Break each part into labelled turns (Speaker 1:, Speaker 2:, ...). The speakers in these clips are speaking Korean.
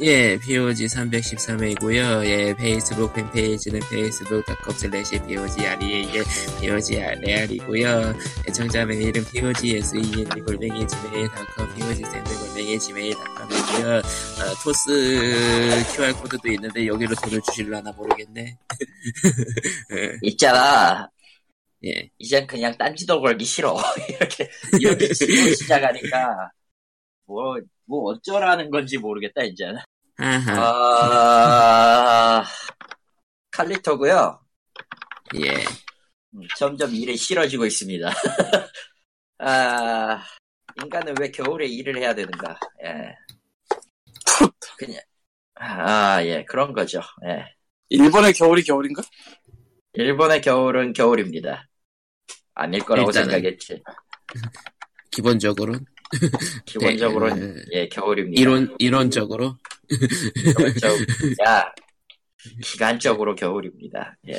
Speaker 1: 예, POG 313회이고요. 예, 페이스북 팬페이지는 facebook.com slash POG REAL, POG REAL이고요. E 애청자 메일은 POG SEN E 골뱅이 지메일.com, POG 샌드 골뱅이 지메일.com이고요. 어, 토스 QR코드도 있는데 여기로 돈을 주실라나 모르겠네.
Speaker 2: 있잖아.
Speaker 1: 예,
Speaker 2: 이젠 그냥 딴지도 걸기 싫어. 이렇게, 이렇게 치고 시작하니까, 뭐, 뭐 어쩌라는 건지 모르겠다, 이제는.
Speaker 1: 하하,
Speaker 2: 아, 칼리토고요
Speaker 1: 예.
Speaker 2: 음, 점점 일이 싫어지고 있습니다. 아, 인간은 왜 겨울에 일을 해야 되는가? 예. 그냥, 아, 예, 그런 거죠. 예.
Speaker 3: 일본의 겨울이 겨울인가?
Speaker 2: 일본의 겨울은 겨울입니다. 아닐 거라고
Speaker 1: 일단은.
Speaker 2: 생각했지.
Speaker 1: 기본적으로,
Speaker 2: 기본적으로는,
Speaker 1: 네,
Speaker 2: 예, 겨울입니다.
Speaker 1: 이론, 이론적으로,
Speaker 2: 기본적, 야, 기간적으로 겨울입니다. 예.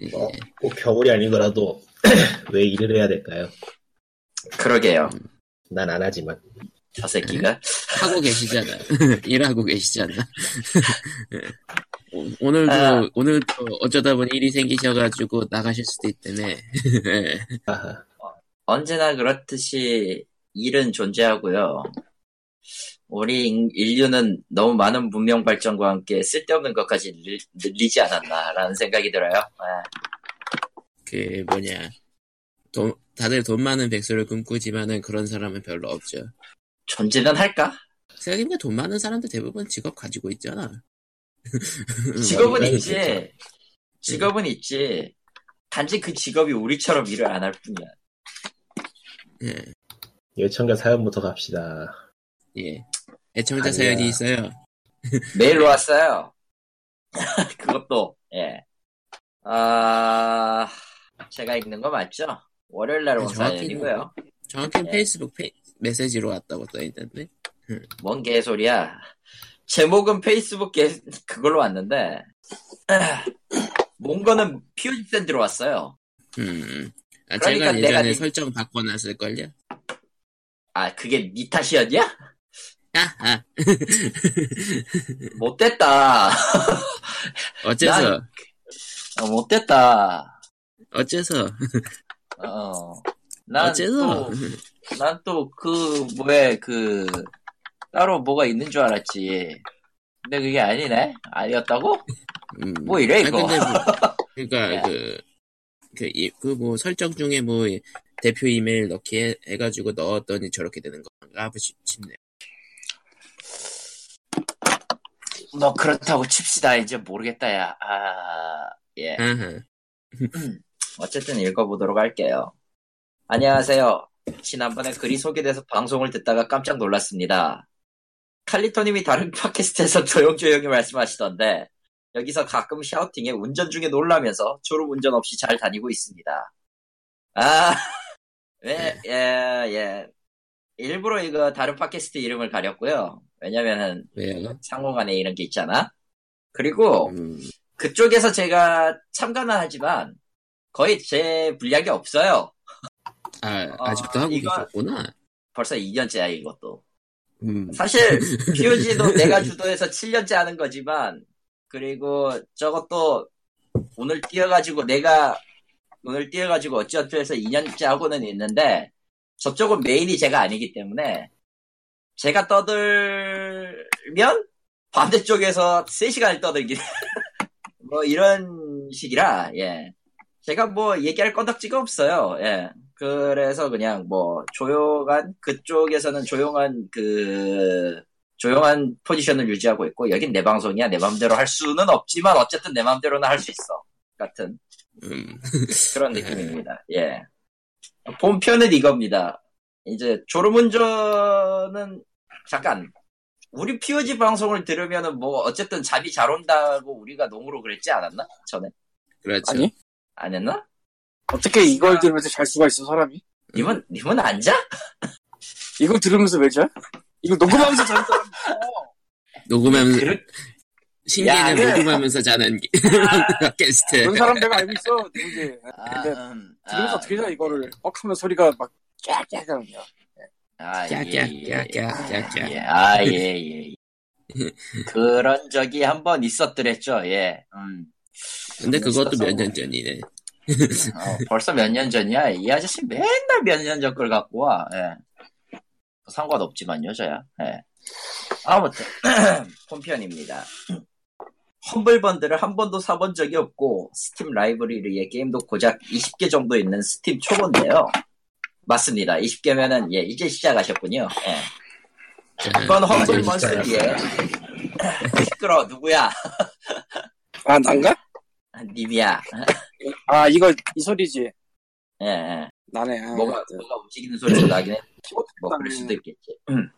Speaker 1: 예,
Speaker 4: 뭐, 꼭 겨울이 아니더라도 왜 일을 해야 될까요?
Speaker 2: 그러게요.
Speaker 1: 음, 네.
Speaker 4: 난 안 하지만
Speaker 2: 저 새끼가.
Speaker 1: 하고 계시잖아. 일하고 계시잖아. 예. 오- 오늘도,
Speaker 2: 아.
Speaker 1: 오늘도 어쩌다 보니 일이 생기셔가지고 나가실 수도 예. 있다며.
Speaker 4: 아하.
Speaker 2: 언제나 그렇듯이 일은 존재하고요. 우리 인- 인류는 너무 많은 문명 발전과 함께 쓸데없는 것까지 늘- 늘리지 않았나라는 생각이 들어요.
Speaker 1: 그,
Speaker 2: 예.
Speaker 1: 뭐냐. 돈, 다들 돈 많은 백수를 꿈꾸지만은 그런 사람은 별로 없죠.
Speaker 2: 존재는 할까?
Speaker 1: 생각해보니까 돈 많은 사람들 대부분 직업 가지고 있잖아. 음,
Speaker 2: 직업은
Speaker 4: 인간은
Speaker 1: 그렇죠.
Speaker 2: 있지. 직업은 있지. 단지 그 직업이 우리처럼 일을 안 할 뿐이야.
Speaker 1: 예,
Speaker 4: 요청자 사연부터 갑시다.
Speaker 1: 예. 애청자
Speaker 4: 아니야.
Speaker 1: 사연이 있어요.
Speaker 2: 메일로 왔어요. 그것도, 예. 아, 제가 읽는 거 맞죠? 월요일 날 온
Speaker 1: 네, 정확히는
Speaker 2: 사연이고요.
Speaker 1: 정확히는
Speaker 2: 예.
Speaker 1: 페이스북 페이, 메시지로 왔다고 떠있던데.
Speaker 2: 뭔 개소리야. 제목은 페이스북 개, 그걸로 왔는데, 뭔가는 POG 샌드로 왔어요.
Speaker 1: 음. 아,
Speaker 2: 그러니까
Speaker 1: 제가
Speaker 2: 내가
Speaker 1: 예전에
Speaker 2: 니-
Speaker 1: 설정 바꿔놨을걸요?
Speaker 2: 아, 그게 니 탓이었냐?
Speaker 1: 하하.
Speaker 2: 못됐다.
Speaker 1: 어째서,
Speaker 2: 난- 어, 못됐다.
Speaker 1: 어째서,
Speaker 2: 어. 난
Speaker 1: 어째서.
Speaker 2: 또, 난 또 그 뭐에 그 따로 뭐가 있는 줄 알았지. 근데 그게 아니네. 아니었다고?
Speaker 1: 음.
Speaker 2: 뭐 이래,
Speaker 1: 아니,
Speaker 2: 이거. 네.
Speaker 1: 근데 뭐, 그러니까
Speaker 2: 야.
Speaker 1: 그, 그, 이, 그 뭐, 설정 중에 뭐, 대표 이메일 넣기 해, 해가지고 넣었더니 저렇게 되는 건가 보시- 싶네요.
Speaker 2: 뭐 그렇다고 칩시다. 이제 모르겠다야. 아 예.
Speaker 1: 아하.
Speaker 2: 어쨌든 읽어보도록 할게요. 안녕하세요. 지난번에 글이 소개돼서 방송을 듣다가 깜짝 놀랐습니다. 칼리토님이 다른 팟캐스트에서 조용조용히 말씀하시던데 여기서 가끔 샤우팅에 운전 중에 놀라면서 졸음 운전 없이 잘 다니고 있습니다. 아, 왜, 예, 예. 일부러 이거 다른 팟캐스트 이름을 가렸고요. 왜냐면은
Speaker 1: 왜요?
Speaker 2: 상호간에 이런 게 있잖아. 그리고
Speaker 1: 음,
Speaker 2: 그쪽에서 제가 참가는 하지만 거의 제 분량이 없어요.
Speaker 1: 아,
Speaker 2: 아,
Speaker 1: 아직도 하고
Speaker 2: 이거-
Speaker 1: 계셨구나.
Speaker 2: 벌써 2년째야 이것도.
Speaker 1: 음,
Speaker 2: 사실 POG도 내가 주도해서 7년째 하는 거지만 그리고 저것도 오늘 뛰어가지고 내가 오늘 뛰어가지고 어찌어찌해서 2년째 하고는 있는데 저쪽은 메인이 제가 아니기 때문에 제가 떠들면 반대쪽에서 3시간을 떠들기 뭐 이런 식이라 예 제가 뭐 얘기할 건덕지가 없어요 예 그래서 그냥 뭐 조용한 그쪽에서는 조용한 그 조용한 포지션을 유지하고 있고 여긴 내 방송이야 내 맘대로 할 수는 없지만 어쨌든 내 맘대로는 할 수 있어 같은
Speaker 1: 음.
Speaker 2: 그런
Speaker 3: 네.
Speaker 2: 느낌입니다 예 본편은 이겁니다 이제 졸음운전은 잠깐 우리 POG 방송을 들으면은 뭐 어쨌든 잠이 잘 온다고 우리가 농으로 그랬지 않았나 전에
Speaker 1: 그렇죠.
Speaker 3: 아니?
Speaker 2: 안 했나
Speaker 3: 어떻게 이걸 들으면서 잘 수가 있어 사람이? 음.
Speaker 2: 님은 님은 안 자?
Speaker 3: 이걸 들으면서 왜 자? 이거 녹음하면서 자는 사람
Speaker 1: 녹음하면서, 신기는
Speaker 2: 야, 아. 그-
Speaker 1: 녹음하면서 자는 게-
Speaker 2: 네.
Speaker 1: 팟캐스트.
Speaker 3: 그런 사람 내가 알고 있어 누구지?
Speaker 2: 아,
Speaker 3: 근데
Speaker 2: 음,
Speaker 3: 들으면서
Speaker 2: 아,
Speaker 3: 어떻게 자 이거를 뻑하면 소리가 막 쫙쫙 하는 거야.
Speaker 2: 아, 예, 예, 예.
Speaker 1: 깍깍깍깍깍깍.
Speaker 2: 예, 아, 예, 예. 그런 적이 한 번 있었더랬죠. 예. 음.
Speaker 1: 근데 그것도
Speaker 2: 있었어.
Speaker 1: 몇 년 전이네.
Speaker 2: 어, 벌써 몇 년 전이야. 이 아저씨 맨날 몇 년 전 걸 갖고 와. 예. 뭐 상관없지만 여자야. 예. 아무튼 홈편입니다. 험블번들을 한 번도 사본 적이 없고 스팀 라이브러리에 게임도 고작 20개 정도 있는 스팀 초보인데요. 맞습니다. 20개면은 예 이제 시작하셨군요. 예. 이번 험블먼스리에 시끄러 누구야?
Speaker 3: 아, 난가?
Speaker 2: 님이야.
Speaker 3: 아, 이거, 이 소리지.
Speaker 2: 예, 예.
Speaker 3: 나네. 네. 아,
Speaker 2: 뭐가 뭐가 움직이는 소리도 나긴 해. 뭐 그럴 수도 있겠지. 음.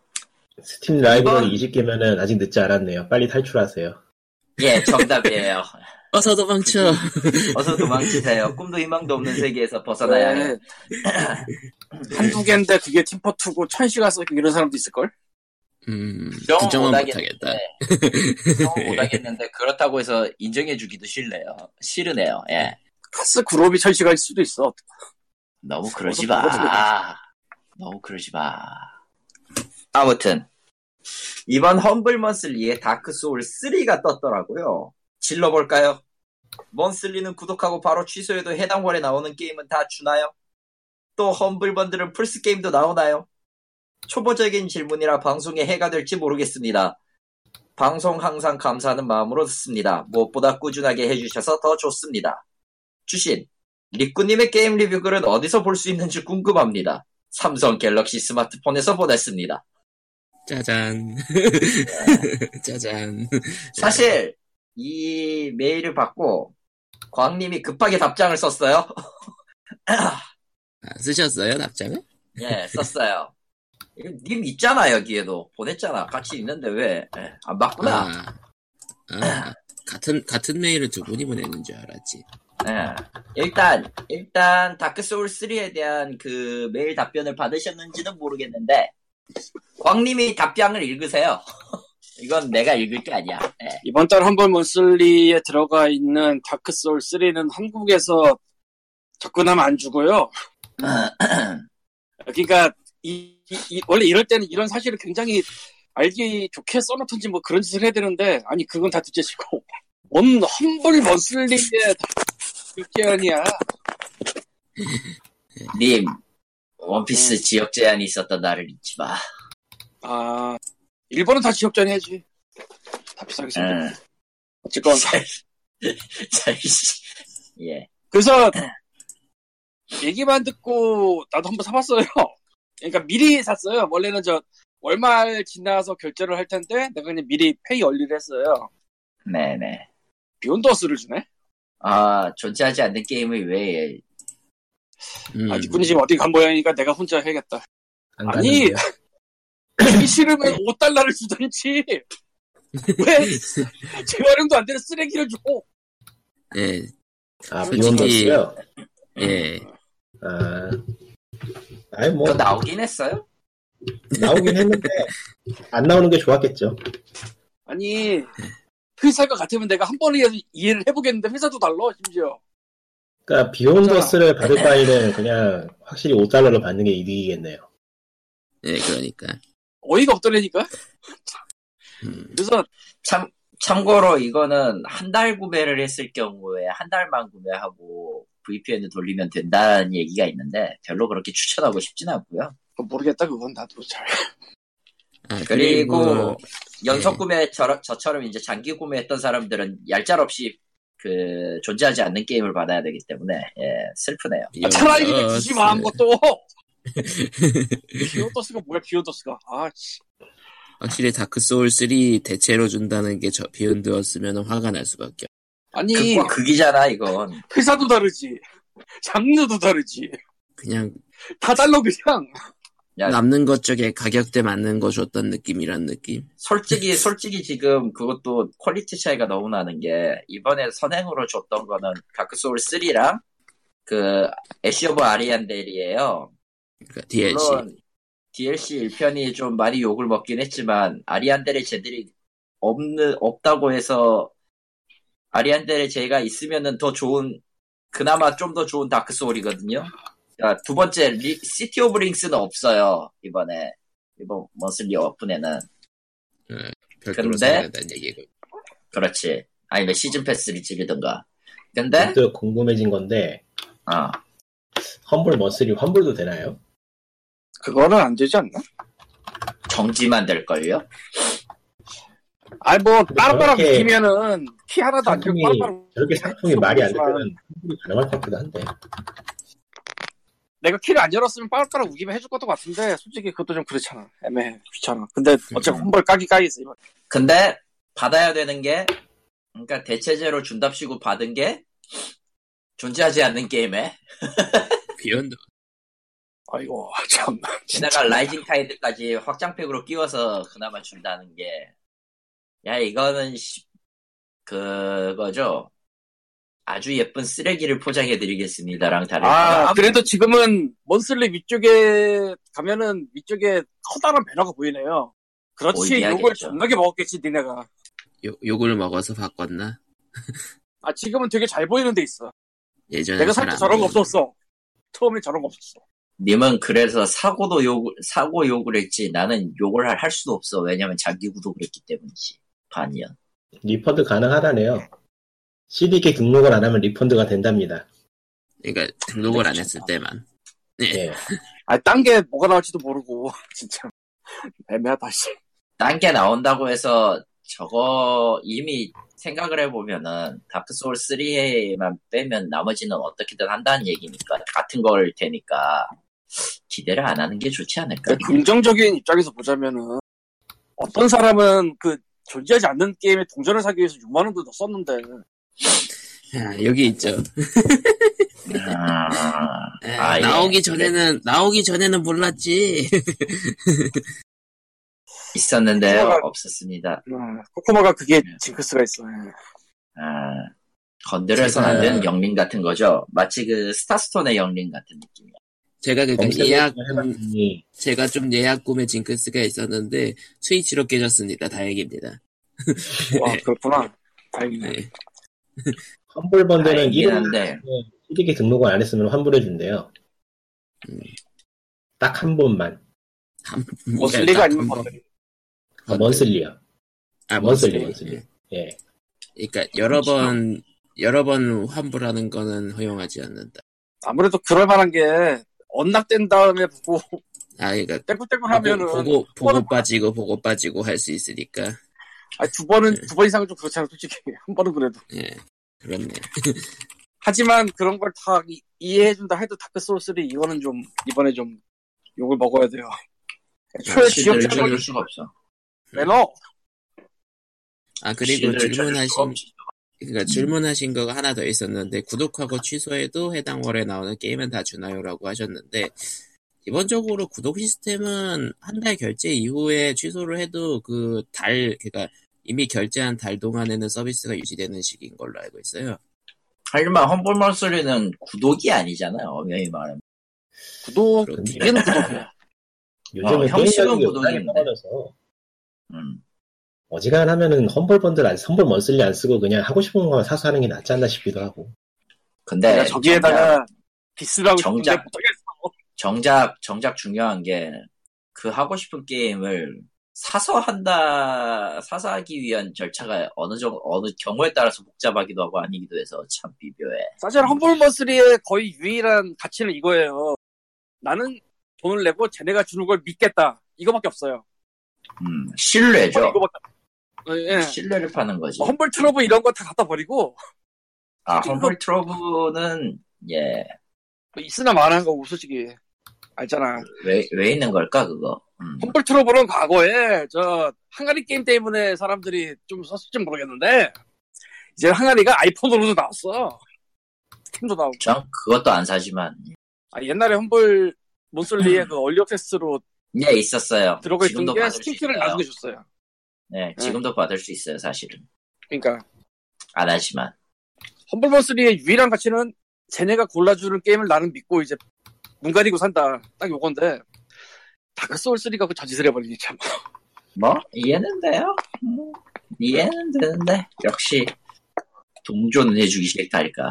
Speaker 4: 스팀 라이브러리 20개면은 아직 늦지 않았네요. 빨리 탈출하세요.
Speaker 2: 예, 정답이에요.
Speaker 1: 어서 도망쳐.
Speaker 2: 어서 도망치세요. 꿈도 희망도 없는 세계에서 벗어나야
Speaker 3: 네.
Speaker 2: 해.
Speaker 3: 한두 개인데 그게 팀포트고 천시 가서 이런 사람도 있을걸?
Speaker 1: 음,
Speaker 2: 정
Speaker 1: 부정은
Speaker 2: 못하겠는데.
Speaker 1: 못하겠다.
Speaker 2: 그건 못하겠는데 그렇다고 해서 인정해주기도 싫네요. 싫으네요. 예,
Speaker 3: 카스 그룹이 천시 갈 수도 있어.
Speaker 2: 너무 그러지
Speaker 3: 어서 도망치세요.
Speaker 2: 마. 너무 그러지 마. 아무튼 이번 험블 먼슬리에 다크 소울 3가 떴더라고요. 질러볼까요? 먼슬리는 구독하고 바로 취소해도 해당 월에 나오는 게임은 다 주나요? 또 험블 번들은 플스 게임도 나오나요? 초보적인 질문이라 방송에 해가 될지 모르겠습니다. 방송 항상 감사하는 마음으로 듣습니다. 무엇보다 꾸준하게 해주셔서 더 좋습니다. 주신 리꾸님의 게임 리뷰 글은 어디서 볼 수 있는지 궁금합니다. 삼성 갤럭시 스마트폰에서 보냈습니다.
Speaker 1: 짜잔. 짜잔.
Speaker 2: 사실 이 메일을 받고 광님이 급하게 답장을 썼어요.
Speaker 1: 아, 쓰셨어요, 답장을?
Speaker 2: 예, 썼어요. 이거 님 있잖아 여기에도 보냈잖아 같이 있는데 왜? 예, 안 봤구나.
Speaker 1: 아, 아, 같은, 같은 메일을 두 분이 보내는 줄 알았지.
Speaker 2: 예. 일단 일단 다크 소울 3에 대한 그 메일 답변을 받으셨는지는 모르겠는데 광님이 답장을 읽으세요. 이건 내가 읽을 게 아니야. 예.
Speaker 3: 이번 달 험블 먼슬리에 들어가 있는 다크 소울 3는 한국에서 접근하면 안 주고요. 그러니까 이, 이- 이- 원래 이럴 때는 이런 사실을 굉장히 알기 좋게 써놓던지 뭐 그런 짓을 해야 되는데 아니 그건 다 둘째치고 뭔 험블 먼슬리에 육개월이야.
Speaker 2: 님, 원피스 지역 제한이 있었던 나를 잊지 마.
Speaker 3: 아 일본은 다 지역전 해야지. 다 비싸게 생겨.
Speaker 2: 응.
Speaker 3: 어쨌건
Speaker 2: 어, 자, 이씨. 예.
Speaker 3: 그래서 얘기만 듣고 나도 한번 사봤어요. 그러니까 미리 샀어요. 원래는 저 월말 지나서 결제를 할 텐데 내가 그냥 미리 페이 얼리를 했어요.
Speaker 2: 네네.
Speaker 3: 비욘더스를 주네.
Speaker 2: 아, 존재하지 않는 게임을 왜,
Speaker 1: 음,
Speaker 3: 아 직군이 지금 어디 간 모양이니까 내가 혼자 해야겠다.
Speaker 4: 안
Speaker 3: 아니
Speaker 4: 가는데요.
Speaker 3: 이 싫으면 5달러를 주든지 왜 재활용도 안 되는 쓰레기를 주고
Speaker 2: 그-
Speaker 1: 예,
Speaker 4: 아,
Speaker 1: 솔직히-
Speaker 4: 비욘더스요?
Speaker 1: 예.
Speaker 2: 음.
Speaker 4: 아, 아니 뭐
Speaker 2: 그거 나오긴 했어요?
Speaker 4: 나오긴 했는데 안 나오는 게 좋았겠죠.
Speaker 3: 아니 회사가 같으면 내가 한 번이라도 이해를 해보겠는데 회사도 달라 심지어
Speaker 4: 그러니까 비욘더스를 받을 바에는 그냥 확실히 5달러로 받는 게 이득이겠네요.
Speaker 1: 예, 그러니까.
Speaker 3: 어이가 없더라니까.
Speaker 1: 음,
Speaker 3: 그래서
Speaker 2: 참, 참고로 이거는 한 달 구매를 했을 경우에 한 달만 구매하고 VPN을 돌리면 된다는 얘기가 있는데 별로 그렇게 추천하고 싶진 않고요.
Speaker 3: 모르겠다 그건 나도 잘.
Speaker 1: 아,
Speaker 2: 그리고
Speaker 1: 예.
Speaker 2: 연속 구매 저, 저처럼 이제 장기 구매했던 사람들은 얄짤없이 그 존재하지 않는 게임을 받아야 되기 때문에 예, 슬프네요.
Speaker 3: 아, 차라리
Speaker 1: 이거
Speaker 3: 그냥 굳이 마한 것도 비오더스가 뭐야 비오더스가 아 씨.
Speaker 1: 확실히 다크 소울 3 대체로 준다는 게 저 비욘드였으면 화가 날 수밖에.
Speaker 3: 아니
Speaker 2: 극과 극이잖아 이건.
Speaker 3: 회사도 다르지 장르도 다르지
Speaker 1: 없- 그냥
Speaker 3: 다 달라 그냥
Speaker 2: 야.
Speaker 1: 남는 것 쪽에 가격대 맞는 거 줬던 느낌이란 느낌.
Speaker 2: 솔직히 솔직히 지금 그것도 퀄리티 차이가 너무 나는 게 이번에 선행으로 줬던 거는 다크 소울 3랑 그 애쉬 오브 아리안델이에요.
Speaker 1: 그러니까 DLC.
Speaker 2: 물론 DLC 1편이 좀 많이 욕을 먹긴 했지만 아리안델의 제들이 없는 없다고 해서 아리안델의 제가 있으면은 더 좋은 그나마 좀 더 좋은 다크 소울이거든요. 그러니까 두 번째 리- 시티 오브 링스는 없어요 이번에 이번 먼슬리 오픈에는
Speaker 1: 별도로
Speaker 2: 근데?
Speaker 1: 사야된다는 얘기고.
Speaker 2: 그렇지. 아니면 시즌 패스를 찍으던가.
Speaker 1: 네?
Speaker 2: 근데,
Speaker 4: 또 궁금해진 건데
Speaker 2: 어,
Speaker 4: 험블 머슬이 환불도 되나요?
Speaker 3: 그거는 안 되지 않나?
Speaker 2: 정지만 될걸요?
Speaker 3: 아니 뭐 다른 바람
Speaker 4: 그렇게
Speaker 3: 느끼면은 키 하나도 안 들고
Speaker 4: 상품이-
Speaker 3: 빠르빠르
Speaker 4: 저렇게 상품이 말이 안 되면 환불이 가능할 것 같기도 한데
Speaker 3: 내가 키를 안 열었으면 빠르빠르 우기면 해줄 것도 같은데 솔직히 그것도 좀 그렇잖아 애매해 귀찮아 근데 어차피
Speaker 4: 음.
Speaker 3: 홈볼 까기 까기겠어 이번
Speaker 2: 근데, 받아야 되는 게, 그러니까 대체제로 준답시고 받은 게, 존재하지 않는 게임에,
Speaker 1: 비욘드
Speaker 3: 아이고 참
Speaker 2: 게다가 라이징 타이드까지 확장팩으로 끼워서 그나마 준다는 게, 야, 이거는, 씨, 그거죠. 아주 예쁜 쓰레기를 포장해드리겠습니다랑 다르게.
Speaker 3: 아 그래도 지금은 몬슬리 위쪽에 가면은 위쪽에 커다란 배너가 보이네요 그렇지
Speaker 2: 뭐 보이게
Speaker 3: 욕을
Speaker 2: 하겠죠.
Speaker 3: 존나게 먹었겠지 니네가
Speaker 1: 요, 요걸 먹어서 바꿨나?
Speaker 3: 아 지금은 되게 잘 보이는 데 있어
Speaker 2: 음,
Speaker 1: 예전에
Speaker 3: 내가 살 때 저런 거 없었어 처음에 저런 거 없었어
Speaker 2: 님은 그래서 사고도 욕, 사고 욕을 했지. 나는 욕을 할, 할 수도 없어. 왜냐면 자기 구독을 했기 때문이지. 반년.
Speaker 4: 리펀드 가능하다네요. CDK 등록을 안 하면 리펀드가 된답니다.
Speaker 1: 그러니까 등록을 안 했을 때만.
Speaker 4: 예.
Speaker 3: 아딴 게 뭐가 나올지도 모르고 진짜 애매하다 씨
Speaker 2: 딴 게 나온다고 해서 저거 이미 생각을 해보면은 다크소울 3만 빼면 나머지는 어떻게든 한다는 얘기니까. 같은 걸 테니까. 기대를 안 하는 게 좋지 않을까.
Speaker 3: 근데 긍정적인 입장에서 보자면은 어떤 사람은 그 존재하지 않는 게임에 동전을 사기 위해서 6만 원도 더 썼는데
Speaker 1: 아, 여기 있죠.
Speaker 2: 아,
Speaker 1: 아,
Speaker 2: 아, 예.
Speaker 1: 나오기 전에는 나오기 전에는 몰랐지.
Speaker 2: 있었는데
Speaker 3: 제가-
Speaker 2: 없었습니다.
Speaker 3: 음, 코코마가 그게
Speaker 2: 네.
Speaker 3: 징크스가 있어. 네.
Speaker 2: 아, 건드려서는 안 되는 영린 같은 거죠. 마치 그 스타스톤의 영린 같은 느낌이야.
Speaker 1: 제가 그러니까
Speaker 4: 검색을
Speaker 1: 예약
Speaker 4: 해봤더니
Speaker 1: 제가 좀 예약 구매 징크스가 있었는데 스위치로 깨졌습니다. 다행입니다.
Speaker 3: 와 아, 그렇구나. 다행이네.
Speaker 1: 네.
Speaker 4: 환불 번드는
Speaker 2: 아, 다행이긴
Speaker 4: 1월
Speaker 2: 한데
Speaker 4: CDK 등록을 안 했으면 환불해 준대요.
Speaker 1: 음.
Speaker 4: 딱 한 번만.
Speaker 1: 그러니까
Speaker 3: 머슬리가 아니면 머슬리.
Speaker 1: 네.
Speaker 4: 아, 먼슬리요.
Speaker 1: 아,
Speaker 4: 먼슬리,
Speaker 1: 먼슬리.
Speaker 4: 먼슬리. 예.
Speaker 1: 그러니까 여러 번 여러 번 환불하는 거는 허용하지 않는다.
Speaker 3: 아무래도 그럴 만한 게 언락된 다음에 보고
Speaker 1: 아, 그러니까
Speaker 3: 떼굴떼굴 하면은
Speaker 1: 보고 보고, 보고
Speaker 3: 번은-
Speaker 1: 빠지고 보고 빠지고 할 수 있으니까.
Speaker 3: 아니, 두 번은 두 번 이상은 좀 그렇잖아 솔직히 한 번은 그래도.
Speaker 1: 예. 그렇네.
Speaker 3: 하지만 그런 걸 다 이해해준다 해도 다크 소울 3 이거는 좀 이번에 좀 욕을 먹어야 돼요. 애초에
Speaker 2: 실드를
Speaker 3: 지역장을
Speaker 2: 줄일 수가 없어.
Speaker 3: 매너
Speaker 1: 아, 그리고
Speaker 2: 실드를 줄일 수가
Speaker 1: 질문하신
Speaker 2: 없지.
Speaker 1: 그러니까
Speaker 4: 음.
Speaker 1: 질문하신 거가 하나 더 있었는데 구독하고 취소해도 해당 월에 나오는 게임은 다 주나요라고 하셨는데 기본적으로 구독 시스템은 한 달 결제 이후에 취소를 해도 그 달 그러니까 이미 결제한 달 동안에는 서비스가 유지되는 식인 걸로 알고 있어요.
Speaker 2: 하지만 험블먼 소리는 구독이 아니잖아요. 엄연히 말하면.
Speaker 4: 어,
Speaker 3: 구독
Speaker 1: 그렇죠.
Speaker 3: 얘는 구독이야.
Speaker 4: 요즘은
Speaker 2: 어,
Speaker 4: 게임
Speaker 2: 형식은
Speaker 4: 가격이 워낙에
Speaker 2: 구동인데.
Speaker 4: 떨어져서
Speaker 2: 음.
Speaker 4: 어지간하면은 험블 번들 안, 험블 먼슬리 안 쓰고 그냥 하고 싶은 것만 사서 하는 게 낫지 않나 싶기도 하고.
Speaker 2: 근데
Speaker 3: 내가 저기에다가 비스라고
Speaker 2: 정작-
Speaker 3: 정작
Speaker 2: 정작 정작 중요한 게 그 하고 싶은 게임을 사서 한다 사서 하기 위한 절차가 어느 정도 어느 경우에 따라서 복잡하기도 하고 아니기도 해서 참 비묘해.
Speaker 3: 사실 험블머슬리의 거의 유일한 가치는 이거예요. 나는 돈을 내고 쟤네가 주는 걸 믿겠다. 이거밖에 없어요.
Speaker 2: 음.
Speaker 1: 어,
Speaker 2: 신뢰죠.
Speaker 3: 이거밖에 없어요.
Speaker 1: 네.
Speaker 3: 예.
Speaker 2: 신뢰를 파는 거지.
Speaker 3: 뭐 험블 트러블 이런 거 다 갖다 버리고
Speaker 2: 아 험블 트러블은 예.
Speaker 3: 뭐 있으나 마나 한 거고 솔직히 알잖아.
Speaker 2: 왜, 왜 있는 걸까, 그거? 음.
Speaker 3: 험블 트러블은 과거에 저 항아리 게임 때문에 사람들이 좀 썼을지 모르겠는데 이제 항아리가 아이폰으로도 나왔어. 팀도 나오고.
Speaker 2: 전 그것도 안 사지만.
Speaker 3: 아, 옛날에 험블 몬슬리의 그 얼리 액세스로
Speaker 2: 예, 있었어요.
Speaker 3: 들어가 있던
Speaker 2: 지금도
Speaker 3: 게
Speaker 2: 받을 수
Speaker 3: 스팀키를
Speaker 2: 있어요.
Speaker 3: 나중에 줬어요.
Speaker 2: 네, 지금도 받을 수 있어요, 사실은.
Speaker 3: 그러니까
Speaker 2: 안 하지만.
Speaker 3: 험블먼3의 유일한 가치는 쟤네가 골라주는 게임을 나는 믿고 이제 눈 가리고 산다. 딱 요건데 다크소울3가 그 저짓을 해버리니 참.
Speaker 2: 뭐? 이해는 돼요? 음, 이해는 되는데. 역시, 동조는 해주기 싫다니까.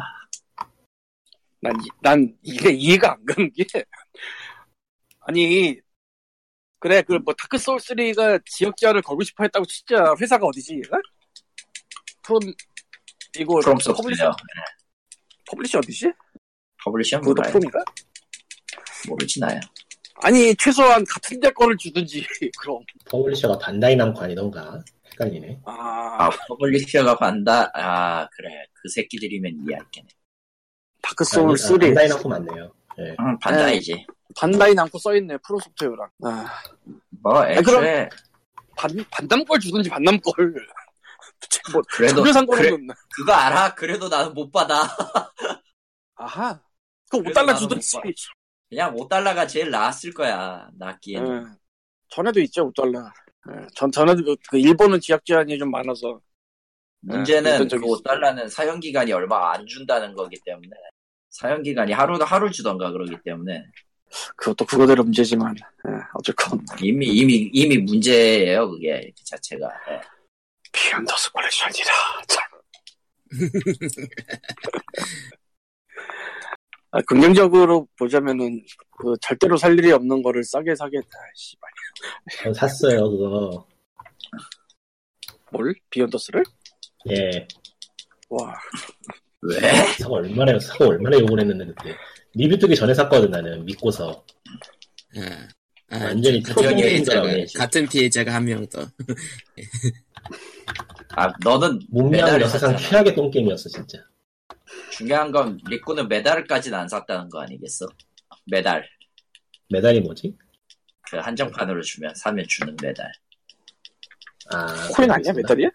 Speaker 3: 난, 이- 난 이게 이해가 안 가는 게 아니 그 그래 그 뭐 다크 소울 3가 지역 제한을 걸고 싶어 했다고 진짜 회사가 어디지 얘가? 프롬 이거
Speaker 2: 프롬
Speaker 3: 퍼블리셔
Speaker 2: 소프트웨어 음,
Speaker 3: 퍼블리셔 어디지?
Speaker 2: 퍼블리셔
Speaker 3: 그것도
Speaker 2: 몰라요
Speaker 3: 프롬인가?
Speaker 2: 모르지 나요
Speaker 3: 아니 최소한 같은 데 거를 주든지 그럼
Speaker 4: 퍼블리셔가 반다이 남코 아니던가 헷갈리네.
Speaker 3: 아,
Speaker 2: 아 퍼블리셔가 간다 아 그래 그 새끼들이면 이해할게네
Speaker 3: 다크 소울 3
Speaker 4: 아, 반다이 남코 맞네요. 예.
Speaker 2: 응 반다이지
Speaker 3: 반다이 남고 써있네 프로소프트웨어랑 아,
Speaker 2: 뭐 애초에
Speaker 3: 그럼- 반 반남 걸 주든지 반남 걸 대체 뭐
Speaker 2: 그래도
Speaker 3: 전혀
Speaker 2: 그래-
Speaker 3: 상관없는
Speaker 2: 그거 알아 그래도 나는 못 받아
Speaker 3: 아하 그
Speaker 2: 그래도
Speaker 3: 5달러
Speaker 2: 나는 뭐-
Speaker 3: 주든지
Speaker 2: 못 봐. 그냥 5달러가 제일 나았을 거야
Speaker 3: 예.
Speaker 2: 낫기에는
Speaker 3: 전에도 있죠 5달러 예, 전 전에도 그 일본은 지역 제한이 좀 많아서 예,
Speaker 2: 문제는
Speaker 3: 그런
Speaker 2: 그
Speaker 3: 적이 있어요.
Speaker 2: 5달러는 사용 기간이 얼마 안 준다는 거기 때문에 사용 기간이 하루 하루 주던가 그러기 때문에
Speaker 3: 그것도 그거대로 문제지만 예, 어쨌건
Speaker 2: 이미 이미 이미 문제예요 그게 그 자체가 예.
Speaker 3: 비욘더 스 컬렉션이라 참. 아, 긍정적으로 보자면은 그 절대로 살 일이 없는 거를 싸게 사겠다. 씨발.
Speaker 4: 전 샀어요 그거.
Speaker 3: 뭘? 비욘더스를?
Speaker 4: 예.
Speaker 3: 와.
Speaker 2: 왜?
Speaker 4: 사고 얼마나 사고 얼마나 욕을 했는데 그때 리뷰 뜨기 전에 샀거든 나는 믿고서
Speaker 1: 아, 아,
Speaker 4: 완전히
Speaker 1: 같은
Speaker 2: 트롤링
Speaker 1: 피해자가
Speaker 4: 행사라고
Speaker 1: 같은 피해자가 한 명 더.
Speaker 2: 아 너는
Speaker 4: 문명을
Speaker 2: 메달을
Speaker 4: 역사상
Speaker 2: 샀잖아.
Speaker 4: 최악의 똥게임이었어 진짜.
Speaker 2: 중요한 건 리코는 메달까지는 안 샀다는 거 아니겠어? 메달
Speaker 4: 메달이 뭐지?
Speaker 2: 그 한정판으로 주면 사면 주는 메달
Speaker 4: 아
Speaker 3: 코인 아니야?
Speaker 4: 그렇구나.
Speaker 3: 메달이야?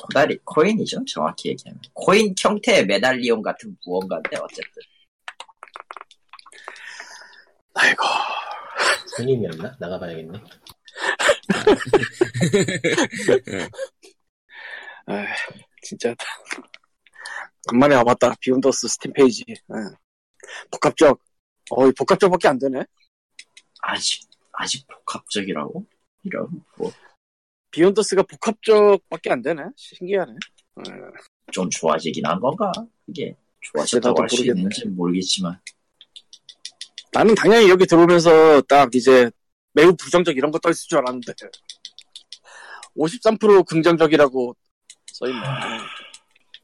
Speaker 2: 코달이 코인이죠 정확히 얘기하면 코인 형태의 메달리온 같은 무언가인데 어쨌든
Speaker 3: 아이고.
Speaker 4: 손님이었나? 나가봐야겠네.
Speaker 3: 아, 에이, 진짜. 간만에 와봤다. 비욘더스 스팀 페이지. 예. 복합적. 어이, 복합적밖에 안 되네.
Speaker 2: 아직 아직 복합적이라고 이런 뭐좀
Speaker 3: 비욘더스가 복합적밖에 안 되네. 신기하네. 예.
Speaker 2: 좋아지긴 한 건가 이게
Speaker 3: 나도
Speaker 2: 좋아졌다고 할 수
Speaker 3: 모르겠네.
Speaker 2: 있는지 모르겠지만
Speaker 3: 나는 당연히 여기 들어오면서 딱 이제 매우 부정적 이런 거 떠 있을 줄 알았는데 53% 긍정적이라고 써있네.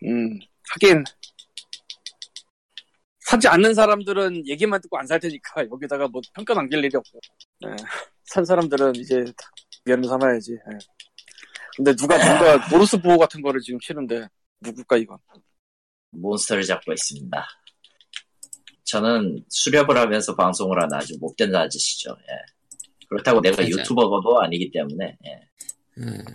Speaker 3: 음 하긴 사지 않는 사람들은 얘기만 듣고 안 살 테니까 여기다가 뭐 평가 남길 일이 없고 예. 산 사람들은 이제 미안해 삼아야지. 예. 근데 누가 누가 모르스 보호 같은 거를 지금 치는데 누굴까 이건?
Speaker 2: 몬스터를 잡고 있습니다. 저는 수렵을 하면서 방송을 하는 아주 못된 아저씨죠. 예. 그렇다고 내가
Speaker 1: 맞아요.
Speaker 2: 유튜버도 아니기 때문에 예.
Speaker 1: 음,
Speaker 4: 어,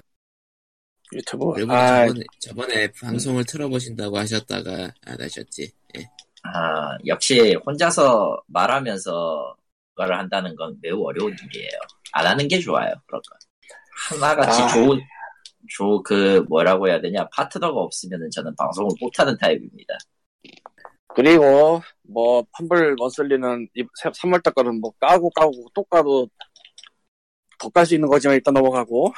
Speaker 3: 유튜브.
Speaker 1: 그리고
Speaker 3: 아,
Speaker 1: 저번에, 저번에
Speaker 4: 음.
Speaker 1: 방송을 틀어보신다고 하셨다가 안 하셨지. 예.
Speaker 2: 아, 역시 혼자서 말하면서 그걸 한다는 건 매우 어려운 일이에요. 안 하는 게 좋아요. 그러니까 하나같이
Speaker 3: 아.
Speaker 2: 좋은 좋그 뭐라고 해야 되냐 파트너가 없으면 저는 방송을 못하는 타입입니다.
Speaker 3: 그리고 뭐 펌블 머슬리는 3월달 거는 뭐 까고 까고 또 까도 더 깔 수 있는 거지만 일단 넘어가고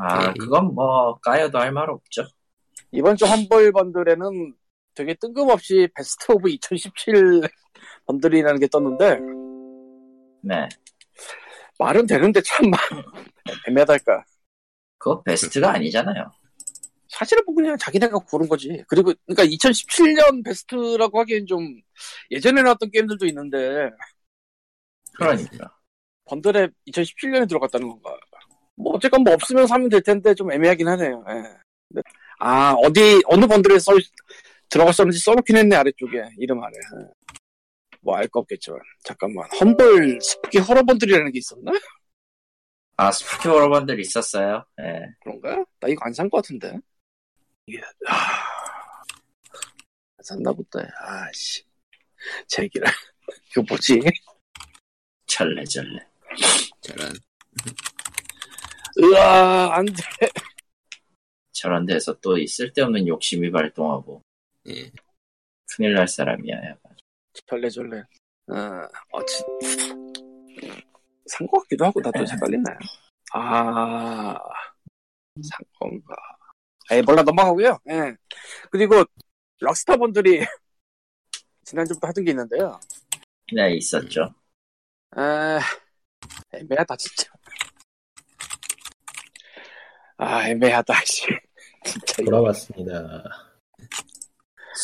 Speaker 2: 아,
Speaker 1: 예.
Speaker 2: 그건 뭐 까여도 할 말 없죠.
Speaker 3: 이번 주 환불 번들에는 되게 뜬금없이 베스트 오브 2017 번들이라는 게 떴는데
Speaker 2: 네,
Speaker 3: 말은 되는데 참 애매하달까
Speaker 2: 그거 베스트가 아니잖아요.
Speaker 3: 사실은 뭐 그냥 자기네가 고른 거지 그리고 그러니까 2017년 베스트라고 하기엔 좀 예전에 나왔던 게임들도 있는데
Speaker 2: 그러니까.
Speaker 3: 번들에 2017년에 들어갔다는 건가? 뭐 어쨌건 뭐 없으면 사면 될 텐데 좀 애매하긴 하네요. 예. 근데- 아 어디 어느 번들에 써 들어갔었는지 써놓긴 했네 아래쪽에 이름 아래. 예. 뭐 알 거 없겠지만 잠깐만 험벌 스프기 허러 번들이라는 게 있었나?
Speaker 2: 아, 스프키 워러번들 있었어요. 예.
Speaker 3: 그런가? 나 이거 안 산 거 같은데. 이게 아, 안 샀나 보다. 아씨 제기라 이거 뭐지?
Speaker 2: 절레절레.
Speaker 1: 저런.
Speaker 3: 으아 안돼.
Speaker 2: 저런 데서 또 이 쓸데없는 욕심이 발동하고
Speaker 1: 예.
Speaker 2: 큰일 날 사람이야. 약간.
Speaker 3: 절레절레. 어, 어찌. 산것 같기도 하고, 나도 헷갈리네. 아, 산 건가. 에이, 몰라, 넘어가고요. 예. 그리고, 락스타 분들이, 지난주부터 하던 게 있는데요.
Speaker 2: 네, 있었죠.
Speaker 3: 에, 애매하다 진짜. 아 애매하다 씨. 진짜 이거.
Speaker 4: 돌아왔습니다.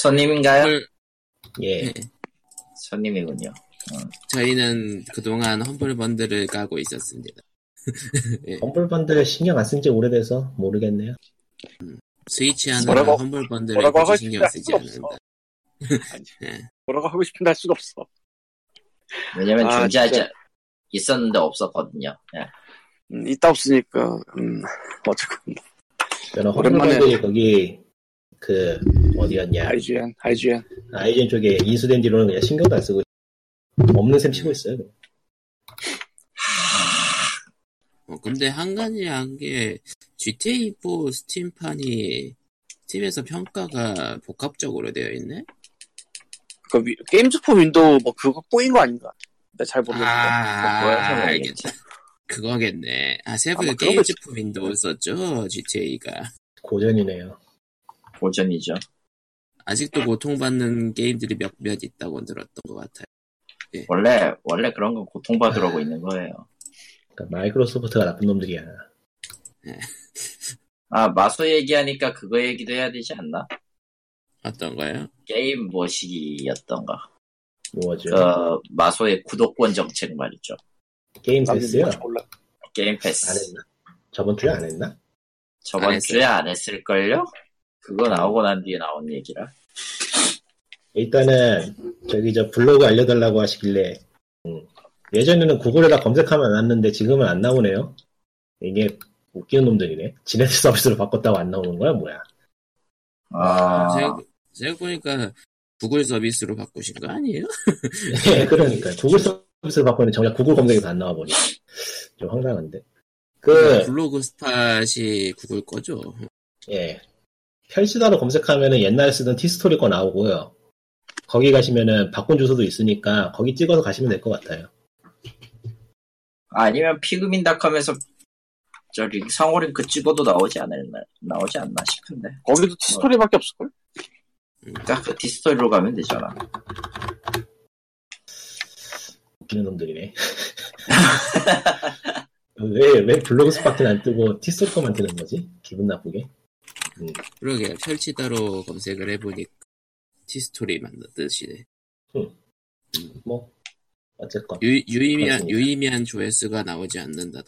Speaker 2: 손님인가요?
Speaker 1: 헐,
Speaker 4: 예.
Speaker 2: 손님이군요.
Speaker 1: 저희는 그동안 험블 번들을 까고 있었습니다.
Speaker 4: 험블 번들 신경 안 쓴 지 오래돼서 모르겠네요.
Speaker 1: 스위치 하나
Speaker 3: 뭐라고-
Speaker 1: 험블 번들을
Speaker 3: 뭐라고 하고
Speaker 1: 굳이
Speaker 3: 싶지
Speaker 1: 신경
Speaker 3: 할
Speaker 1: 쓰지
Speaker 3: 수가 없어.
Speaker 1: 않는다.
Speaker 3: 아니,
Speaker 1: 예.
Speaker 3: 뭐라고 하고 싶은데 할 수가 없어.
Speaker 2: 왜냐면
Speaker 3: 아,
Speaker 2: 존재하지
Speaker 3: 진짜.
Speaker 2: 있었는데 없었거든요. 예.
Speaker 3: 음, 있다 없으니까 음 어쨌건
Speaker 4: 저는 험블
Speaker 3: 오랜만에-
Speaker 4: 번들이 거기 그 어디였냐
Speaker 3: IGN IGN
Speaker 4: 아이젠 쪽에 인수된 뒤로는 그냥 신경도 안 쓰고 없는 셈 치고 있어요. 그냥.
Speaker 1: 어, 근데 한 가지 한게 GTA 4 스팀판이 스팀에서 평가가 복합적으로 되어 있네.
Speaker 3: 그 위- 게임 소품 윈도우 뭐 그거 꼬인 거 아닌가? 나 잘 모르겠는데.
Speaker 1: 아,
Speaker 2: 뭐야, 저거.
Speaker 1: 알겠다. 그거겠네. 아, 세부
Speaker 3: 아마 그런
Speaker 1: 게임
Speaker 3: 거지.
Speaker 1: 제품인도 썼죠 GTA가.
Speaker 4: 고전이네요.
Speaker 2: 고전이죠.
Speaker 1: 아직도 고통받는 게임들이 몇몇 있다고 들었던 것 같아요.
Speaker 2: 원래 원래 그런 건 고통받으라고 있는 거예요.
Speaker 4: 그러니까 마이크로소프트가 나쁜 놈들이야.
Speaker 2: 아 마소 얘기하니까 그거 얘기도 해야 되지 않나?
Speaker 1: 어떤가요?
Speaker 2: 게임 뭐시기였던가.
Speaker 4: 뭐죠?
Speaker 2: 그 마소의 구독권 정책 말이죠.
Speaker 4: 게임
Speaker 3: 나도
Speaker 4: 패스요?
Speaker 3: 뭔지 몰라.
Speaker 2: 게임
Speaker 4: 안
Speaker 2: 패스.
Speaker 4: 했나? 저번 주에 안 했나?
Speaker 1: 안
Speaker 2: 저번
Speaker 1: 했어요. 음.
Speaker 2: 주에 안 했을걸요? 그거 나오고 난 뒤에 나온 얘기라.
Speaker 4: 일단은 저기 저 블로그 알려달라고 하시길래 음, 예전에는 구글에다 검색하면 나왔는데 지금은 안 나오네요. 이게 웃기는 놈들이네. 지네들 서비스로 바꿨다고 안 나오는 거야 뭐야?
Speaker 2: 아,
Speaker 1: 제가, 제가 보니까 구글 서비스로 바꾸신 거 아니에요?
Speaker 4: 예, 그러니까 구글 서비스로 바꿨는데 정작 구글 검색에도 안 나와 버리. 좀 황당한데. 그
Speaker 1: 블로그 스팟이 구글 거죠. 어.
Speaker 4: 예. 펼치다로 검색하면은 옛날에 쓰던 티스토리 거 나오고요. 거기 가시면은 바꾼 주소도 있으니까 거기 찍어서 가시면 될 것 같아요.
Speaker 2: 아니면 피그민닷컴에서 저기 상호링크 찍어도 나오지 않을나 나오지 않나 싶은데.
Speaker 3: 거기도 티스토리밖에 없을걸?
Speaker 2: 딱 그 디스토리로 가면 되잖아.
Speaker 4: 웃기는 놈들이네. 왜, 왜 블로그 스파트는 안 뜨고 티스토커만 뜨는 거지? 기분 나쁘게.
Speaker 1: 그러게 펼치다로 검색을 해보니까 티스토리만 뜨시네.
Speaker 4: 뭐, 어쨌건.
Speaker 1: 유, 유의미한
Speaker 4: 그렇습니다.
Speaker 1: 유의미한 조회수가 나오지 않는다던.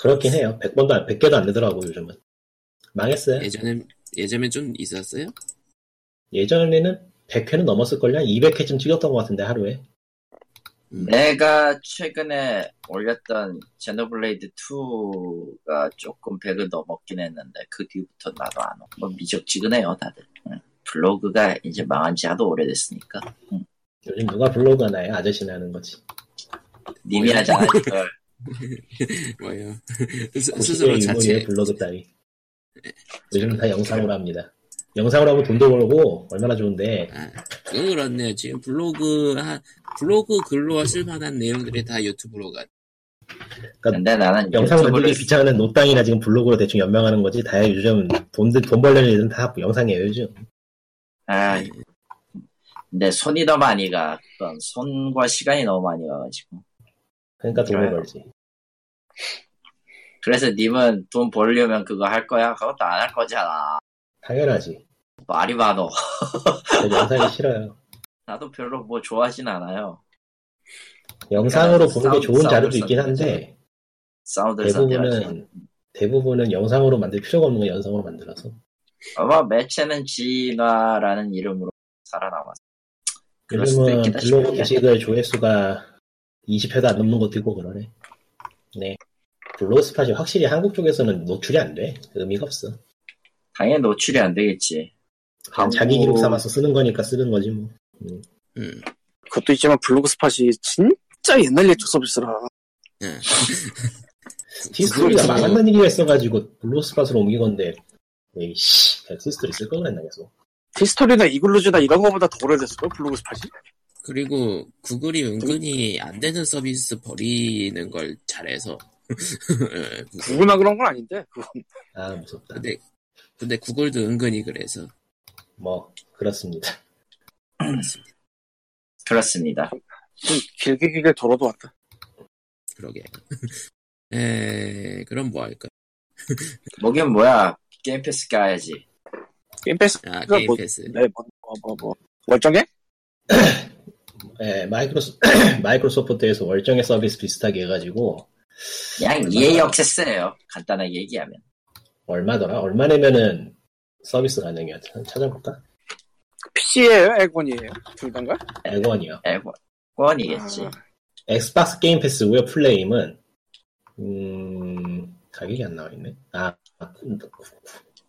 Speaker 4: 그렇긴 해요. 100번도, 안, 100개도 안 되더라고, 요즘은. 망했어요.
Speaker 1: 예전엔 예전엔 좀 있었어요?
Speaker 4: 예전에는 100회는 넘었을걸요? 한 200회쯤 찍었던 것 같은데, 하루에.
Speaker 1: 음.
Speaker 2: 내가 최근에 올렸던 제노블레이드 2가 조금 100을 넘었긴 했는데 그 뒤부터 나도 안 오. 뭐 미적지근해요 다들. 응. 블로그가 이제 망한 지 하도 오래됐으니까.
Speaker 4: 요즘 누가 블로그 하나요? 아저씨나 하는 거지.
Speaker 2: 님이
Speaker 1: 뭐야?
Speaker 2: 하잖아 이걸.
Speaker 1: 뭐예요? 그 스,
Speaker 4: 90대
Speaker 1: 스스로
Speaker 4: 일본의
Speaker 1: 자체 네.
Speaker 4: 블로그 따위. 요즘은 다 영상으로 합니다. 영상으로 하면 돈도 벌고, 얼마나 좋은데,
Speaker 1: 아, 그건 그렇네요. 지금 블로그 하, 블로그 글로 쓸만한 내용들이 다 유튜브로 가.
Speaker 2: 근데 나는
Speaker 4: 영상
Speaker 2: 유튜브를
Speaker 4: 만들기 귀찮은 노땅이나 지금 블로그로 대충 연명하는 거지. 다 요즘 돈, 돈 벌려는 일은 다 영상이에요, 요즘.
Speaker 2: 아,
Speaker 4: 네.
Speaker 2: 근데 손이 더 많이 가. 그건 손과 시간이 너무 많이 가가지고.
Speaker 4: 그러니까 돈을
Speaker 2: 아.
Speaker 4: 벌지.
Speaker 2: 그래서 님은 돈 벌려면 그거 할 거야? 그것도 안 할 거잖아.
Speaker 4: 당연하지.
Speaker 2: 말이 많어.
Speaker 4: 저 영상이 싫어요.
Speaker 2: 나도 별로 뭐 좋아하진 않아요.
Speaker 4: 영상으로 보는
Speaker 2: 싸움-
Speaker 4: 게 좋은 자료도
Speaker 2: 싸움을
Speaker 4: 있긴
Speaker 2: 썼는데.
Speaker 4: 한데,
Speaker 2: 사운드를 선택하지.
Speaker 4: 대부분은, 대부분은 영상으로 만들 필요가 없는 거 영상으로 만들어서.
Speaker 2: 아마 매체는 진화라는 이름으로 살아남았어. 그럴 수도
Speaker 4: 요즘은
Speaker 2: 있겠다
Speaker 4: 블로그
Speaker 2: 싶긴 해.
Speaker 4: 게시글 조회수가 20회도 안 넘는 것도 있고 그러네. 네. 블로그 스팟이 확실히 한국 쪽에서는 노출이 안 돼. 의미가 없어.
Speaker 2: 당연히 노출이 안 되겠지.
Speaker 4: 그냥 자기
Speaker 2: 뭐
Speaker 4: 기록 삼아서 쓰는 거니까 쓰는 거지 뭐.
Speaker 1: 음.
Speaker 3: 그것도 있지만 블로그 스팟이 진짜 옛날 예초 서비스라
Speaker 1: 예.
Speaker 4: 티스토리가
Speaker 1: 그걸
Speaker 4: 망한
Speaker 1: 뭐-
Speaker 4: 는 일이 있어가지고 블루스팟으로 옮긴 건데 에이씨 그냥 티스토리 쓸 걸 그랬나 계속
Speaker 3: 티스토리나 이글루즈나 이런 거보다 더 오래됐을걸 블로그 스팟이?
Speaker 1: 그리고 구글이 은근히 안 되는 서비스 버리는 걸 잘해서. 예, 구글.
Speaker 3: 누구나 그런 건 아닌데 그건
Speaker 4: 아 무섭다
Speaker 1: 근데 근데 구글도 은근히 그래서.
Speaker 4: 뭐 그렇습니다
Speaker 2: 그렇습니다.
Speaker 3: 좀 길게 길게 돌아도 왔다
Speaker 1: 그러게. 에, 그럼 뭐 할까?
Speaker 2: 뭐긴 뭐야. 게임 패스 까야지.
Speaker 3: 게임 패스
Speaker 1: 아,
Speaker 3: 그럼
Speaker 1: 게임
Speaker 3: 뭐-
Speaker 1: 패스.
Speaker 3: 네, 뭐, 뭐, 뭐, 뭐. 월정액?
Speaker 4: 예, 마이크로소, 마이크로소프트에서 월정액 서비스 비슷하게 해가지고
Speaker 2: 그냥 EA 억세스예요 간단하게 얘기하면.
Speaker 4: 얼마더라? 얼마 내면은 서비스 가능해요. 찾아볼까?
Speaker 3: PC예요? 그 에곤이에요? 둘 다인가?
Speaker 4: 100원이요.
Speaker 2: 에고, 권이겠지.
Speaker 3: 아,
Speaker 4: 엑스박스 게임 패스고요. 플레임은 음, 가격이 안 나와 있네. 아,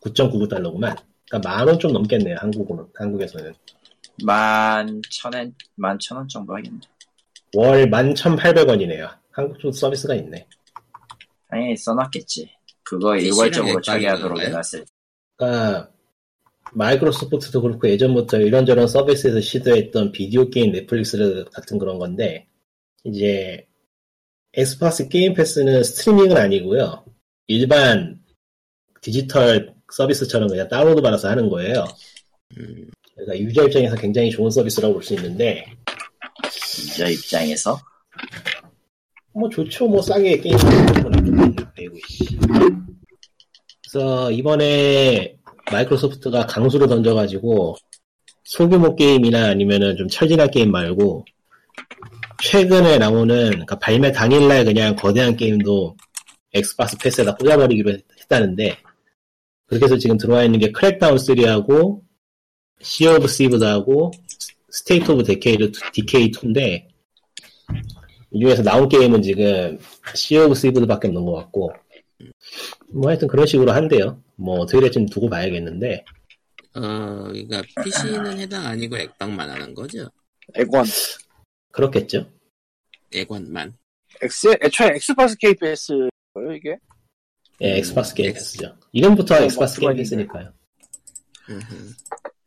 Speaker 4: 9.99달러구만. 그러니까 만 원 좀 넘겠네요. 한국으로 한국에서는
Speaker 2: 만 천엔, 만 천 원 정도 하겠네.
Speaker 4: 월 11,800원이네요. 한국 좀 서비스가 있네.
Speaker 2: 당연히 써놨겠지. 그거
Speaker 1: PC랑
Speaker 2: 일괄적으로
Speaker 1: 앱
Speaker 2: 처리하도록
Speaker 1: 관리인가요?
Speaker 2: 해놨을 때.
Speaker 4: 그러니까 마이크로소프트도 그렇고 예전부터 이런저런 서비스에서 시도했던 비디오 게임 넷플릭스 같은 그런 건데 이제 엑스박스 게임 패스는 스트리밍은 아니고요. 일반 디지털 서비스처럼 그냥 다운로드 받아서 하는 거예요.
Speaker 1: 음,
Speaker 4: 그러니까 유저 입장에서 굉장히 좋은 서비스라고 볼 수 있는데
Speaker 2: 유저 입장에서.
Speaker 4: 뭐 좋죠 뭐 싸게 게임 아이고 씨. 그래서 이번에 마이크로소프트가 강수로 던져가지고 소규모 게임이나 아니면은 좀 철진한 게임 말고 최근에 나오는 그러니까 발매 당일날 그냥 거대한 게임도 엑스박스 패스에다 꽂아버리기로 했- 했다는데 그렇게 해서 지금 들어와 있는 게 크랙다운 3하고 시 오브 시브드하고 스테이트 오브 데케이드 디케이 2인데 이 중에서 나온 게임은 지금 시 오브 시브드밖에 없는 것 같고 뭐 하여튼 그런 식으로 한대요 뭐 어떻게 될지 는 두고 봐야겠는데
Speaker 1: 어, 그러니까 PC는 해당 아니고 액방만 하는 거죠?
Speaker 3: 에곤.
Speaker 4: 그렇겠죠
Speaker 1: 액원만.
Speaker 3: 엑스, 애초에 엑스박스 KPS예요, 이게?
Speaker 4: 예,
Speaker 1: 음,
Speaker 4: 엑스박스 게임
Speaker 1: 엑스-
Speaker 4: 패스죠 이름부터
Speaker 3: 어,
Speaker 4: 엑스박스
Speaker 3: 뭐
Speaker 4: 게임 패스니까요
Speaker 1: 음흠.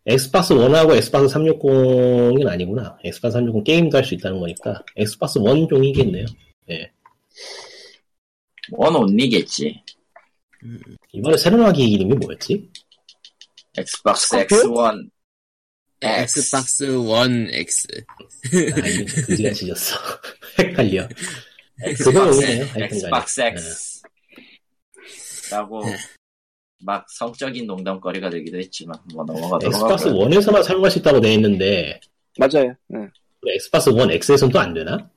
Speaker 4: 엑스박스 1하고 엑스박스 360은 아니구나 엑스박스 360 게임도 할 수 있다는 거니까 엑스박스 1 종이겠네요
Speaker 2: 원 온리겠지.
Speaker 4: 이번에 새로 나기 이름이 뭐였지?
Speaker 2: 엑스박스
Speaker 3: 스corpio?
Speaker 2: X1.
Speaker 1: 네,
Speaker 2: X.
Speaker 1: 엑스박스 예, 원 X.
Speaker 4: 아 이름 그지가 지졌어 헷갈려 그건
Speaker 2: 엑스박스
Speaker 4: 오네요 하여튼 간에
Speaker 2: 엑스박스 X 라고 막 성적인 농담거리가 되기도 했지만 뭐
Speaker 3: 네,
Speaker 2: 넘어가도록
Speaker 4: 엑스박스
Speaker 2: 하고요.
Speaker 4: 1에서만 사용할 수 있다고 돼 있는데
Speaker 3: 맞아요. 네,
Speaker 4: 엑스박스 1 X에서는 또 안 되나?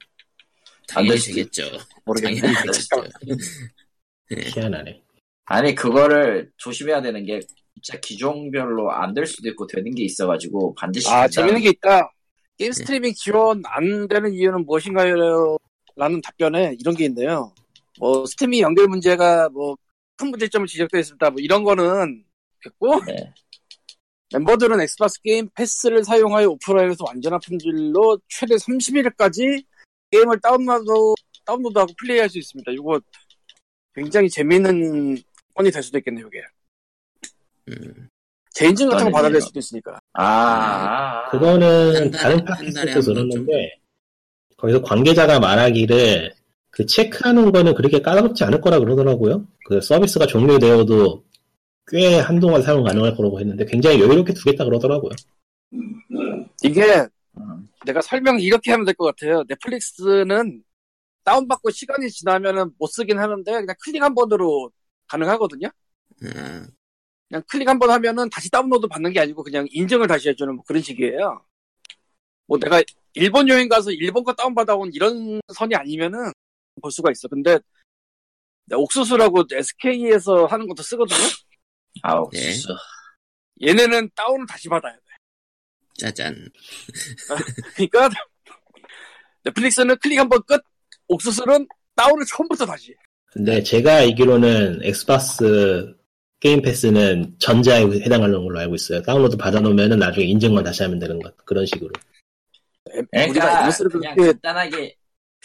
Speaker 1: 당연히
Speaker 2: 수도
Speaker 1: 되겠죠. 당연히
Speaker 3: 모르겠네.
Speaker 1: 되겠죠.
Speaker 4: 희한하네.
Speaker 2: 아니 그거를 조심해야 되는 게 진짜 기종별로 안 될 수도 있고 되는 게 있어가지고 반드시
Speaker 3: 아,
Speaker 2: 그냥
Speaker 3: 재밌는 게 있다. 게임 스트리밍 지원 안 되는 이유는 무엇인가요? 라는 답변에 이런 게 있네요. 뭐, 스팀이 연결 문제가 뭐 큰 문제점을 지적되어 있습니다. 뭐 이런 거는 됐고,
Speaker 2: 네.
Speaker 3: 멤버들은 엑스박스 게임 패스를 사용하여 오프라인에서 완전한 품질로 최대 30일까지 게임을 다운로드, 다운로드하고 플레이할 수 있습니다. 이거 굉장히 재미있는 건이 될 수도 있겠네요, 이게. 그러니까
Speaker 1: 음,
Speaker 3: 제 인증 같은 거
Speaker 2: 나는
Speaker 3: 받아낼
Speaker 2: 이거-
Speaker 3: 수도 있으니까.
Speaker 2: 아, 아, 아.
Speaker 4: 그거는
Speaker 1: 한 달에-
Speaker 4: 다른
Speaker 1: 한 달에
Speaker 4: 팟캐스트에서
Speaker 1: 한번 좀.
Speaker 4: 들었는데 거기서 관계자가 말하기를 그 체크하는 거는 그렇게 까다롭지 않을 거라 그러더라고요. 그 서비스가 종료되어도 꽤 한동안 사용 가능할 거라고 했는데 굉장히 여유롭게 두겠다 그러더라고요.
Speaker 3: 이게
Speaker 2: 음.
Speaker 3: 내가 설명 이렇게 하면 될 것 같아요. 넷플릭스는 다운받고 시간이 지나면은 못 쓰긴 하는데 그냥 클릭 한 번으로 가능하거든요.
Speaker 1: 아,
Speaker 3: 그냥 클릭 한 번 하면은 다시 다운로드 받는 게 아니고 그냥 인증을 다시 해주는 뭐 그런 식이에요. 뭐 내가 일본 여행 가서 일본 거 다운받아온 이런 선이 아니면은 볼 수가 있어. 근데 내가 옥수수라고 SK에서 하는 것도 쓰거든요.
Speaker 2: 아
Speaker 3: 예.
Speaker 2: 옥수수
Speaker 3: 얘네는 다운을 다시 받아야 돼.
Speaker 1: 짜잔.
Speaker 3: 그러니까 넷플릭스는 클릭 한 번 끝. 옥수수는 다운을 처음부터 다시.
Speaker 4: 근데 제가 알기로는 엑스박스 게임 패스는 전자에 해당하는 걸로 알고 있어요. 다운로드 받아놓으면 나중에 인증만 다시 하면 되는 것 그런 식으로.
Speaker 2: 그러니까
Speaker 3: 우리가 를
Speaker 2: 그냥
Speaker 3: 그렇게
Speaker 2: 간단하게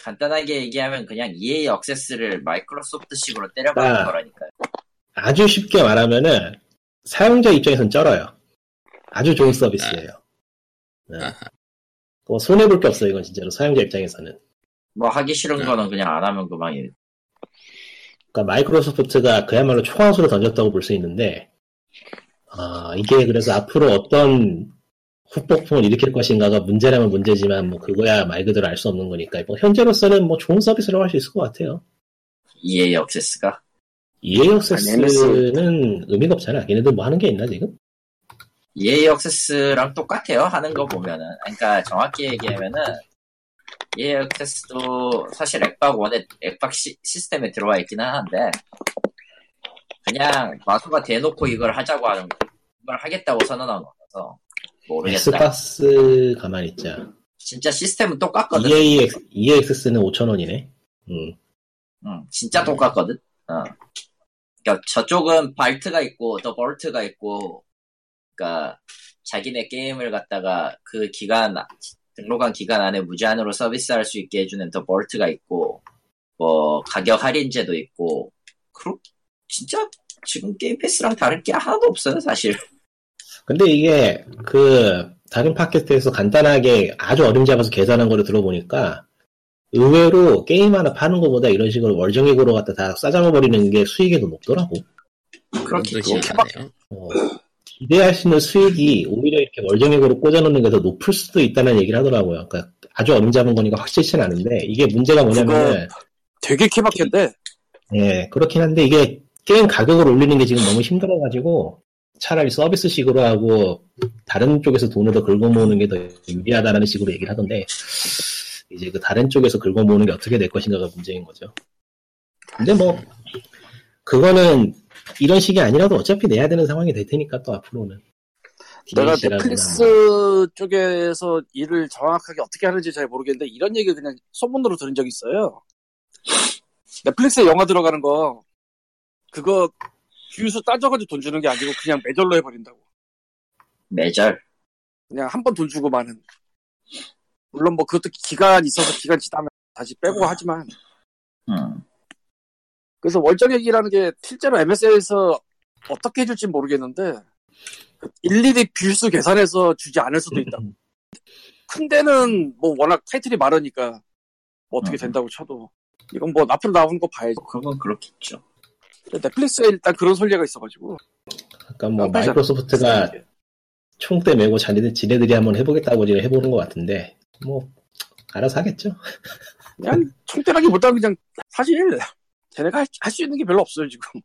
Speaker 2: 간단하게 얘기하면 그냥 E EA 억세스를 마이크로소프트식으로 때려박는
Speaker 4: 아.
Speaker 2: 거라니까요
Speaker 4: 아주 쉽게 말하면은 사용자 입장에선 쩔어요. 아주 좋은 서비스예요. 네.
Speaker 1: 아하.
Speaker 4: 뭐 손해 볼 게 없어요. 이건 진짜로 사용자 입장에서는.
Speaker 2: 뭐 하기 싫은
Speaker 1: 네.
Speaker 2: 거는 그냥 안 하면 그만이에요
Speaker 4: 그러니까 마이크로소프트가 그야말로 초강수로 던졌다고 볼 수 있는데 아, 이게 그래서 앞으로 어떤 후폭풍을 일으킬 것인가가 문제라면 문제지만 뭐 그거야 말 그대로 알 수 없는 거니까 뭐 현재로서는 뭐 좋은 서비스라고 할 수 있을 것 같아요.
Speaker 2: EA 억세스가
Speaker 4: EA
Speaker 3: 아니,
Speaker 2: 네,
Speaker 4: 액세스는 의미가 없잖아. 걔네들 뭐 하는 게 있나 지금?
Speaker 2: EA 억세스랑 E 똑같아요 하는 거 보면은 그러니까 정확히 얘기하면은 EA 억세스도 사실 액박 원의 액박 시, 스템에 들어와 있기는 한데 그냥 마소가 대놓고 이걸 하자고 하는 걸 하겠다고 선언한 거라서 모르겠다
Speaker 4: 엑스박스 가만히 있자.
Speaker 2: 진짜 시스템은 똑같거든
Speaker 4: EA 액- EA 액세스는 5천 원이네. 음.
Speaker 2: 응, 진짜 똑같거든. 어. 그러니까 저쪽은 발트가 있고 더 벌트가 있고, 그러니까 자기네 게임을 갖다가 그 기간 등록한 기간 안에 무제한으로 서비스할 수 있게 해주는 더 벌트가 있고, 뭐 가격 할인제도 있고, 그렇 진짜 지금 게임 패스랑 다른 게 하나도 없어요 사실.
Speaker 4: 근데 이게 그 다른 팟캐스트에서 간단하게 아주 어림 잡아서 계산한 거를 들어보니까 의외로 게임 하나 파는 것보다 이런 식으로 월정액으로 갖다 다 싸잡아버리는 게 수익이 더 높더라고.
Speaker 2: 음, 그렇게
Speaker 1: 그렇게 하네요.
Speaker 4: 어, 기대할 수 있는 수익이 오히려 이렇게 월정액으로 꽂아놓는 게 더 높을 수도 있다는 얘기를 하더라고요. 그러니까 아주 어림 잡은 거니까 확실치는 않은데 이게 문제가 뭐냐면은
Speaker 3: 되게 케바케인데
Speaker 4: 예 그렇긴 한데 이게 게임 가격을 올리는 게 지금 너무 힘들어가지고 차라리 서비스식으로 하고 다른 쪽에서 돈을 더 긁어모으는 게 더 유리하다라는 식으로 얘기를 하던데 이제 그 다른 쪽에서 긁어모으는 게 어떻게 될 것인가가 문제인 거죠. 근데 뭐 그거는 이런 식이 아니라도 어차피 내야 되는 상황이 될 테니까 또 앞으로는
Speaker 3: 내가
Speaker 4: DLC라거나
Speaker 3: 넷플릭스
Speaker 4: 뭐.
Speaker 3: 쪽에서 일을 정확하게 어떻게 하는지 잘 모르겠는데 이런 얘기 그냥 소문으로 들은 적 있어요. 넷플릭스에 영화 들어가는 거 그거 뷰수 따져가지고 돈 주는 게 아니고 그냥 매절로 해버린다고.
Speaker 2: 매절.
Speaker 3: 그냥 한 번 돈 주고 마는. 물론 뭐 그것도 기간 있어서 기간 지나면 다시 빼고 하지만
Speaker 2: 음.
Speaker 3: 그래서 월정액이라는 게 실제로 MS에서 어떻게 해줄지 모르겠는데 일일이 뷰수 계산해서 주지 않을 수도 있다. 큰 데는 뭐 워낙 타이틀이 많으니까 뭐 어떻게
Speaker 2: 음.
Speaker 3: 된다고 쳐도 이건 뭐 앞으로 나오는 거 봐야지.
Speaker 2: 그건 그렇겠죠.
Speaker 3: 근데 넷플릭스에 일단 그런 손례가 있어가지고
Speaker 4: 약간 뭐
Speaker 3: 깜빡이잖아.
Speaker 4: 마이크로소프트가 총대 메고 자네들 지네들이 한번 해보겠다고 이제 해보는 것 같은데 뭐 알아서 하겠죠.
Speaker 3: 그냥 총대라기보다 그냥 사실 쟤네가 할 수 있는 게 별로 없어요 지금.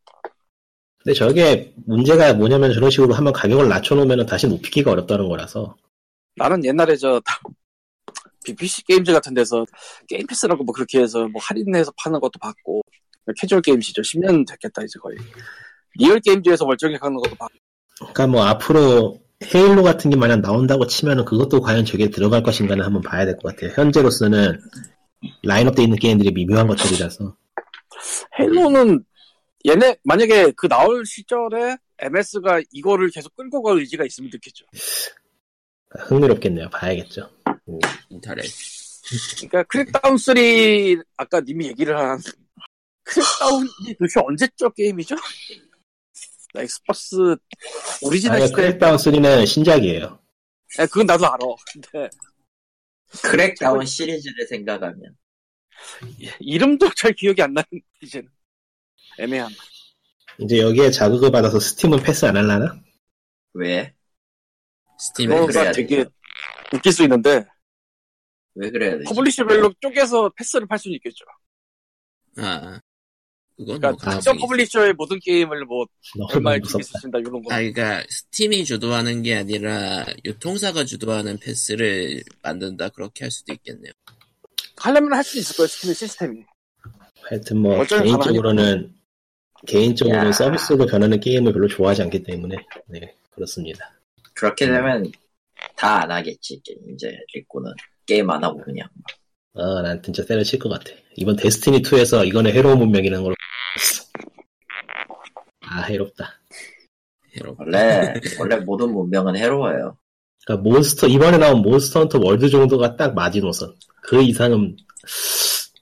Speaker 4: 근데 저게 문제가 뭐냐면 저런 식으로 한번 가격을 낮춰놓으면 다시 높이기가 어렵다는 거라서
Speaker 3: 나는 옛날에 저 BBC 게임즈 같은 데서 게임 패스라고 뭐 그렇게 해서 뭐 할인해서 파는 것도 봤고 캐주얼 게임 시절 10년 됐겠다 이제 거의 리얼 게임즈에서 멀쩡히 하는 것도 봤고
Speaker 4: 그러니까 뭐 앞으로 헤일로 같은 게 만약 나온다고 치면은 그것도 과연 저게 들어갈 것인가는 한번 봐야 될 것 같아요. 현재로서는 라인업돼 있는 게임들이 미묘한 것들이라서
Speaker 3: 헬로는 얘네 만약에 그 나올 시절에 MS가 이거를 계속 끌고 갈 의지가 있으면 좋겠죠
Speaker 4: 흥미롭겠네요. 봐야겠죠.
Speaker 1: 인터넷.
Speaker 3: 그러니까 크랙다운 3 아까 님이 얘기를 한 크랙다운이 도대체 언제적 게임이죠? 나 엑스박스 오리지널
Speaker 4: 아니, 네.
Speaker 3: 시대
Speaker 4: 크랙다운 3는 신작이에요.
Speaker 3: 아, 그건 나도 알아 근데
Speaker 2: 그렇죠. 크랙다운 시리즈를 생각하면
Speaker 3: 이름도 잘 기억이 안 나는 이제는 애매한
Speaker 4: 이제 여기에 자극을 받아서 스팀은 패스 안 할라나?
Speaker 2: 왜?
Speaker 1: 스팀에
Speaker 2: 왜
Speaker 3: 그거가
Speaker 2: 그래야
Speaker 3: 되게-
Speaker 2: 돼요?
Speaker 3: 웃길 수 있는데
Speaker 2: 왜 그래야 돼?
Speaker 3: 퍼블리셔별로 쪼개서 패스를 팔 수는 있겠죠.
Speaker 1: 아 그건 뭐
Speaker 3: 그러니까 특정
Speaker 1: 가능성이 있-
Speaker 3: 퍼블리셔의 모든 게임을 뭐
Speaker 4: 너무
Speaker 3: 얼마에 주있
Speaker 4: 어, 무섭다.
Speaker 3: 쓰신다 이런 거.
Speaker 1: 아, 그러니까 스팀이 주도하는 게 아니라 유통사가 주도하는 패스를 만든다 그렇게 할 수도 있겠네요.
Speaker 3: 하려면 할 수 있을 거예요. 스팀 시스템이.
Speaker 4: 하여튼 뭐
Speaker 3: 어쩌면
Speaker 4: 개인적으로는 개인적으로는
Speaker 2: 야.
Speaker 4: 서비스로 변하는 게임을 별로 좋아하지 않기 때문에 네 그렇습니다.
Speaker 2: 그렇게 되면
Speaker 1: 음.
Speaker 2: 다 안 하겠지 이제. 이제 리코는 게임 안 하고 그냥
Speaker 4: 아난 진짜 때려 칠것 같아. 이번 데스티니 2에서 이거는 해로운 문명이라는 걸. 아 해롭다.
Speaker 1: 여러분.
Speaker 2: 원래 원래 모든 문명은 해로워요.
Speaker 4: 그러니까 몬스터 이번에 나온 몬스터 헌터 월드 정도가 딱 마지노선. 그 이상은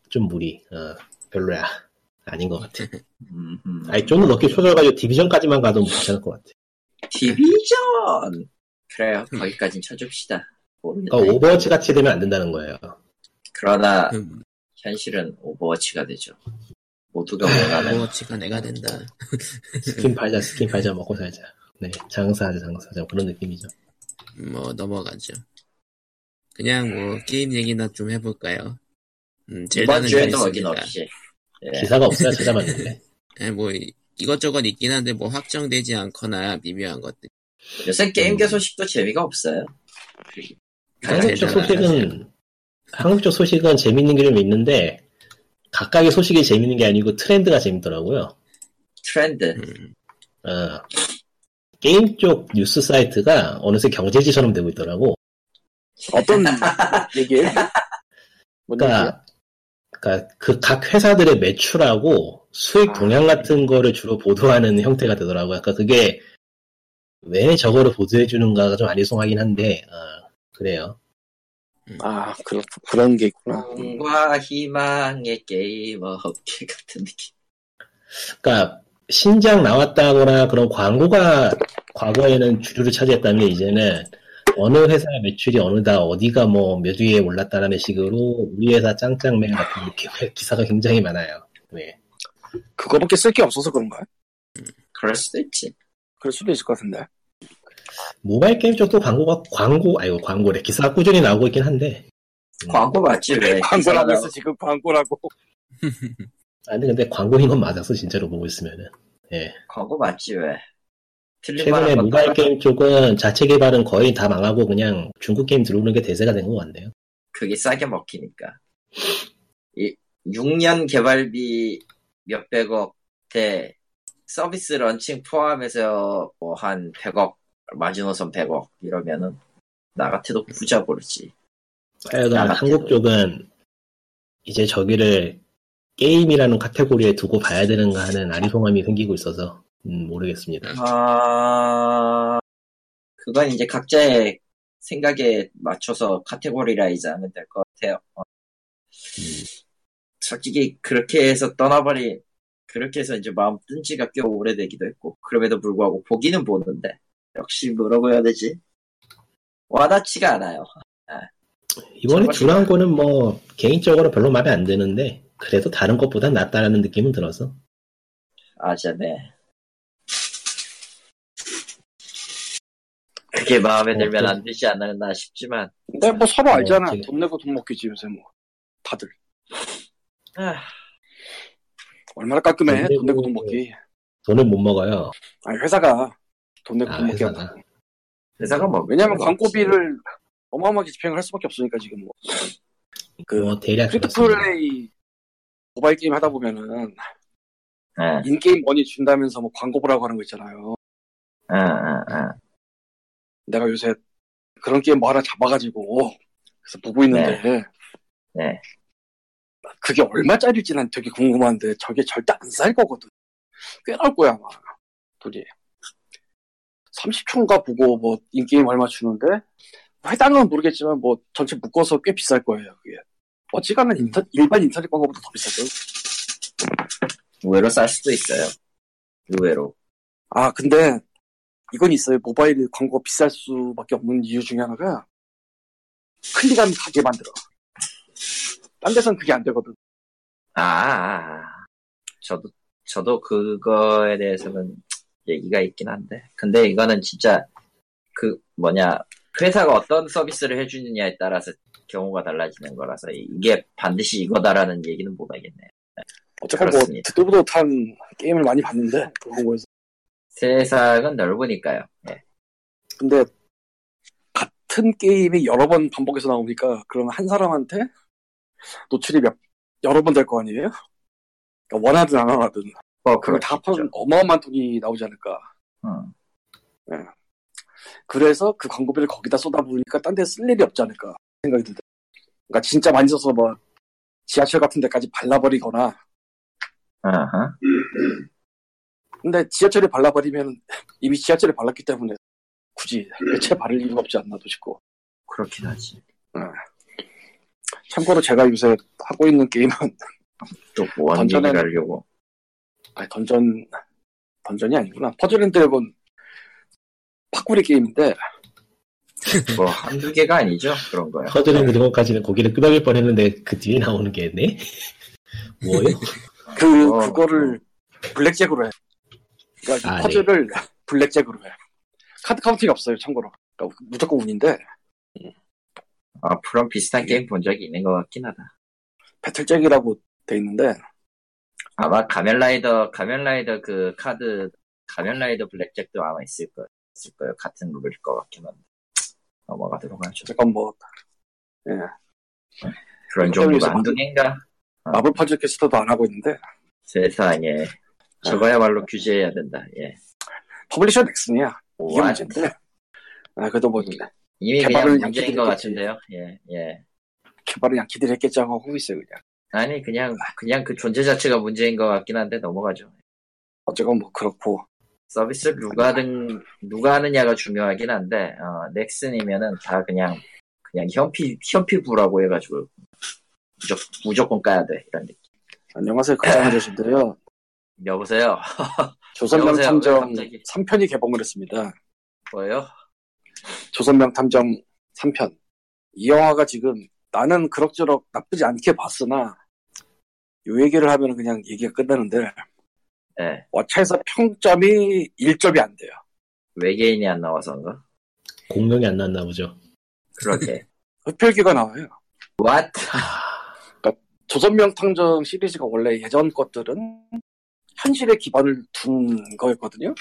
Speaker 4: 좀 무리. 어, 별로야. 아닌 것 같아.
Speaker 2: 음, 음.
Speaker 4: 아니 좀더 넓게 쳐져가지고 디비전까지만 가도 뭐 괜찮을 것 같아.
Speaker 2: 디비전 그래요 거기까진 쳐줍시다. 모르겠다.
Speaker 4: 그러니까 오버워치 같이 되면 안 된다는 거예요.
Speaker 2: 그러나
Speaker 1: 아, 음,
Speaker 2: 현실은 오버워치가 되죠. 모두가 원하는
Speaker 1: 오버워치가 내가 된다.
Speaker 4: 스킨 팔자, 스킨 팔자 먹고 살자. 네 장사하자, 장사하자 그런 느낌이죠.
Speaker 1: 뭐 넘어가죠. 그냥 뭐 게임 얘기나 좀 해볼까요? 음,
Speaker 2: 이번
Speaker 1: 젤다는
Speaker 2: 주에도 어긴
Speaker 1: 그랬습니다.
Speaker 2: 없이. 예.
Speaker 4: 기사가 없어요. 찾아봤는데.
Speaker 1: 예, 뭐 이- 이것저것 있긴 한데 뭐 확정되지 않거나 미묘한 것들. 음.
Speaker 2: 요새 게임계 소식도 재미가 없어요.
Speaker 4: 한국
Speaker 1: 젤다는 안
Speaker 4: 쪽
Speaker 1: 하죠.
Speaker 4: 소식은 한국 쪽 소식은 재밌는 게 좀 있는데 각각의 소식이 재밌는 게 아니고 트렌드가 재밌더라고요.
Speaker 2: 트렌드.
Speaker 1: 음,
Speaker 4: 어, 게임 쪽 뉴스 사이트가 어느새 경제지처럼 되고 있더라고.
Speaker 3: 어떤 얘기예요? 뭔 얘기야?
Speaker 4: 그러니까, 그러니까 그 각 회사들의 매출하고 수익 동향 같은 거를 주로 보도하는 형태가 되더라고요. 그러니까 그게 왜 저거를 보도해 주는가가 좀 아리송하긴 한데 어, 그래요.
Speaker 3: 아, 그렇, 그런 게 있구나.
Speaker 2: 꿈과 희망의 게임 업계 같은 느낌.
Speaker 4: 그러니까 신작 나왔다거나 그런 광고가 과거에는 주류를 차지했다면 이제는 어느 회사의 매출이 어느 다 어디가 뭐 몇 위에 올랐다라는 식으로 우리 회사 짱짱맨 같은 느낌의 기사가 굉장히 많아요. 네.
Speaker 3: 그거밖에 쓸 게 없어서 그런가요?
Speaker 2: 그럴 수도 있지.
Speaker 3: 그럴 수도 있을 것 같은데.
Speaker 4: 모바일 게임 쪽도 광고가 광고 아니고 광고래 기사가 꾸준히 나오고 있긴 한데 음.
Speaker 2: 광고 맞지 왜?
Speaker 3: 광고라고 해서 지금 광고라고.
Speaker 4: 아니 근데 광고인 건 맞았어 진짜로 보고 있으면은 예.
Speaker 2: 광고 맞지 왜? 틀린 말
Speaker 4: 최근에
Speaker 2: 한 번도 안
Speaker 4: 모바일
Speaker 2: 하고.
Speaker 4: 게임 쪽은 자체 개발은 거의 다 망하고 그냥 중국 게임 들어오는 게 대세가 된 것 같네요
Speaker 2: 그게 싸게 먹히니까. 이 6년 개발비 몇백억 대 서비스 런칭 포함해서 뭐 한 100억, 마지노선 100억 이러면은 나 같아도 부자 고르지.
Speaker 4: 하여간
Speaker 2: 아,
Speaker 4: 한국 쪽은 이제 저기를 게임이라는 카테고리에 두고 봐야 되는가 하는 아리송함이 생기고 있어서 음, 모르겠습니다
Speaker 2: 아, 그건 이제 각자의 생각에 맞춰서 카테고리라이즈 하면 될 것 같아요. 어. 솔직히 그렇게 해서 떠나버린, 그렇게 해서 이제 마음 뜬 지가 꽤 오래되기도 했고, 그럼에도 불구하고 보기는 보는데, 역시 뭐라고 해야 되지? 와닿지가 않아요.
Speaker 4: 이번에
Speaker 2: 정말
Speaker 4: 들어온 거는 뭐 개인적으로 별로 마음에 안 드는데 그래도 다른 것보단 낫다라는 느낌은 들어서
Speaker 2: 아, 자네. 그게 마음에 들면 안 되지 않았나 싶지만,
Speaker 3: 근데 뭐
Speaker 4: 네,
Speaker 3: 서로 알잖아.
Speaker 4: 되게-
Speaker 3: 돈 내고 돈 먹기지, 요새 뭐. 다들.
Speaker 2: 아,
Speaker 3: 얼마나 깔끔해.
Speaker 4: 돈
Speaker 3: 돈
Speaker 4: 내고-
Speaker 3: 내고
Speaker 4: 네.
Speaker 3: 돈 먹기.
Speaker 4: 돈을 못 먹어요
Speaker 3: 아니, 회사가 돈 내고
Speaker 4: 아
Speaker 3: 돈 먹기.
Speaker 4: 회사가
Speaker 2: 회사가 뭐.
Speaker 3: 왜냐면 광고비를 어마어마하게 집행을 할 수밖에 없으니까, 지금 뭐. 그,
Speaker 4: 뭐 대략 그렇습니다.
Speaker 3: 프리트플레이 모바일 게임 하다 보면은,
Speaker 2: 예.
Speaker 3: 인게임 머니 준다면서 뭐 광고 보라고 하는 거 있잖아요.
Speaker 2: 아, 아, 아.
Speaker 3: 내가 요새 그런 게임 뭐 하나 잡아가지고, 그래서 보고 있는데,
Speaker 2: 네.
Speaker 3: 그게 얼마짜리일지 난 되게 궁금한데, 저게 절대 안 살 거거든. 꽤 나올 거야, 아마. 돈이. 30초인가 보고, 뭐, 인게임 얼마 주는데, 해당은 모르겠지만, 뭐, 전체 묶어서 꽤 비쌀 거예요, 그게. 어지간한 인터, 일반 인터넷 광고보다 더 비싸죠.
Speaker 2: 의외로 쌀 수도 있어요. 의외로.
Speaker 3: 아, 근데 이건 있어요. 모바일 광고가 비쌀 수밖에 없는 이유 중에 하나가 클릭하면 가게 만들어. 딴 데선 그게 안 되거든.
Speaker 2: 아, 아, 아. 저도, 저도 그거에 대해서는 얘기가 있긴 한데. 근데 이거는 진짜 그 뭐냐, 회사가 어떤 서비스를 해주느냐에 따라서 경우가 달라지는 거라서 이게 반드시 이거다라는 얘기는 못 하겠네요.
Speaker 3: 어쨌건 뭐
Speaker 2: 그렇습니다.
Speaker 3: 듣도 보도 못한 게임을 많이 봤는데 그 광고에서.
Speaker 2: 세상은 넓으니까요. 예.
Speaker 3: 근데 같은 게임이 여러 번 반복해서 나오니까 그러면 한 사람한테 노출이 몇 여러 번 될 거 아니에요? 그러니까 원하든 안 원하든
Speaker 2: 어,
Speaker 3: 그걸 다 합하면 어마어마한 돈이 나오지 않을까. 예.
Speaker 2: 음.
Speaker 3: 그래서 그 광고비를 거기다 쏟아부으니까 딴 데 쓸 일이 없지 않을까 생각이 들다. 그러니까 진짜 많이 써서 뭐 지하철 같은 데까지 발라버리거나
Speaker 2: 아하.
Speaker 3: 근데 지하철에 발라버리면 이미 지하철에 발랐기 때문에 굳이 채 바를 이유가 없지 않나도 싶고
Speaker 2: 그렇긴 하지.
Speaker 3: 참고로 제가 요새 하고 있는 게임은
Speaker 2: 또 보안
Speaker 3: 던전에는-
Speaker 2: 얘기를 하려고.
Speaker 3: 아니, 던전 던전이 아니구나 퍼즐 앤 드래곤 파쿠리 게임인데
Speaker 2: 뭐, 한두 개가 아니죠. 그런 거요.
Speaker 4: 퍼즐앤 드래곤까지는 고기를 끄덕일 뻔했는데 그 뒤에 나오는 게 네? 뭐요?
Speaker 3: 그
Speaker 2: 어.
Speaker 3: 그거를 블랙잭으로 해 그러니까
Speaker 4: 아,
Speaker 3: 퍼즐을 블랙잭으로 해 카드 카운팅이 없어요 참고로 그러니까 무조건 운인데
Speaker 2: 어, 프롬 비슷한 게임 본 적이 있는 것 같긴 하다.
Speaker 3: 배틀잭이라고 돼 있는데
Speaker 2: 아마 가면라이더, 가면라이더 그 카드, 가면라이더 블랙잭도 아마 있을 거, 있을 거예요. 같은 룰일 것 같긴 한데. 넘어가도록 하죠.
Speaker 3: 잠깐 뭐 예,
Speaker 2: 그런
Speaker 3: 그쪽에서
Speaker 2: 종류가
Speaker 3: 만-
Speaker 2: 한두 개인가?
Speaker 3: 마블 퍼즐 캐스터도 안 하고 있는데
Speaker 2: 세상에. 예.
Speaker 3: 아.
Speaker 2: 저거야말로 규제해야 된다, 예.
Speaker 3: 퍼블리셔 넥슨이야 이게
Speaker 2: 와,
Speaker 3: 문제인데 아, 그래도 뭐
Speaker 2: 이미 그냥
Speaker 3: 개발을
Speaker 2: 문제인
Speaker 3: 양쪽이
Speaker 2: 것
Speaker 3: 했겠지.
Speaker 2: 같은데요, 예, 예.
Speaker 3: 개발을 양키들이 했겠지 하고 하고 있어요 그냥
Speaker 2: 아니 그냥 그냥 그 존재 자체가 문제인 것 같긴 한데 넘어가죠.
Speaker 3: 어쨌건 뭐 그렇고
Speaker 2: 서비스를 누가 하든 누가 하느냐가 중요하긴 한데 어, 넥슨이면은 다 그냥 그냥 현피 현피부라고 해가지고 무조건, 무조건 까야 돼 이런 느낌.
Speaker 3: 안녕하세요 극장 아저씨인데요
Speaker 2: 여보세요
Speaker 3: 조선명
Speaker 2: 여보세요? 왜
Speaker 3: 탐정
Speaker 2: 갑자기?
Speaker 3: 3편이 개봉을 했습니다
Speaker 2: 뭐예요?
Speaker 3: 조선명 탐정 3편. 이 영화가 지금 나는 그럭저럭 나쁘지 않게 봤으나 요 얘기를 하면 그냥 얘기가 끝나는데
Speaker 2: 예
Speaker 3: 왓챠에서 평점이 1점이 안 돼요.
Speaker 2: 외계인이 안 나와서인가?
Speaker 4: 공명이 안 났나 보죠.
Speaker 2: 그러게
Speaker 3: 흡혈귀가 나와요.
Speaker 2: What?
Speaker 3: 조선명 탐정 시리즈가 원래 예전 것들은 현실에 기반을 둔 거였거든요.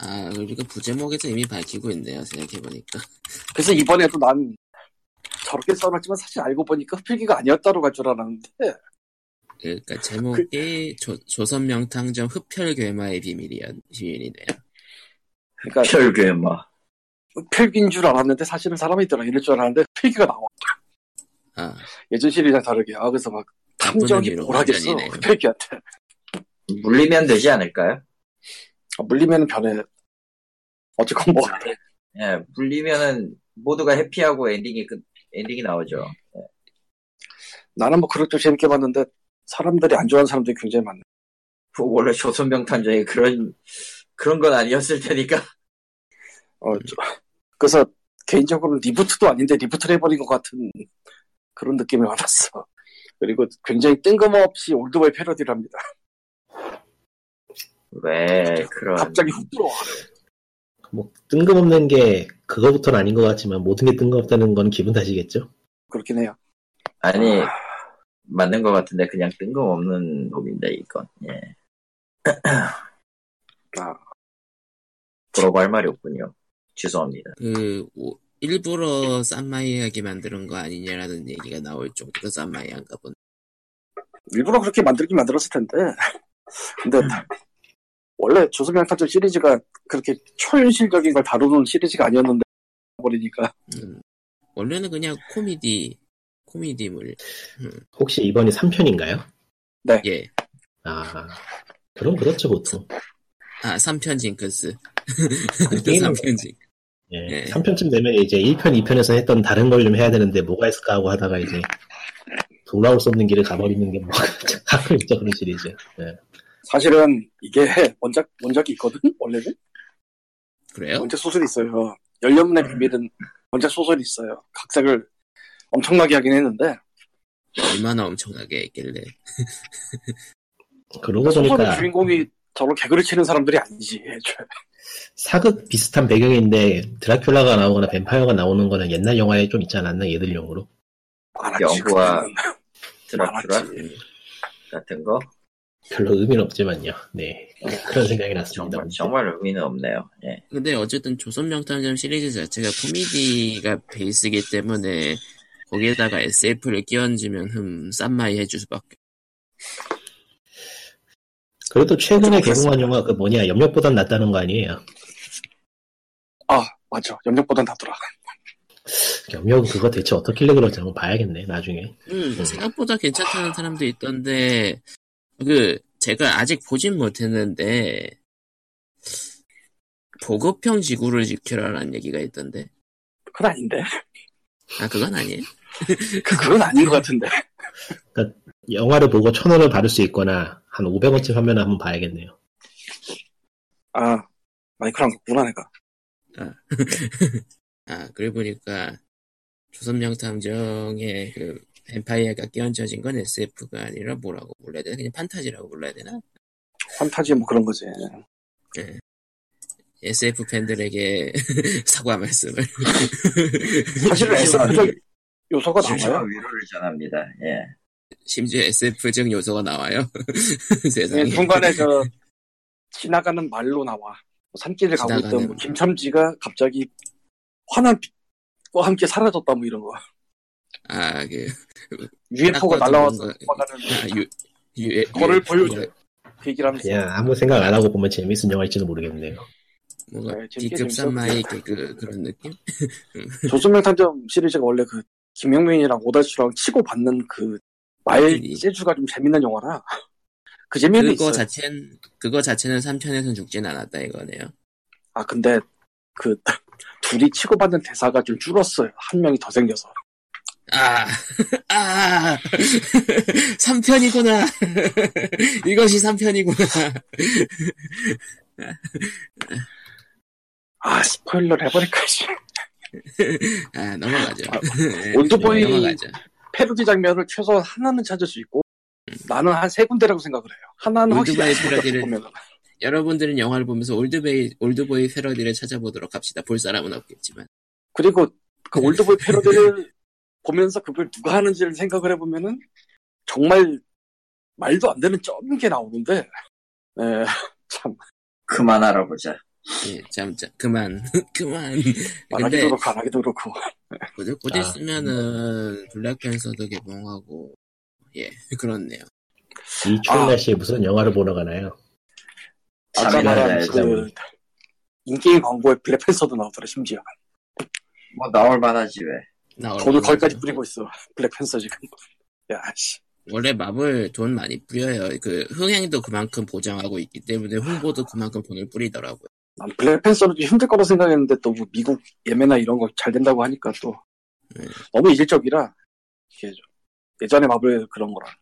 Speaker 1: 아, 우리가 부제목에서 이미 밝히고 있네요. 생각해보니까.
Speaker 3: 그래서 이번에도 난 저렇게 써놨지만 사실 알고 보니까 흡혈귀가 아니었다로 갈 줄 알았는데
Speaker 1: 그러니까 제목이 조, 조선명탕점 흡혈괴마의 비밀이야, 비밀이네요.
Speaker 3: 그러니까
Speaker 2: 별괴마
Speaker 3: 흡혈귀인 줄 알았는데 사실은 사람이 있더라 이럴 줄 알았는데 흡혈귀가 나와.
Speaker 1: 아,
Speaker 3: 예전 시리즈랑 다르게 아 그래서 막
Speaker 1: 나쁜
Speaker 3: 탐정이
Speaker 1: 의미로
Speaker 3: 뭐라겠어
Speaker 1: 완전이네요.
Speaker 3: 흡혈귀한테
Speaker 2: 물리면 되지 않을까요?
Speaker 3: 아, 물리면 변해 어쨌건 뭐
Speaker 2: 예 물리면은 모두가 해피하고 엔딩이 끝 엔딩이 나오죠.
Speaker 3: 나는 뭐 그렇게 재밌게 봤는데 사람들이 안 좋아하는 사람들이 굉장히 많네
Speaker 2: 그 원래 조선병 탐정이 그런 그런 건 아니었을 테니까
Speaker 3: 어, 저- 그래서 개인적으로는 리부트도 아닌데 리부트를 해버린 것 같은 그런 느낌을 받았어 그리고 굉장히 뜬금없이 올드보이 패러디를 합니다
Speaker 2: 왜 그런
Speaker 3: 갑자기 훅 들어와
Speaker 4: 뭐 뜬금없는 게 그거부터는 아닌 것 같지만 모든 게 뜬금없다는 건 기분 탓이겠죠.
Speaker 3: 그렇긴 해요
Speaker 2: 아니 맞는 것 같은데 그냥 뜬금없는 놈인데 이건 예
Speaker 3: 아,
Speaker 2: 뭐라고 할 말이 없군요 죄송합니다
Speaker 1: 그, 오- 일부러 쌈마이하게 만드는 거 아니냐라는 얘기가 나올 정도로 쌈마이한가 보네.
Speaker 3: 일부러 그렇게 만들긴 만들었을 텐데 근데 원래 조선명 탐정 시리즈가 그렇게 초현실적인 걸 다루는 시리즈가 아니었는데 버리니까
Speaker 1: 음, 원래는 그냥 코미디, 코미디물.
Speaker 4: 혹시 이번이 3편인가요?
Speaker 1: 예.
Speaker 4: 아 그럼 그렇죠 보통.
Speaker 1: 아, 3편 징크스.
Speaker 4: 아니, 게임을
Speaker 1: 3편 징 예.
Speaker 4: 예. 3편쯤 되면 이제 1편, 2편에서 했던 다른 걸 좀 해야 되는데 뭐가 있을까 하고 하다가 이제 돌아올 수 없는 길을 가버리는 게 뭐가 가끔 있죠 그런 시리즈. 예.
Speaker 3: 사실은 이게 원작, 원작이 있거든, 원래는?
Speaker 4: 네?
Speaker 1: 그래요?
Speaker 3: 원작 소설이 있어요. 열려문의 비밀은 원작 소설이 있어요. 각색을 엄청나게 하긴 했는데,
Speaker 1: 얼마나 엄청나게 했길래.
Speaker 4: 그러고
Speaker 3: 소설의
Speaker 4: 보니까
Speaker 3: 주인공이 저런 개그를 치는 사람들이 아니지, 애초에.
Speaker 4: 사극 비슷한 배경인데 드라큘라가 나오거나 뱀파이어가 나오는 거는 옛날 영화에 좀 있지 않았나 얘들용으로.
Speaker 3: 많았지,
Speaker 2: 영화.
Speaker 3: 그때는.
Speaker 2: 드라큘라
Speaker 3: 많았지.
Speaker 2: 같은 거
Speaker 4: 별로 의미는 없지만요. 네 그런 생각이 났습니다.
Speaker 2: 정말 정말 의미는 없네요 예
Speaker 1: 근데 어쨌든 조선명탐정 시리즈 자체가 코미디가 베이스이기 때문에 거기에다가 SF를 끼얹으면 흠, 쌈마이 해줄 수밖에.
Speaker 4: 그래도 최근에
Speaker 3: 좀 그렇습니다.
Speaker 4: 개봉한 영화 그 뭐냐 염력보단 낫다는 거 아니에요?
Speaker 3: 아, 맞아. 염력보단 나더라.
Speaker 4: 염력은 그거 대체 어떻길래 그런지 한번 봐야겠네 나중에.
Speaker 1: 음, 생각보다 괜찮다는 사람도 있던데, 그, 제가 아직 보진 못했는데, 보급형 지구를 지켜라라는 얘기가 있던데.
Speaker 3: 그건 아닌데.
Speaker 1: 아, 그건 아니에요?
Speaker 4: 네,
Speaker 3: 그건 아닌 것 같은데.
Speaker 4: 영화를 보고 천 원을 받을 수 있거나 한 500원쯤 하면 한번 봐야겠네요.
Speaker 3: 아, 마이크랑 구나 내가.
Speaker 1: 아, 그러고 보니까, 조선명탐정의 그, 뱀파이어가 끼얹어진 건 SF가 아니라 뭐라고 불러야 되나? 그냥 판타지라고 불러야 되나?
Speaker 3: 환타지 뭐 그런 거지.
Speaker 1: 예. SF 팬들에게 사과 말씀을.
Speaker 3: 사실은 SF적 요소가
Speaker 2: 심심한
Speaker 3: 나와요.
Speaker 2: 위로를 전합니다. 예.
Speaker 1: 심지어 SF적 요소가 나와요.
Speaker 3: 네,
Speaker 1: 세상에.
Speaker 3: 중간에 저 지나가는 말로 나와 뭐 산길을 가고
Speaker 1: 지나가는
Speaker 3: 있던 뭐 김참지가 갑자기 환한 빛과 함께 사라졌다 뭐 이런 거
Speaker 1: 아, 그,
Speaker 3: UFO가
Speaker 1: 아까
Speaker 3: 날라와서
Speaker 1: 뭔가-
Speaker 3: 도망가는
Speaker 1: 아, 유, 유, 유,
Speaker 3: 그거를 보여줘요.
Speaker 1: 뭔가-
Speaker 3: 그 얘기를 하면서
Speaker 1: 예.
Speaker 4: 그냥 아무 생각 안 하고 보면 재밌는 영화일지도 모르겠네요.
Speaker 1: 뭔가
Speaker 3: 네, 재밌게
Speaker 1: D급
Speaker 3: 재밌었-
Speaker 1: 산마의 개그 그런 느낌?
Speaker 3: 조선명 탐정 시리즈가 원래 그 김영민이랑 오달수랑 치고 받는 그말
Speaker 1: 이-
Speaker 3: 재주가 좀 재밌는 영화라 그 재미는
Speaker 1: 아, 예. 그거
Speaker 3: 있어요.
Speaker 1: 자체는, 그거 자체는 3편에서는 죽진 않았다 이거네요.
Speaker 3: 아 근데 그 둘이 치고 받는 대사가 좀 줄었어요. 한 명이 더 생겨서
Speaker 1: 아, 아, 3편이구나. 이것이 3편이구나.
Speaker 3: 아 스포일러를 해버릴까 씨.
Speaker 1: 아, 넘어가죠. 네.
Speaker 3: 올드보이
Speaker 1: 넘어가죠.
Speaker 3: 패러디 장면을 최소한 하나는 찾을 수 있고 나는 한 세 군데라고 생각을 해요. 하나는
Speaker 1: 올드보이
Speaker 3: 확실히
Speaker 1: 패러디를-
Speaker 3: 보면
Speaker 1: 여러분들은 영화를 보면서 올드베이, 올드보이 패러디를 찾아보도록 합시다. 볼 사람은 없겠지만.
Speaker 3: 그리고 그
Speaker 1: 네.
Speaker 3: 올드보이 패러디를 보면서 그걸 누가 하는지를 생각을 해보면은 정말 말도 안 되는 쩌는 게 나오는데 에, 참
Speaker 2: 그만 알아보자.
Speaker 1: 예, 잠, 잠, 그만, 그만. 네,
Speaker 3: 말하기도
Speaker 1: 근데,
Speaker 3: 그렇고 안 하기도 그렇고
Speaker 1: 곧곧
Speaker 4: 아.
Speaker 1: 있으면은, 블랙팬서도 개봉하고, 예, 그렇네요.
Speaker 4: 이 추운
Speaker 3: 아.
Speaker 4: 날씨에 무슨 영화를 보러 가나요?
Speaker 3: 아까
Speaker 2: 잠이나
Speaker 3: 말한
Speaker 1: 네,
Speaker 2: 자야지.
Speaker 3: 그 인게임 광고에 블랙팬서도 나오더라 심지어
Speaker 2: 뭐 나올 만하지 왜.
Speaker 1: 나
Speaker 3: 돈을
Speaker 1: 얼마나
Speaker 3: 거기까지
Speaker 1: 줘?
Speaker 3: 뿌리고 있어 블랙팬서 지금 야씨
Speaker 1: 원래 마블 돈 많이 뿌려요. 그, 흥행도 그만큼 보장하고 있기 때문에 홍보도 그만큼 돈을 뿌리더라고요.
Speaker 3: 난 블랙팬서는 좀 힘들 거라 생각했는데 또뭐 미국 예매나 이런 거 잘 된다고 하니까 또
Speaker 1: 네.
Speaker 3: 너무 이질적이라 이게 좀 예전에 마블 그런 거랑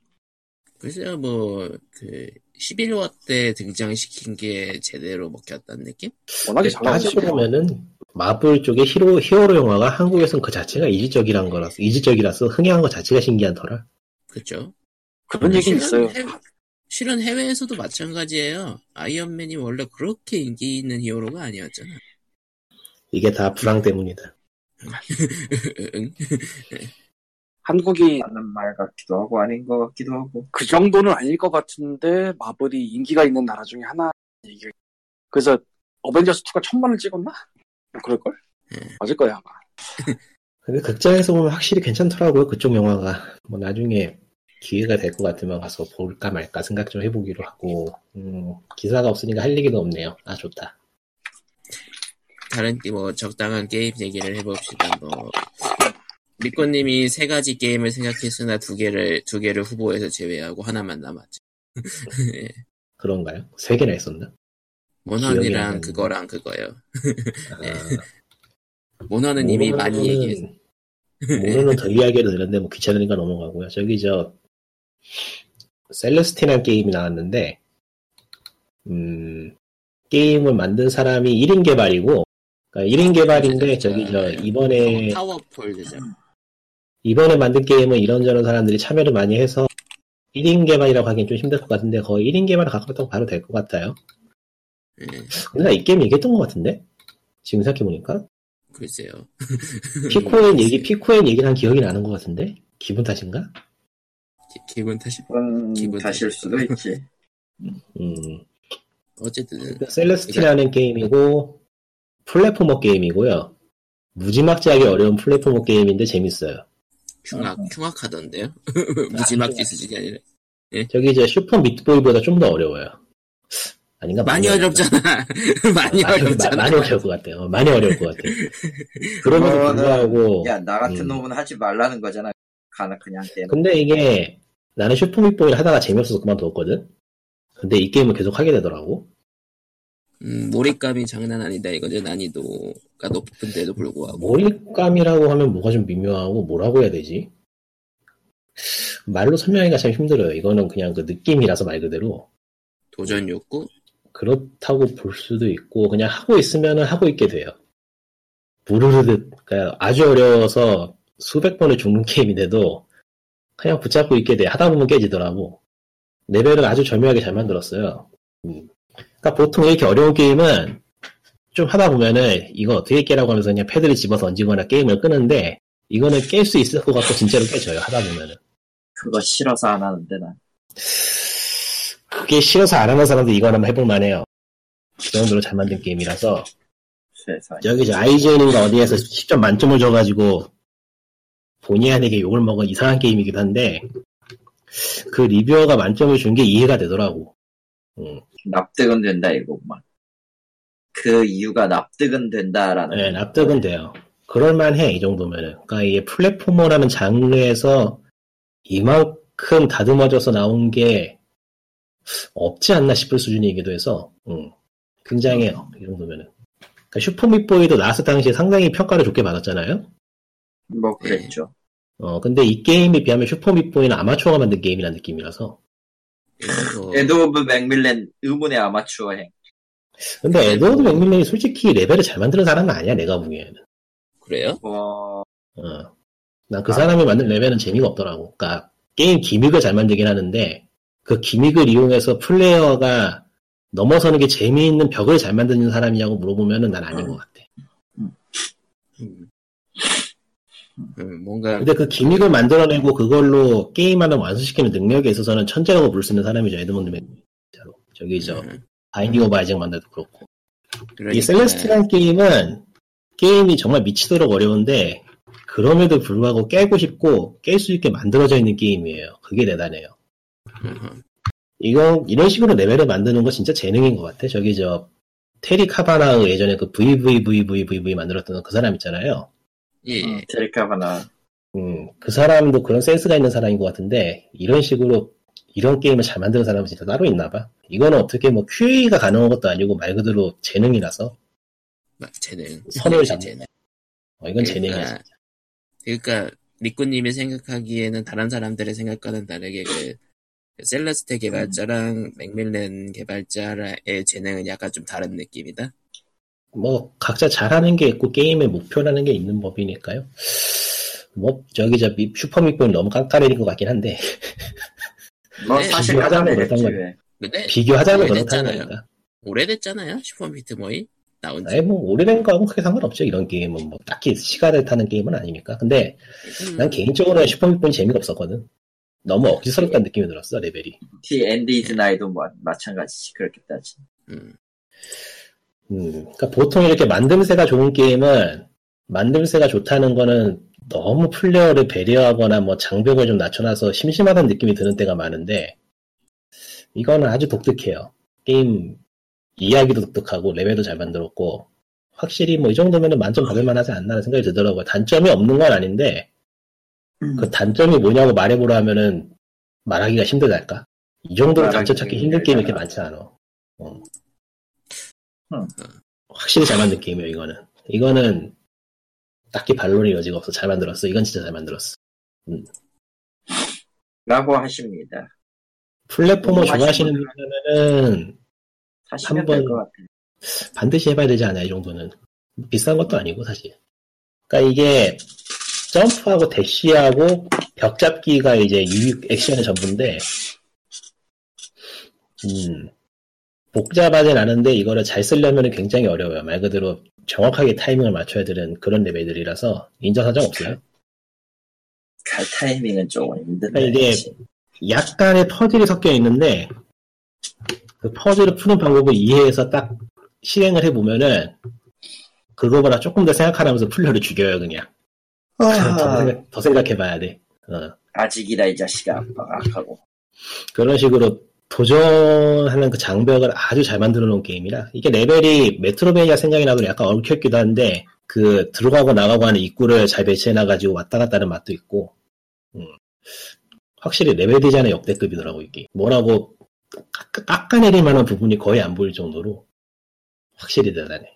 Speaker 1: 글쎄요, 뭐, 그, 11화 때 등장시킨 게 제대로 먹혔다는 느낌?
Speaker 3: 워낙에 잘
Speaker 4: 네, 따지고
Speaker 3: 나오시고
Speaker 4: 보면은 마블 쪽의 히로, 히어로 영화가 한국에선 그 자체가 이질적이란 거라서 이질적이라서 흥행한 거 자체가 신기한 터라.
Speaker 1: 그쵸?
Speaker 3: 그런 얘기 있어요.
Speaker 1: 해외- 실은 해외에서도 마찬가지예요. 아이언맨이 원래 그렇게 인기 있는 히어로가 아니었잖아.
Speaker 4: 이게 다 불황 때문이다.
Speaker 1: 응?
Speaker 3: 한국이
Speaker 2: 맞는 말 같기도 하고 아닌 것 같기도 하고.
Speaker 3: 그 정도는 아닐 것 같은데 마블이 인기가 있는 나라 중에 하나 얘기. 그래서 어벤져스 2가 천만을 찍었나? 뭐 그럴 걸?
Speaker 4: 네.
Speaker 1: 예.
Speaker 3: 맞을 거야 아마.
Speaker 4: 근데 극장에서 보면 확실히 괜찮더라고요. 그쪽 영화가. 뭐 나중에 기회가 될 것 같으면 가서 볼까 말까 생각 좀 해보기로 하고 음, 기사가 없으니까 할 얘기도 없네요. 아 좋다.
Speaker 1: 다른 게 뭐 적당한 게임 얘기를 해봅시다. 뭐 리코님이 세 가지 게임을 생각했으나 두 개를 두 개를 후보에서 제외하고 하나만 남았죠.
Speaker 4: 그런가요? 세 개나 있었나? 기억이 안
Speaker 1: 모넌이랑
Speaker 4: 나네.
Speaker 1: 그거랑 그거요.
Speaker 4: 아,
Speaker 1: 모넌은 이미 네.
Speaker 4: 모르는-
Speaker 1: 많이 얘기했어.
Speaker 4: 모르는 더 이야기를 드렸는데 뭐 귀찮으니까 넘어가고요. 저기 저 셀레스티라는 게임이 나왔는데 음, 게임을 만든 사람이 1인 개발이고 그러니까
Speaker 1: 아,
Speaker 4: 1인 개발인데 저기 저
Speaker 1: 네.
Speaker 4: 이번에
Speaker 1: 어, 타워폴드죠.
Speaker 4: 이번에 만든 게임은 이런저런 사람들이 참여를 많이 해서 1인 개발이라고 하긴 좀 힘들 것 같은데 거의 1인 개발에 가깝다고 봐도 될 것 같아요.
Speaker 1: 예,
Speaker 4: 근데 나 이 게임 얘기했던 것 같은데? 지금 생각해보니까?
Speaker 1: 글쎄요.
Speaker 4: 피코엔 얘기, 피코엔 얘기를 한 기억이 나는 것 같은데? 기분 탓인가?
Speaker 1: 기- 기분 탓이.
Speaker 2: 그건
Speaker 1: 기분
Speaker 2: 다실
Speaker 1: 탓이죠.
Speaker 2: 수도 있지.
Speaker 4: 음. 아,
Speaker 1: 어쨌든
Speaker 4: 그러니까 셀레스티라는 게임이고 플랫포머 게임이고요. 무지막지하게 어려운 플랫포머 게임인데 재밌어요.
Speaker 1: 흉악
Speaker 4: 아.
Speaker 1: 흉악하던데요. 무지막
Speaker 4: 네.
Speaker 1: 기술이 아니라.
Speaker 4: 저기 저 슈퍼 미트보이보다 좀 더 어려워요. 아닌가?
Speaker 1: 많이 어렵잖아. 많이
Speaker 4: 많이,
Speaker 1: 어렵잖아.
Speaker 4: 마- 많이 어려울 것 같아요. 어, 많이 어려울 것 같아요. 그럼에도
Speaker 2: 그거는-
Speaker 4: 불구하고
Speaker 2: 야 나 같은
Speaker 4: 음.
Speaker 2: 놈은 하지 말라는 거잖아. 가나 그냥 게임.
Speaker 4: 근데 이게 나는 슈퍼 미트보이를 하다가 재미없어서 그만뒀거든. 근데 이 게임을 계속 하게 되더라고.
Speaker 1: 음, 몰입감이 장난 아니다 이거죠. 난이도가 높은데도 불구하고.
Speaker 4: 몰입감이라고 하면 뭐가 좀 미묘하고 뭐라고 해야 되지? 말로 설명하기가 참 힘들어요. 이거는 그냥 그 느낌이라서 말 그대로
Speaker 1: 도전 욕구?
Speaker 4: 그렇다고 볼 수도 있고 그냥 하고 있으면은 하고 있게 돼요. 무르르듯 그러니까 아주 어려워서 수백 번을 죽는 게임인데도 그냥 붙잡고 있게 돼. 하다 보면 깨지더라고. 레벨을 아주 절묘하게 잘 만들었어요. 음. 그러니까 보통 이렇게 어려운 게임은 좀 하다 보면은 이거 어떻게 깨라고 하면서 그냥 패드를 집어서 던지거나 게임을 끄는데 이거는 깰 수 있을 것 같고 진짜로 깨져요 하다 보면은
Speaker 2: 그거 싫어서 안 하는데 난.
Speaker 4: 그게 싫어서 안 하는 사람도 이거 하나만 해볼 만해요 그 정도로 잘 만든 게임이라서
Speaker 2: 세상에.
Speaker 4: 여기 저 IGN인가 어디에서 10점 만점을 줘가지고 본의 아니게 욕을 먹은 이상한 게임이기도 한데 그 리뷰어가 만점을 준 게 이해가 되더라고 음,
Speaker 2: 납득은 된다 이거만. 그 이유가 납득은 된다라는.
Speaker 4: 네, 납득은 돼요 그럴만해 이 정도면은 그러니까 이게 플랫포머라는 장르에서 이만큼 다듬어져서 나온 게 없지 않나 싶을 수준이기도 해서 음, 굉장해요 이 정도면은 그러니까 슈퍼밋보이도 나왔을 당시에 상당히 평가를 좋게 받았잖아요
Speaker 2: 뭐 그랬죠.
Speaker 4: 어, 근데 이 게임에 비하면 슈퍼밋보이는 아마추어가 만든 게임이라는 느낌이라서.
Speaker 1: 그리고
Speaker 4: 네,
Speaker 2: 에드 오브 맥밀렌 의문의 아마추어행.
Speaker 4: 근데 에드워드 맥밀런이 솔직히 레벨을 잘 만드는 사람은 아니야, 내가 보기에는.
Speaker 1: 그래요?
Speaker 2: 어,
Speaker 4: 어. 난 그 사람이 만든 레벨은 재미가 없더라고. 그니까, 게임 기믹을 잘 만들긴 하는데, 그 기믹을 이용해서 플레이어가 넘어서는 게 재미있는 벽을 잘 만드는 사람이냐고 물어보면은 난 아닌 것 같아.
Speaker 1: 음. 음, 뭔가
Speaker 4: 근데 그 기믹을 만들어내고 그걸로 게임 하나 완성시키는 능력에 있어서는 천재라고 부를 수 있는 사람이죠, 에드워드 맥밀런. 진짜로. 저기, 저,
Speaker 1: 음,
Speaker 4: 바인딩 오브 아이작 만들도 그렇고.
Speaker 1: 그러니까
Speaker 4: 이 셀레스티라는 게임은 게임이 정말 미치도록 어려운데 그럼에도 불구하고 깨고 싶고 깰 수 있게 만들어져 있는 게임이에요. 그게 대단해요.
Speaker 1: 음,
Speaker 4: 이거 이런 식으로 레벨을 만드는 거 진짜 재능인 것 같아. 저기 저 테리 카바나의 예전에 그 VVVVVV 만들었던 그 사람 있잖아요.
Speaker 1: 예,
Speaker 4: 어.
Speaker 1: 예.
Speaker 2: 데리카바나.
Speaker 4: 음, 그 사람도 그런 센스가 있는 사람인 것 같은데 이런 식으로 이런 게임을 잘 만드는 사람은 진짜 따로 있나 봐. 이거는 어떻게 뭐 QA가 가능한 것도 아니고 말 그대로 재능이라서
Speaker 1: 막 재능
Speaker 4: 선을 잡는
Speaker 1: 재능.
Speaker 4: 어,
Speaker 1: 예,
Speaker 4: 이건
Speaker 1: 아,
Speaker 4: 재능이야.
Speaker 1: 그러니까 리꾸님이 생각하기에는 다른 사람들의 생각과는 다르게 그 셀러스테 개발자랑 맥밀렌 개발자의 재능은 약간 좀 다른 느낌이다.
Speaker 4: 뭐 각자 잘하는 게 있고 게임의 목표라는 게 있는 법이니까요. 뭐 저기 저 미- 슈퍼미보는 너무 깐깐해진 것 같긴 한데
Speaker 2: 뭐
Speaker 1: 네,
Speaker 2: 사실
Speaker 4: 비교하자면
Speaker 2: 하자면 됐지
Speaker 4: 그렇다면.
Speaker 2: 왜.
Speaker 1: 근데
Speaker 4: 비교하자면
Speaker 1: 오래됐잖아요.
Speaker 4: 그렇다는 거니까.
Speaker 1: 오래됐잖아요. 슈퍼미트 모이 나온 지.
Speaker 4: 아니 뭐 오래된 거하고 크게 상관없죠. 이런 게임은 뭐 딱히 시간을 타는 게임은 아니니까. 근데
Speaker 1: 음,
Speaker 4: 난 개인적으로 슈퍼미보는 재미가 없었거든. 너무 억지스럽다는 느낌이 들었어 레벨이.
Speaker 2: 티 앤디즈 나이도 뭐 마찬가지지 그렇게 따지.
Speaker 1: 음,
Speaker 4: 음, 그러니까 보통 이렇게 만듦새가 좋은 게임은 만듦새가 좋다는 거는 너무 플레이어를 배려하거나 뭐 장벽을 좀 낮춰놔서 심심하다는 느낌이 드는 때가 많은데 이거는 아주 독특해요. 게임 이야기도 독특하고 레벨도 잘 만들었고 확실히 뭐 이 정도면 만점 받을 만하지 않나라는 생각이 들더라고요. 단점이 없는 건 아닌데
Speaker 2: 음.
Speaker 4: 그 단점이 뭐냐고 말해보라 하면은 말하기가 힘들달까? 이 정도로
Speaker 2: 말하기
Speaker 4: 단점 찾기 힘든 게임이 이렇게
Speaker 2: 힘들잖아.
Speaker 4: 많지 않아. 어.
Speaker 2: 음.
Speaker 4: 확실히 잘 만든 게임이에요, 이거는. 이거는 딱히 반론의 여지가 없어. 잘 만들었어. 이건 진짜 잘 만들었어.
Speaker 2: 라고 하십니다.
Speaker 4: 플랫포머
Speaker 2: 너무
Speaker 4: 좋아하시는
Speaker 2: 음, 맛있구나.
Speaker 4: 분이라면은
Speaker 2: 사실은
Speaker 4: 한번-
Speaker 2: 될것 같아.
Speaker 4: 반드시 해봐야 되지 않아요, 이 정도는. 비싼 것도 아니고, 사실. 그니까 러 이게 점프하고 대시하고 벽 잡기가 이제 유 액션의 전부인데, 음, 복잡하진 않은데 이거를 잘 쓰려면 굉장히 어려워요. 말 그대로 정확하게 타이밍을 맞춰야 되는 그런 레벨들이라서 인정사정 없어요.
Speaker 2: 갈 타이밍은 조금 힘든데.
Speaker 4: 그러니까 이게
Speaker 2: 그치.
Speaker 4: 약간의 퍼즐이 섞여 있는데 그 퍼즐을 푸는 방법을 이해해서 딱 실행을 해보면은 그거보다 조금 더 생각하면서 플레이를 죽여요 그냥 더, 생각, 더 생각해봐야 돼 어.
Speaker 2: 아, 아직이다 이 자식아 아빠가 하고
Speaker 4: 그런 식으로 도전하는 그 장벽을 아주 잘 만들어 놓은 게임이라 이게 레벨이 메트로베니아 생각이 나도 약간 얽혔기도 한데 그 들어가고 나가고 하는 입구를 잘 배치해 놔가지고 왔다 갔다 하는 맛도 있고 음. 확실히 레벨 디자인은 역대급이더라고 이게 뭐라고 깎- 깎아내릴 만한 부분이 거의 안 보일 정도로 확실히 대단해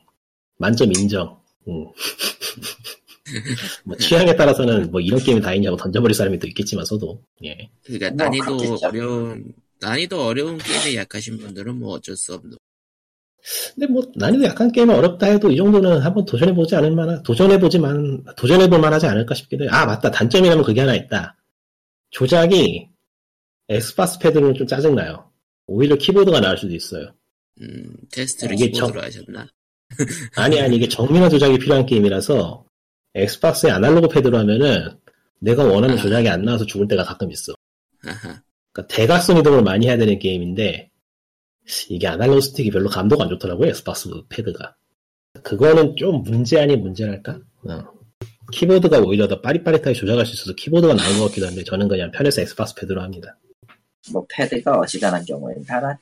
Speaker 4: 만점 인정 음. 뭐 취향에 따라서는 뭐 이런 게임이 다 있냐고 던져버릴 사람이 또 있겠지만서도 예.
Speaker 1: 그러니까
Speaker 2: 뭐,
Speaker 1: 난이도
Speaker 2: 그렇겠죠.
Speaker 1: 어려운 난이도 어려운 게임에 약하신 분들은 뭐 어쩔 수 없는.
Speaker 4: 근데 뭐 난이도 약간 게임이 어렵다 해도 이 정도는 한번 도전해보지 않을 만한 도전해보지만 도전해볼 만하지 않을까 싶기도 해요. 아 맞다 단점이라면 그게 하나 있다. 조작이 엑스박스 패드로는 좀 짜증나요. 오히려 키보드가 나을 수도 있어요.
Speaker 1: 음, 테스트를
Speaker 4: 이게
Speaker 1: 키보드로 하셨나?
Speaker 4: 아니 아니 이게 정밀한 조작이 필요한 게임이라서 엑스박스의 아날로그 패드로 하면은 내가 원하는 조작이 안 나와서 죽을 때가 가끔 있어.
Speaker 1: 아하.
Speaker 4: 그러니까 대각선 이동을 많이 해야 되는 게임인데 이게 아날로그 스틱이 별로 감도가 안 좋더라고요 엑스박스 패드가. 그거는 좀 문제 아닌 문제랄까? 어. 키보드가 오히려 더 빠릿빠릿하게 조작할 수 있어서 키보드가 나은 것 같기도 한데 저는 그냥 편해서 엑스박스 패드로 합니다.
Speaker 2: 뭐 패드가 어지간한 경우에는 하나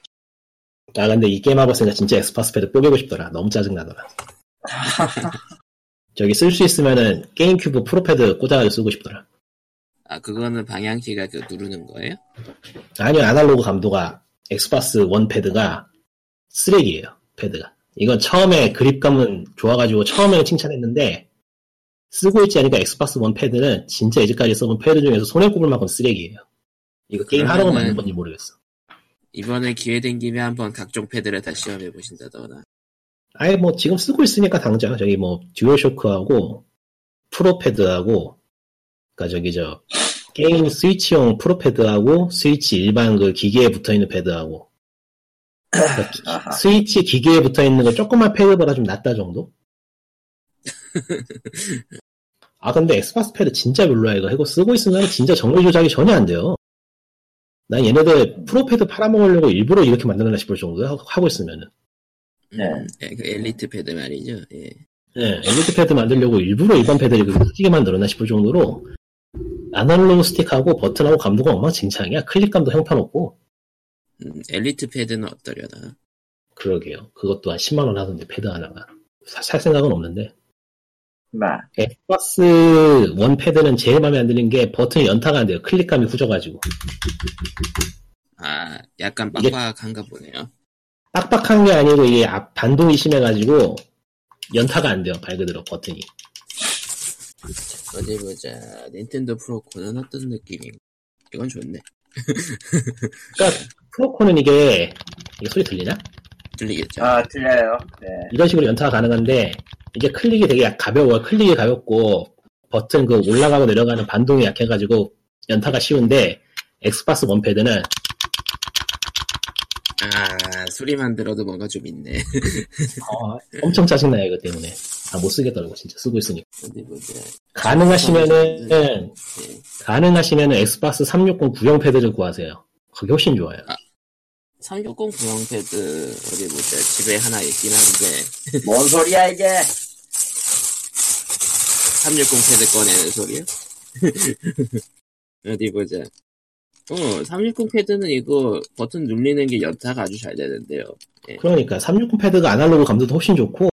Speaker 4: 아 근데 이 게임 하고 있으니까 진짜 엑스박스 패드 뽀개고 싶더라. 너무 짜증나더라. 저기 쓸 수 있으면은 게임 큐브 프로패드 꽂아가지고 쓰고 싶더라.
Speaker 1: 아 그거는 방향키가 그 누르는 거예요?
Speaker 4: 아니요 아날로그 감도가 엑스박스 원 패드가 쓰레기예요 패드가. 이건 처음에 그립감은 좋아가지고 처음에 칭찬했는데 쓰고 있지 않으니까 엑스박스 원 패드는 진짜 이제까지 써본 패드 중에서 손에 꼽을 만큼 쓰레기예요. 이거 게임 하라고
Speaker 1: 그러면은-
Speaker 4: 만든 건지 모르겠어.
Speaker 1: 이번에 기회 된 김에 한번 각종 패드를 다 시험해 보신다더나.
Speaker 4: 아예 뭐 지금 쓰고 있으니까 당장 저기 뭐 듀얼쇼크하고 프로패드하고 그러니까 저기 저 게임 스위치용 프로패드하고 스위치 일반 그 기계에 붙어 있는 패드하고 그러니까 기-
Speaker 2: 아하.
Speaker 4: 스위치 기계에 붙어 있는 거 조그만 패드보다 좀 낫다 정도? 아 근데 엑스박스 패드 진짜 별로야 이거 이거 쓰고 있으면 진짜 정밀 조작이 전혀 안 돼요. 난 얘네들 프로패드 팔아먹으려고 일부러 이렇게 만들었나 싶을 정도야 하고- 하고 있으면은.
Speaker 2: 네.
Speaker 1: 예, 그 엘리트 패드 말이죠. 예.
Speaker 4: 네, 엘리트 패드 만들려고 일부러 일반 패드를 그렇게 크게 만들었나 싶을 정도로 아날로그 스틱하고 버튼하고 감도가 엉망진창이야. 클릭감도 형편없고
Speaker 1: 음, 엘리트 패드는 어떠려나?
Speaker 4: 그러게요. 그것도 한 10만 원 하던데 패드 하나가 사- 살 생각은 없는데
Speaker 2: 마
Speaker 4: 엑박스 원 패드는 제일 마음에 안 드는 게 버튼이 연타가 안 돼요. 클릭감이 후져가지고
Speaker 1: 아, 약간
Speaker 4: 이게-
Speaker 1: 빡빡한가 보네요.
Speaker 4: 빡빡한 게 아니고 이게 앞- 반동이 심해가지고 연타가 안 돼요. 말 그대로 버튼이.
Speaker 1: 어디 보자. 닌텐도 프로코는 어떤 느낌인가? 이건 좋네.
Speaker 4: 그러니까 프로코는 이게 이게 소리 들리나?
Speaker 1: 들리겠죠?
Speaker 2: 아 틀려요 네
Speaker 4: 이런 식으로 연타가 가능한데 이게 클릭이 되게 약- 가벼워요. 클릭이 가볍고 버튼 그 올라가고 내려가는 반동이 약해가지고 연타가 쉬운데 엑스박스 원패드는
Speaker 1: 아, 소리만 들어도 뭔가 좀 있네.
Speaker 4: 어, 엄청 짜증나요 이거 때문에 아 못 쓰겠더라고 진짜 쓰고 있으니까
Speaker 1: 어디 보자.
Speaker 4: 가능하시면은
Speaker 1: 예.
Speaker 4: 가능하시면은 엑스박스 360 구형 패드를 구하세요. 그게 훨씬 좋아요.
Speaker 1: 360 구형 패드 어디 보자. 집에 하나 있긴 한데
Speaker 2: 뭔 소리야 이게
Speaker 1: 360 패드 꺼내는 소리요? 어디 보자. 어, 360 패드는 이거 버튼 눌리는 게 연타가 아주 잘 되는데요.
Speaker 4: 그러니까 360 패드가 아날로그 감도도 훨씬 좋고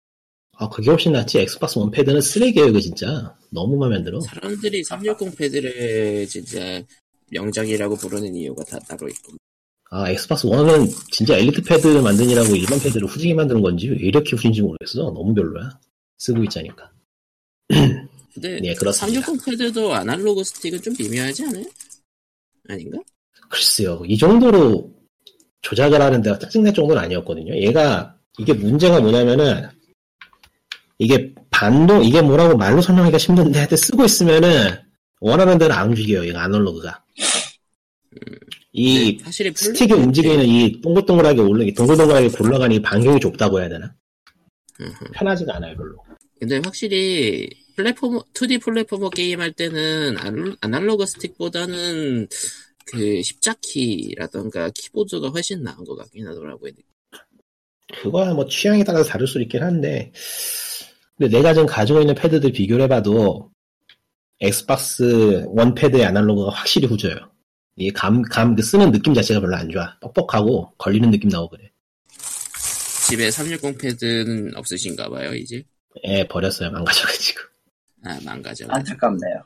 Speaker 4: 아 그게 훨씬 낫지 엑스박스 원 패드는 쓰레기예요 이거 진짜 너무 마음에 안 들어.
Speaker 1: 사람들이 360 패드를 진짜 명작이라고 부르는 이유가 다 따로 있고.
Speaker 4: 아, 엑스박스 1은 진짜 엘리트 패드 만드느라고 일반 패드를 후지게 만드는 건지 왜 이렇게 후진지 모르겠어. 너무 별로야. 쓰고 있자니까.
Speaker 1: 근데
Speaker 4: 예, 그렇습니다.
Speaker 1: 360 패드도 아날로그 스틱은 좀 미묘하지 않아요? 아닌가?
Speaker 4: 글쎄요. 이 정도로 조작을 하는 데가 짜증날 정도는 아니었거든요. 얘가, 이게 문제가 뭐냐면은, 이게 반동, 이게 뭐라고 말로 설명하기가 힘든데, 하여튼 쓰고 있으면은, 원하는 대로 안 움직여요. 이거 아날로그가. 이
Speaker 1: 네, 사실이 별로- 네.
Speaker 4: 스틱이 움직이는 이 동글동글하게 올라, 이 동글동글하게 굴러가는 이 반경이 좁다고 해야 되나?
Speaker 1: 음흠.
Speaker 4: 편하지가 않아요, 별로.
Speaker 1: 근데 확실히 플랫폼 2D 플랫포머 게임 할 때는 아날- 아날로그 스틱보다는 그 십자키라던가 키보드가 훨씬 나은 것 같긴 하더라고요.
Speaker 4: 그거야 뭐 취향에 따라서 다를 수 있긴 한데 근데 내가 지금 가지고 있는 패드들 비교를 해봐도 엑스박스 원 패드의 아날로그가 확실히 후져요. 이 감, 감, 그 쓰는 느낌 자체가 별로 안 좋아. 뻑뻑하고 걸리는 느낌 나고 그래.
Speaker 1: 집에 360 패드는 없으신가 봐요, 이제.
Speaker 4: 예, 버렸어요. 망가져가지고.
Speaker 1: 아, 망가져.
Speaker 2: 안타깝네요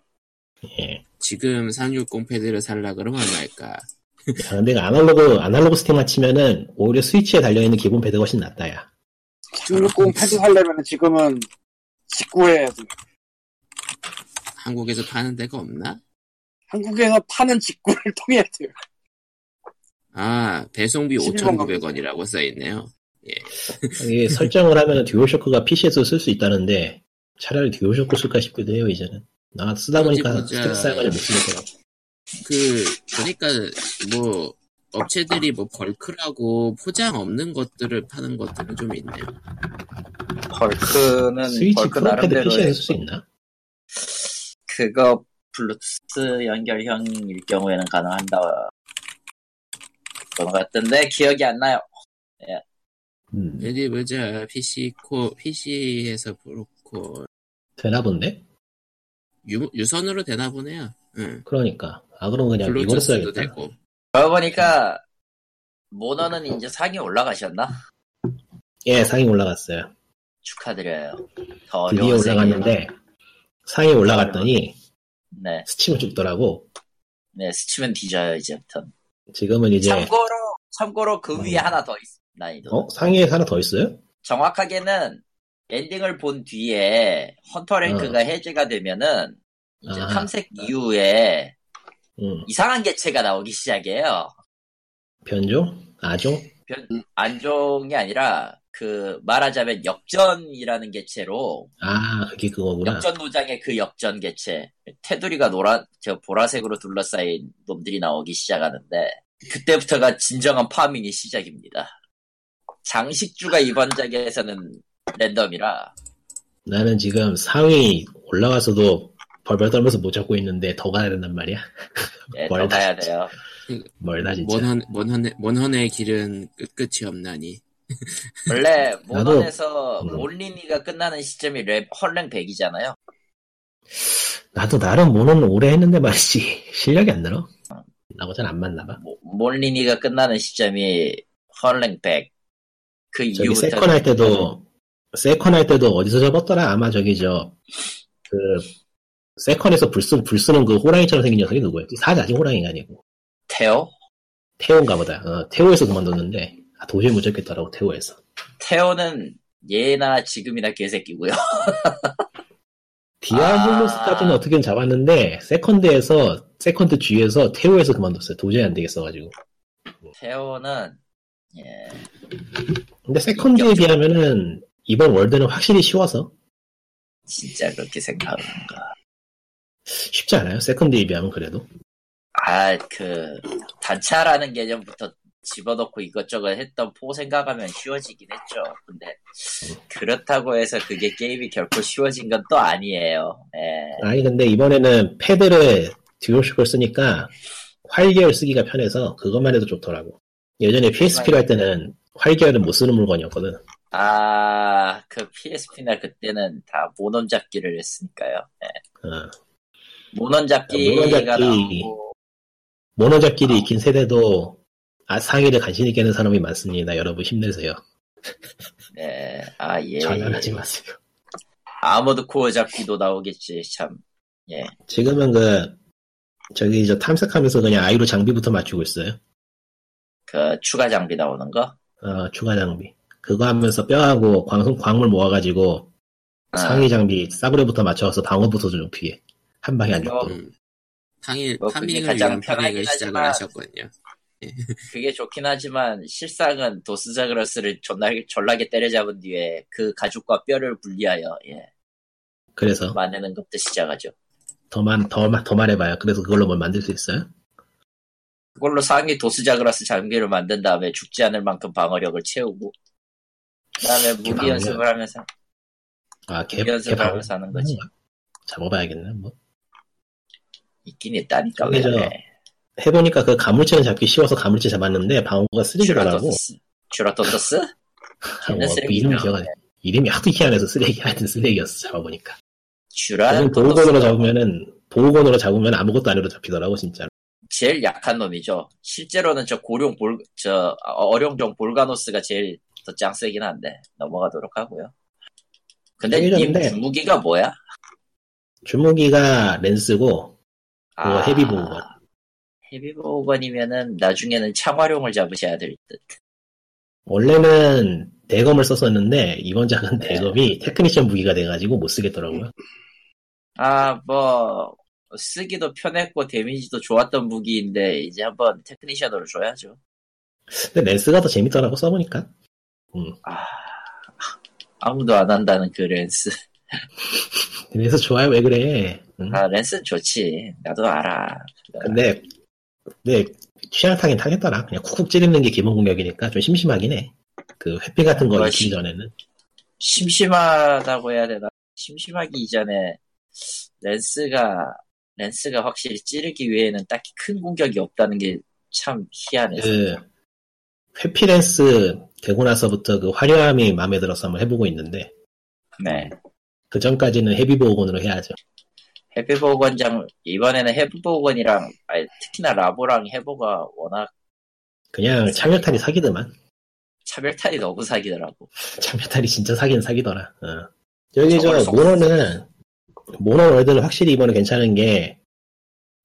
Speaker 4: 예.
Speaker 1: 지금 360 패드를 살라 그러면 얼마일까?
Speaker 4: 아, 근데 이거 아날로그, 아날로그 스틱만 치면은 오히려 스위치에 달려있는 기본 패드가 훨씬 낫다, 야.
Speaker 3: 360 패드 살려면 지금은 19에
Speaker 1: 한국에서 파는 데가 없나?
Speaker 3: 한국에서 파는 직구를 통해야 돼요.
Speaker 1: 아, 배송비
Speaker 3: 11만
Speaker 1: 5,900원이라고 써있네요.
Speaker 4: 이게 설정을 하면은 듀얼쇼크가 PC에서 쓸 수 있다는데 차라리 듀얼쇼크 쓸까 싶기도 해요, 이제는. 나 쓰다 보니까
Speaker 1: 어디 보자.
Speaker 4: 스트레스 쌓여가지고 못 쓰겠더라고.
Speaker 1: 그, 보니까, 뭐, 업체들이 뭐 벌크라고 포장 없는 것들을 파는 것들은 좀 있네요.
Speaker 2: 벌크는
Speaker 4: 스위치
Speaker 2: 벌크
Speaker 4: 프로패드 PC에
Speaker 2: 나름대로
Speaker 4: 쓸 수 있나?
Speaker 2: 그거 블루투스 연결형일 경우에는 가능한다. 그런 것 같은데 기억이 안 나요.
Speaker 4: 음,
Speaker 1: 어디 보자. PC 코, PC에서 브로콜.
Speaker 4: 되나 본데?
Speaker 1: 유, 유선으로 되나 보네요. 응.
Speaker 4: 그러니까. 아, 그럼 그냥 이걸
Speaker 1: 블루투스도
Speaker 4: 써야겠다.
Speaker 1: 되고.
Speaker 2: 그러고 보니까 모너는 이제 상위 올라가셨나?
Speaker 4: 예, 상위 올라갔어요.
Speaker 2: 축하드려요. 더
Speaker 4: 드디어
Speaker 2: 어려운 세계로.
Speaker 4: 그 올라갔는데, 상위 올라갔더니
Speaker 2: 네,
Speaker 4: 스팀을 죽더라고.
Speaker 2: 네 스치면 뒤져요 이제부터.
Speaker 4: 지금은 이제,
Speaker 2: 참고로 참고로 그 위에
Speaker 4: 음.
Speaker 2: 하나 더 있습니다. 난이도.
Speaker 4: 어? 상위에 하나 더 있어요?
Speaker 2: 정확하게는 엔딩을 본 뒤에 헌터 랭크가 해제가 되면은 이제
Speaker 4: 어. 아하.
Speaker 2: 탐색 이후에
Speaker 4: 음,
Speaker 2: 이상한 개체가 나오기 시작해요.
Speaker 4: 변종? 아종?
Speaker 2: 변- 안 좋은 게 아니라 그 말하자면 역전이라는 개체로
Speaker 4: 아, 그게 그거구나.
Speaker 2: 역전 노장의 그 역전 개체 테두리가 노란 저 보라색으로 둘러싸인 놈들이 나오기 시작하는데 그때부터가 진정한 파밍이 시작입니다. 장식주가 이번 작에서는 랜덤이라
Speaker 4: 나는 지금 상위 올라와서도 벌벌 떨면서 못 잡고 있는데 더 가야 된단 말이야.
Speaker 2: 예, 더
Speaker 4: 뭘
Speaker 2: 가야
Speaker 4: 다시-
Speaker 2: 돼요.
Speaker 4: 멀다 진짜.
Speaker 1: 원헌, 원헌의, 원헌의 길은 끝, 끝이 없나니.
Speaker 2: 원래
Speaker 4: 나도-
Speaker 2: 모던에서
Speaker 4: 음.
Speaker 2: 몰리니가 끝나는 시점이 랩, 헐랭 100이잖아요.
Speaker 4: 나도 나름 모는 오래 했는데 말이지 실력이 안 늘어. 나고 잘 안 맞나 봐.
Speaker 2: 몰리니가 끝나는 시점이 헐랭 100. 그
Speaker 4: 저기
Speaker 2: 이후부터
Speaker 4: 세컨 할 때도 세컨 할 때도 어디서 잡았더라? 아마 저기 저그 세컨에서 불, 쓰, 불 쓰는 그 호랑이처럼 생긴 녀석이 누구였지? 사자 아직 호랑이가 아니고
Speaker 2: 테오?
Speaker 4: 태호인가 보다. 어, 태호에서 그만뒀는데 아, 도저히 못 잡겠더라고 태호에서.
Speaker 2: 테오는 예나 지금이나 개새끼고요.
Speaker 4: 디아블로스까지는
Speaker 2: 아.
Speaker 4: 어떻게든 잡았는데 세컨드에서 세컨드 G에서 태호에서 그만뒀어요. 도저히 안 되겠어가지고.
Speaker 2: 테오는 예,
Speaker 4: 근데 세컨드에 비하면은 이번 월드는 확실히 쉬워서
Speaker 2: 진짜 그렇게 생각하는가.
Speaker 4: 쉽지 않아요. 세컨드에 비하면 그래도
Speaker 2: 아, 그 단차라는 개념부터 집어넣고 이것저것 했던 포 생각하면 쉬워지긴 했죠. 근데 그렇다고 해서 그게 게임이 결코 쉬워진 건 또 아니에요. 예.
Speaker 4: 아니 근데 이번에는 패드를 듀얼쇼크를 쓰니까 활계열 쓰기가 편해서 그것만 해도 좋더라고. 예전에 PSP로 할 때는 활계열은 못 쓰는 물건이었거든.
Speaker 2: 아, 그 PSP나 그때는 다 모논 잡기를 했으니까요. 예.
Speaker 4: 어.
Speaker 2: 모논 잡기가
Speaker 4: 아, 모논 잡기.
Speaker 2: 나오고
Speaker 4: 모노잡끼리 익힌 세대도 아, 상의를 간신히 깨는 사람이 많습니다. 여러분 힘내세요.
Speaker 2: 네. 아, 예.
Speaker 4: 좌절하지 마세요.
Speaker 2: 아머드 코어 잡기도 나오겠지. 참.
Speaker 4: 지금은 그 저기 저 탐색하면서 그냥 아이로 장비부터 맞추고 있어요.
Speaker 2: 그 추가 장비 나오는 거?
Speaker 4: 어, 추가 장비. 그거 하면서 뼈하고 광, 광물 모아가지고
Speaker 2: 아,
Speaker 4: 상위 장비 싸구려부터 맞춰서 방어부터 좀 피해. 한 방에 안
Speaker 2: 그거-
Speaker 4: 죽고.
Speaker 1: 음. 파밍,
Speaker 2: 뭐, 그게
Speaker 1: 파밍을
Speaker 2: 가장
Speaker 1: 위한 파밍을
Speaker 2: 편하긴
Speaker 1: 시작을
Speaker 2: 하지만-
Speaker 1: 하셨군요.
Speaker 2: 그게 좋긴 하지만 실상은 도스자그러스를 존나 졸라게 때려잡은 뒤에 그 가죽과 뼈를 분리하여 예,
Speaker 4: 그래서
Speaker 2: 만드는 것부터 시작하죠.
Speaker 4: 더 말, 더, 말- 더 말해봐요. 그래서 그걸로 뭘 만들 수 있어요?
Speaker 2: 그걸로 상위 도스자그러스 장비를 만든 다음에 죽지 않을 만큼 방어력을 채우고 그다음에 무기
Speaker 4: 방어력.
Speaker 2: 연습을 하면서
Speaker 4: 아, 개,
Speaker 2: 무기
Speaker 4: 개
Speaker 2: 연습을
Speaker 4: 방어. 음.
Speaker 2: 하면서 하는 거지.
Speaker 4: 잡아봐야겠네. 뭐.
Speaker 2: 있긴 있다니까 왜
Speaker 4: 그죠.
Speaker 2: 그래.
Speaker 4: 해보니까 그 가물치는 잡기 쉬워서 가물치 잡았는데 방어가 쓰레기라고.
Speaker 2: 쥬라토토스. 쥬라토토스?
Speaker 4: 어,
Speaker 2: 옛날 쓰레기
Speaker 4: 이름
Speaker 2: 유명하네.
Speaker 4: 기억 안 해. 이름이 하도 희한해서 쓰레기 하여튼 쓰레기였어 잡아보니까. 저는 보호건으로
Speaker 2: 쥬라토토스.
Speaker 4: 잡으면은 보호건으로 잡으면 아무것도 아니로 잡히더라고 진짜. 로
Speaker 2: 제일 약한 놈이죠. 실제로는 저 고룡 볼, 저 어룡종 볼가노스가 제일 더 짱세긴 한데 넘어가도록 하고요. 근데 님
Speaker 4: 예전인데.
Speaker 2: 주무기가 뭐야?
Speaker 4: 주무기가 렌스고 그거 헤비 보호건.
Speaker 2: 아, 헤비 보호건이면은 나중에는 창화룡을 잡으셔야 될 듯.
Speaker 4: 원래는 대검을 썼었는데 이번 작은
Speaker 2: 네.
Speaker 4: 대검이 테크니션 무기가 돼가지고 못 쓰겠더라고요.
Speaker 2: 아, 뭐 쓰기도 편했고 데미지도 좋았던 무기인데 이제 한번 테크니션으로 줘야죠.
Speaker 4: 근데 렌스가 더 재밌더라고 써보니까.
Speaker 2: 아, 아무도 안 한다는 그 랜스.
Speaker 4: 그래서 좋아요 왜 그래? 응.
Speaker 2: 아, 랜스 좋지. 나도 알아.
Speaker 4: 근데 근데 취향 타긴 타겠더라. 그냥 쿡쿡 찌르는 게 기본 공격이니까 좀 심심하긴 해. 그 회피 같은 거
Speaker 2: 아,
Speaker 4: 익히기
Speaker 2: 씨.
Speaker 4: 전에는
Speaker 2: 심심하다고 해야 되나? 심심하기 이전에 랜스가 랜스가 확실히 찌르기 외에는 딱히 큰 공격이 없다는 게 참 희한해.
Speaker 4: 그 회피랜스 되고 나서부터 그 화려함이 마음에 들어서 한번 해보고 있는데
Speaker 2: 네.
Speaker 4: 그 전까지는 헤비 보호건으로 해야죠.
Speaker 2: 해피보건장 이번에는 해피보건이랑 아니, 특히나 라보랑 해보가 워낙
Speaker 4: 그냥 참여탈이 사기더만.
Speaker 2: 차별탄이 너무 사기더라고.
Speaker 4: 참여탈이 진짜 사긴 사기더라. 어. 여기 저
Speaker 2: 저걸 써.
Speaker 4: 모노는 모노 월드는 확실히 이번에 괜찮은 게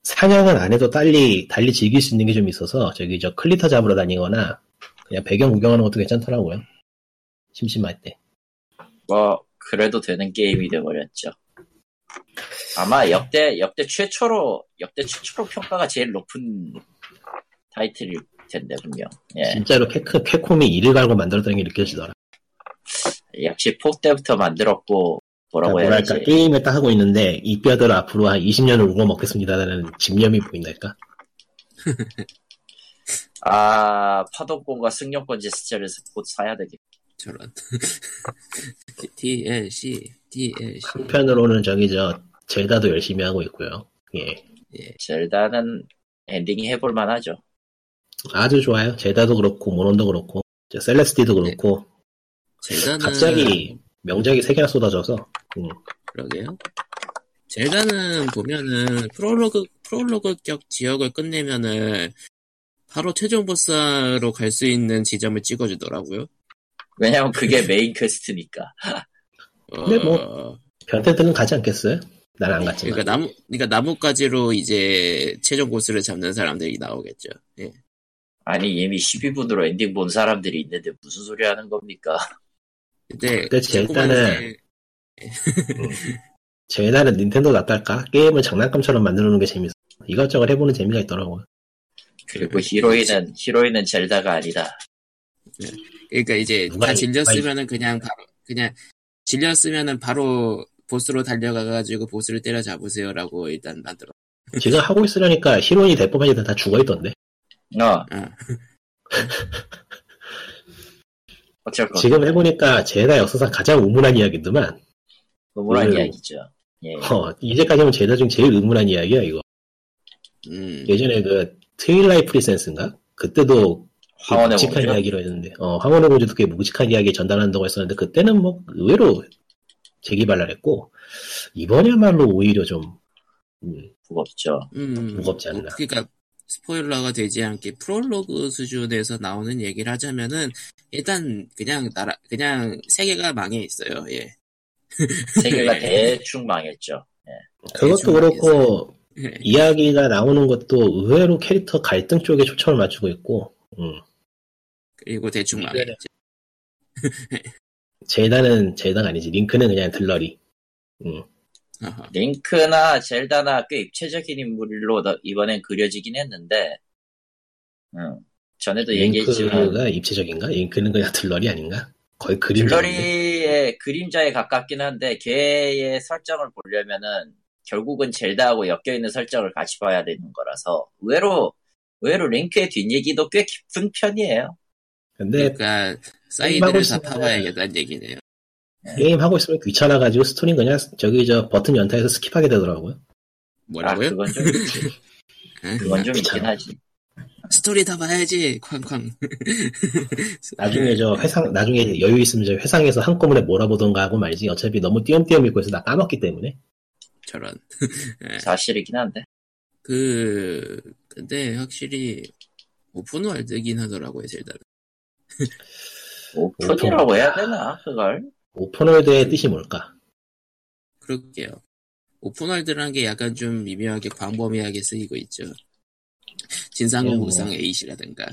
Speaker 4: 사냥은 안 해도 달리 달리 즐길 수 있는 게 좀 있어서 저기 저 클리터 잡으러 다니거나 그냥 배경 구경하는 것도 괜찮더라고요. 심심할 때.
Speaker 2: 뭐 그래도 되는 게임이 돼버렸죠. 아마 역대 역대 최초로 역대 최초로 평가가 제일 높은 타이틀일 텐데 분명. 예,
Speaker 4: 진짜로 캐크, 캐콤이 이를 갈고 만들었다는 게 느껴지더라.
Speaker 2: 역시 폭 때부터 만들었고 뭐라고 해야
Speaker 4: 뭐랄까
Speaker 2: 되지?
Speaker 4: 그러니까 게임을 딱 하고 있는데 이 뼈들 앞으로 한 20년을 울고 먹겠습니다라는 집념이 보인달까.
Speaker 2: 아 파동권과 승용권 제스처를 곧 사야 되겠.
Speaker 1: 저런. DLC, DLC.
Speaker 4: 한편으로는 저기 저 젤다도 열심히 하고 있고요. 예,
Speaker 2: 젤다는 엔딩이 해볼 만하죠.
Speaker 4: 아주 좋아요. 젤다도 그렇고 모론도 그렇고 저 셀레스티도 그렇고
Speaker 1: 젤다는 네.
Speaker 4: 갑자기 명작이 세 개나 쏟아져서
Speaker 1: 그러게요. 젤다는 보면은 프롤로그 프롤로그격 지역을 끝내면은 바로 최종 보스로 갈 수 있는 지점을 찍어주더라고요.
Speaker 2: 왜냐면 그게 메인 퀘스트니까.
Speaker 1: 어,
Speaker 4: 네, 변태들은 가지 않겠어요? 난 안 갔지만.
Speaker 1: 그러니까 나무 그러니까 나뭇가지로 이제 최종 보스를 잡는 사람들이 나오겠죠. 예.
Speaker 2: 아니 이미 12분으로 엔딩 본 사람들이 있는데 무슨 소리 하는 겁니까?
Speaker 1: 근데
Speaker 4: 아, 그치,
Speaker 1: 자꾸만
Speaker 4: 일단은
Speaker 1: 이제-
Speaker 4: 젤다는 음. 닌텐도 낫달까? 게임을 장난감처럼 만들어 놓는 게 재밌어. 이것저것 해보는 재미가 있더라고요.
Speaker 2: 그리고 히로인은 히로인은 젤다가 아니다.
Speaker 1: 그러니까 이제
Speaker 4: 누가
Speaker 1: 다
Speaker 4: 이-
Speaker 1: 질렸으면은 그냥 바로 그냥 질렸으면은 바로 보스로 달려가가지고 보스를 때려 잡으세요라고 일단 만들어.
Speaker 4: 지금 하고 있으려니까 히로인이 대법원이 다 죽어있던데.
Speaker 2: 어.
Speaker 1: 아.
Speaker 2: 어쩔
Speaker 1: 그렇죠.
Speaker 2: 거.
Speaker 4: 지금 해보니까 제다 역사상 가장 의문한 이야기더만.
Speaker 2: 무모한
Speaker 4: 의외로.
Speaker 2: 이야기죠. 예.
Speaker 4: 음. 어, 이제까지 하면 제다 중 제일 의문한 이야기야 이거.
Speaker 1: 음.
Speaker 4: 예전에 그 트윌라이 프리센스인가? 그때도 그
Speaker 2: 황혼의
Speaker 4: 묵직한
Speaker 2: 공주.
Speaker 4: 이야기로 했는데, 어, 황혼의 공주도 그게 묵직한 이야기 전달한다고 했었는데 그때는 뭐 의외로 재기발랄했고 이번야말로 오히려 좀 음,
Speaker 2: 무겁죠.
Speaker 1: 음.
Speaker 4: 무겁지 않나.
Speaker 1: 그러니까 스포일러가 되지 않게 프롤로그 수준에서 나오는 얘기를 하자면은 일단 그냥 나라 그냥 세계가 망해 있어요. 예.
Speaker 2: 세계가 대충 망했죠.
Speaker 4: 그것도
Speaker 1: 대충
Speaker 4: 그렇고
Speaker 1: 예.
Speaker 4: 이야기가 나오는 것도 의외로 캐릭터 갈등 쪽에 초점을 맞추고 있고 음,
Speaker 1: 그리고 대충
Speaker 4: 네.
Speaker 1: 망했죠.
Speaker 4: 제다는 제다가 아니지 링크는 그냥 들러리.
Speaker 1: 아하.
Speaker 2: 링크나 젤다나 꽤 입체적인 인물로 너- 이번엔 그려지긴 했는데, 음, 전에도 얘기했지만
Speaker 4: 링크가 입체적인가? 링크는 그냥 들러리 아닌가? 거의 그림.
Speaker 2: 딜러리의 그림자에 가깝긴 한데 걔의 설정을 보려면은 결국은 젤다하고 엮여 있는 설정을 같이 봐야 되는 거라서 의외로 의외로 링크의 뒷얘기도 꽤 깊은 편이에요. 아,
Speaker 4: 근데
Speaker 1: 그러니까
Speaker 4: 게임하고 아,
Speaker 1: 사이드를 다
Speaker 4: 네. 있으면은-
Speaker 1: 파봐야겠다는 얘기네요.
Speaker 4: 게임 하고 있으면 귀찮아가지고 스토리 는 그냥 저기 저 버튼 연타해서 스킵하게 되더라고요.
Speaker 2: 아,
Speaker 1: 뭐라고요?
Speaker 2: 그건 좀 있지.
Speaker 1: 응?
Speaker 2: 그건 좀 있긴
Speaker 4: 귀찮아.
Speaker 2: 하지.
Speaker 1: 스토리 다 봐야지. 쾅쾅. 예.
Speaker 4: 나중에
Speaker 1: 네.
Speaker 4: 저 회상 나중에 여유 있으면 저 회상에서 한꺼번에 몰아보던가 하고 말지. 어차피 너무 띄엄띄엄 읽고 해서 나 까먹기 때문에.
Speaker 1: 저런.
Speaker 2: 사실이긴 한데.
Speaker 1: 그 근데 확실히 오픈월드긴 하더라고요. 젤다는.
Speaker 2: 오픈이라고 뭐 해야 되나 그걸?
Speaker 4: 오픈월드의 뜻이 뭘까?
Speaker 1: 그럴게요. 오픈월드라는 게 약간 좀 미묘하게 광범위하게 쓰이고 있죠.
Speaker 4: 네,
Speaker 1: 진상은
Speaker 4: 뭐.
Speaker 1: 무상 에이시라든가.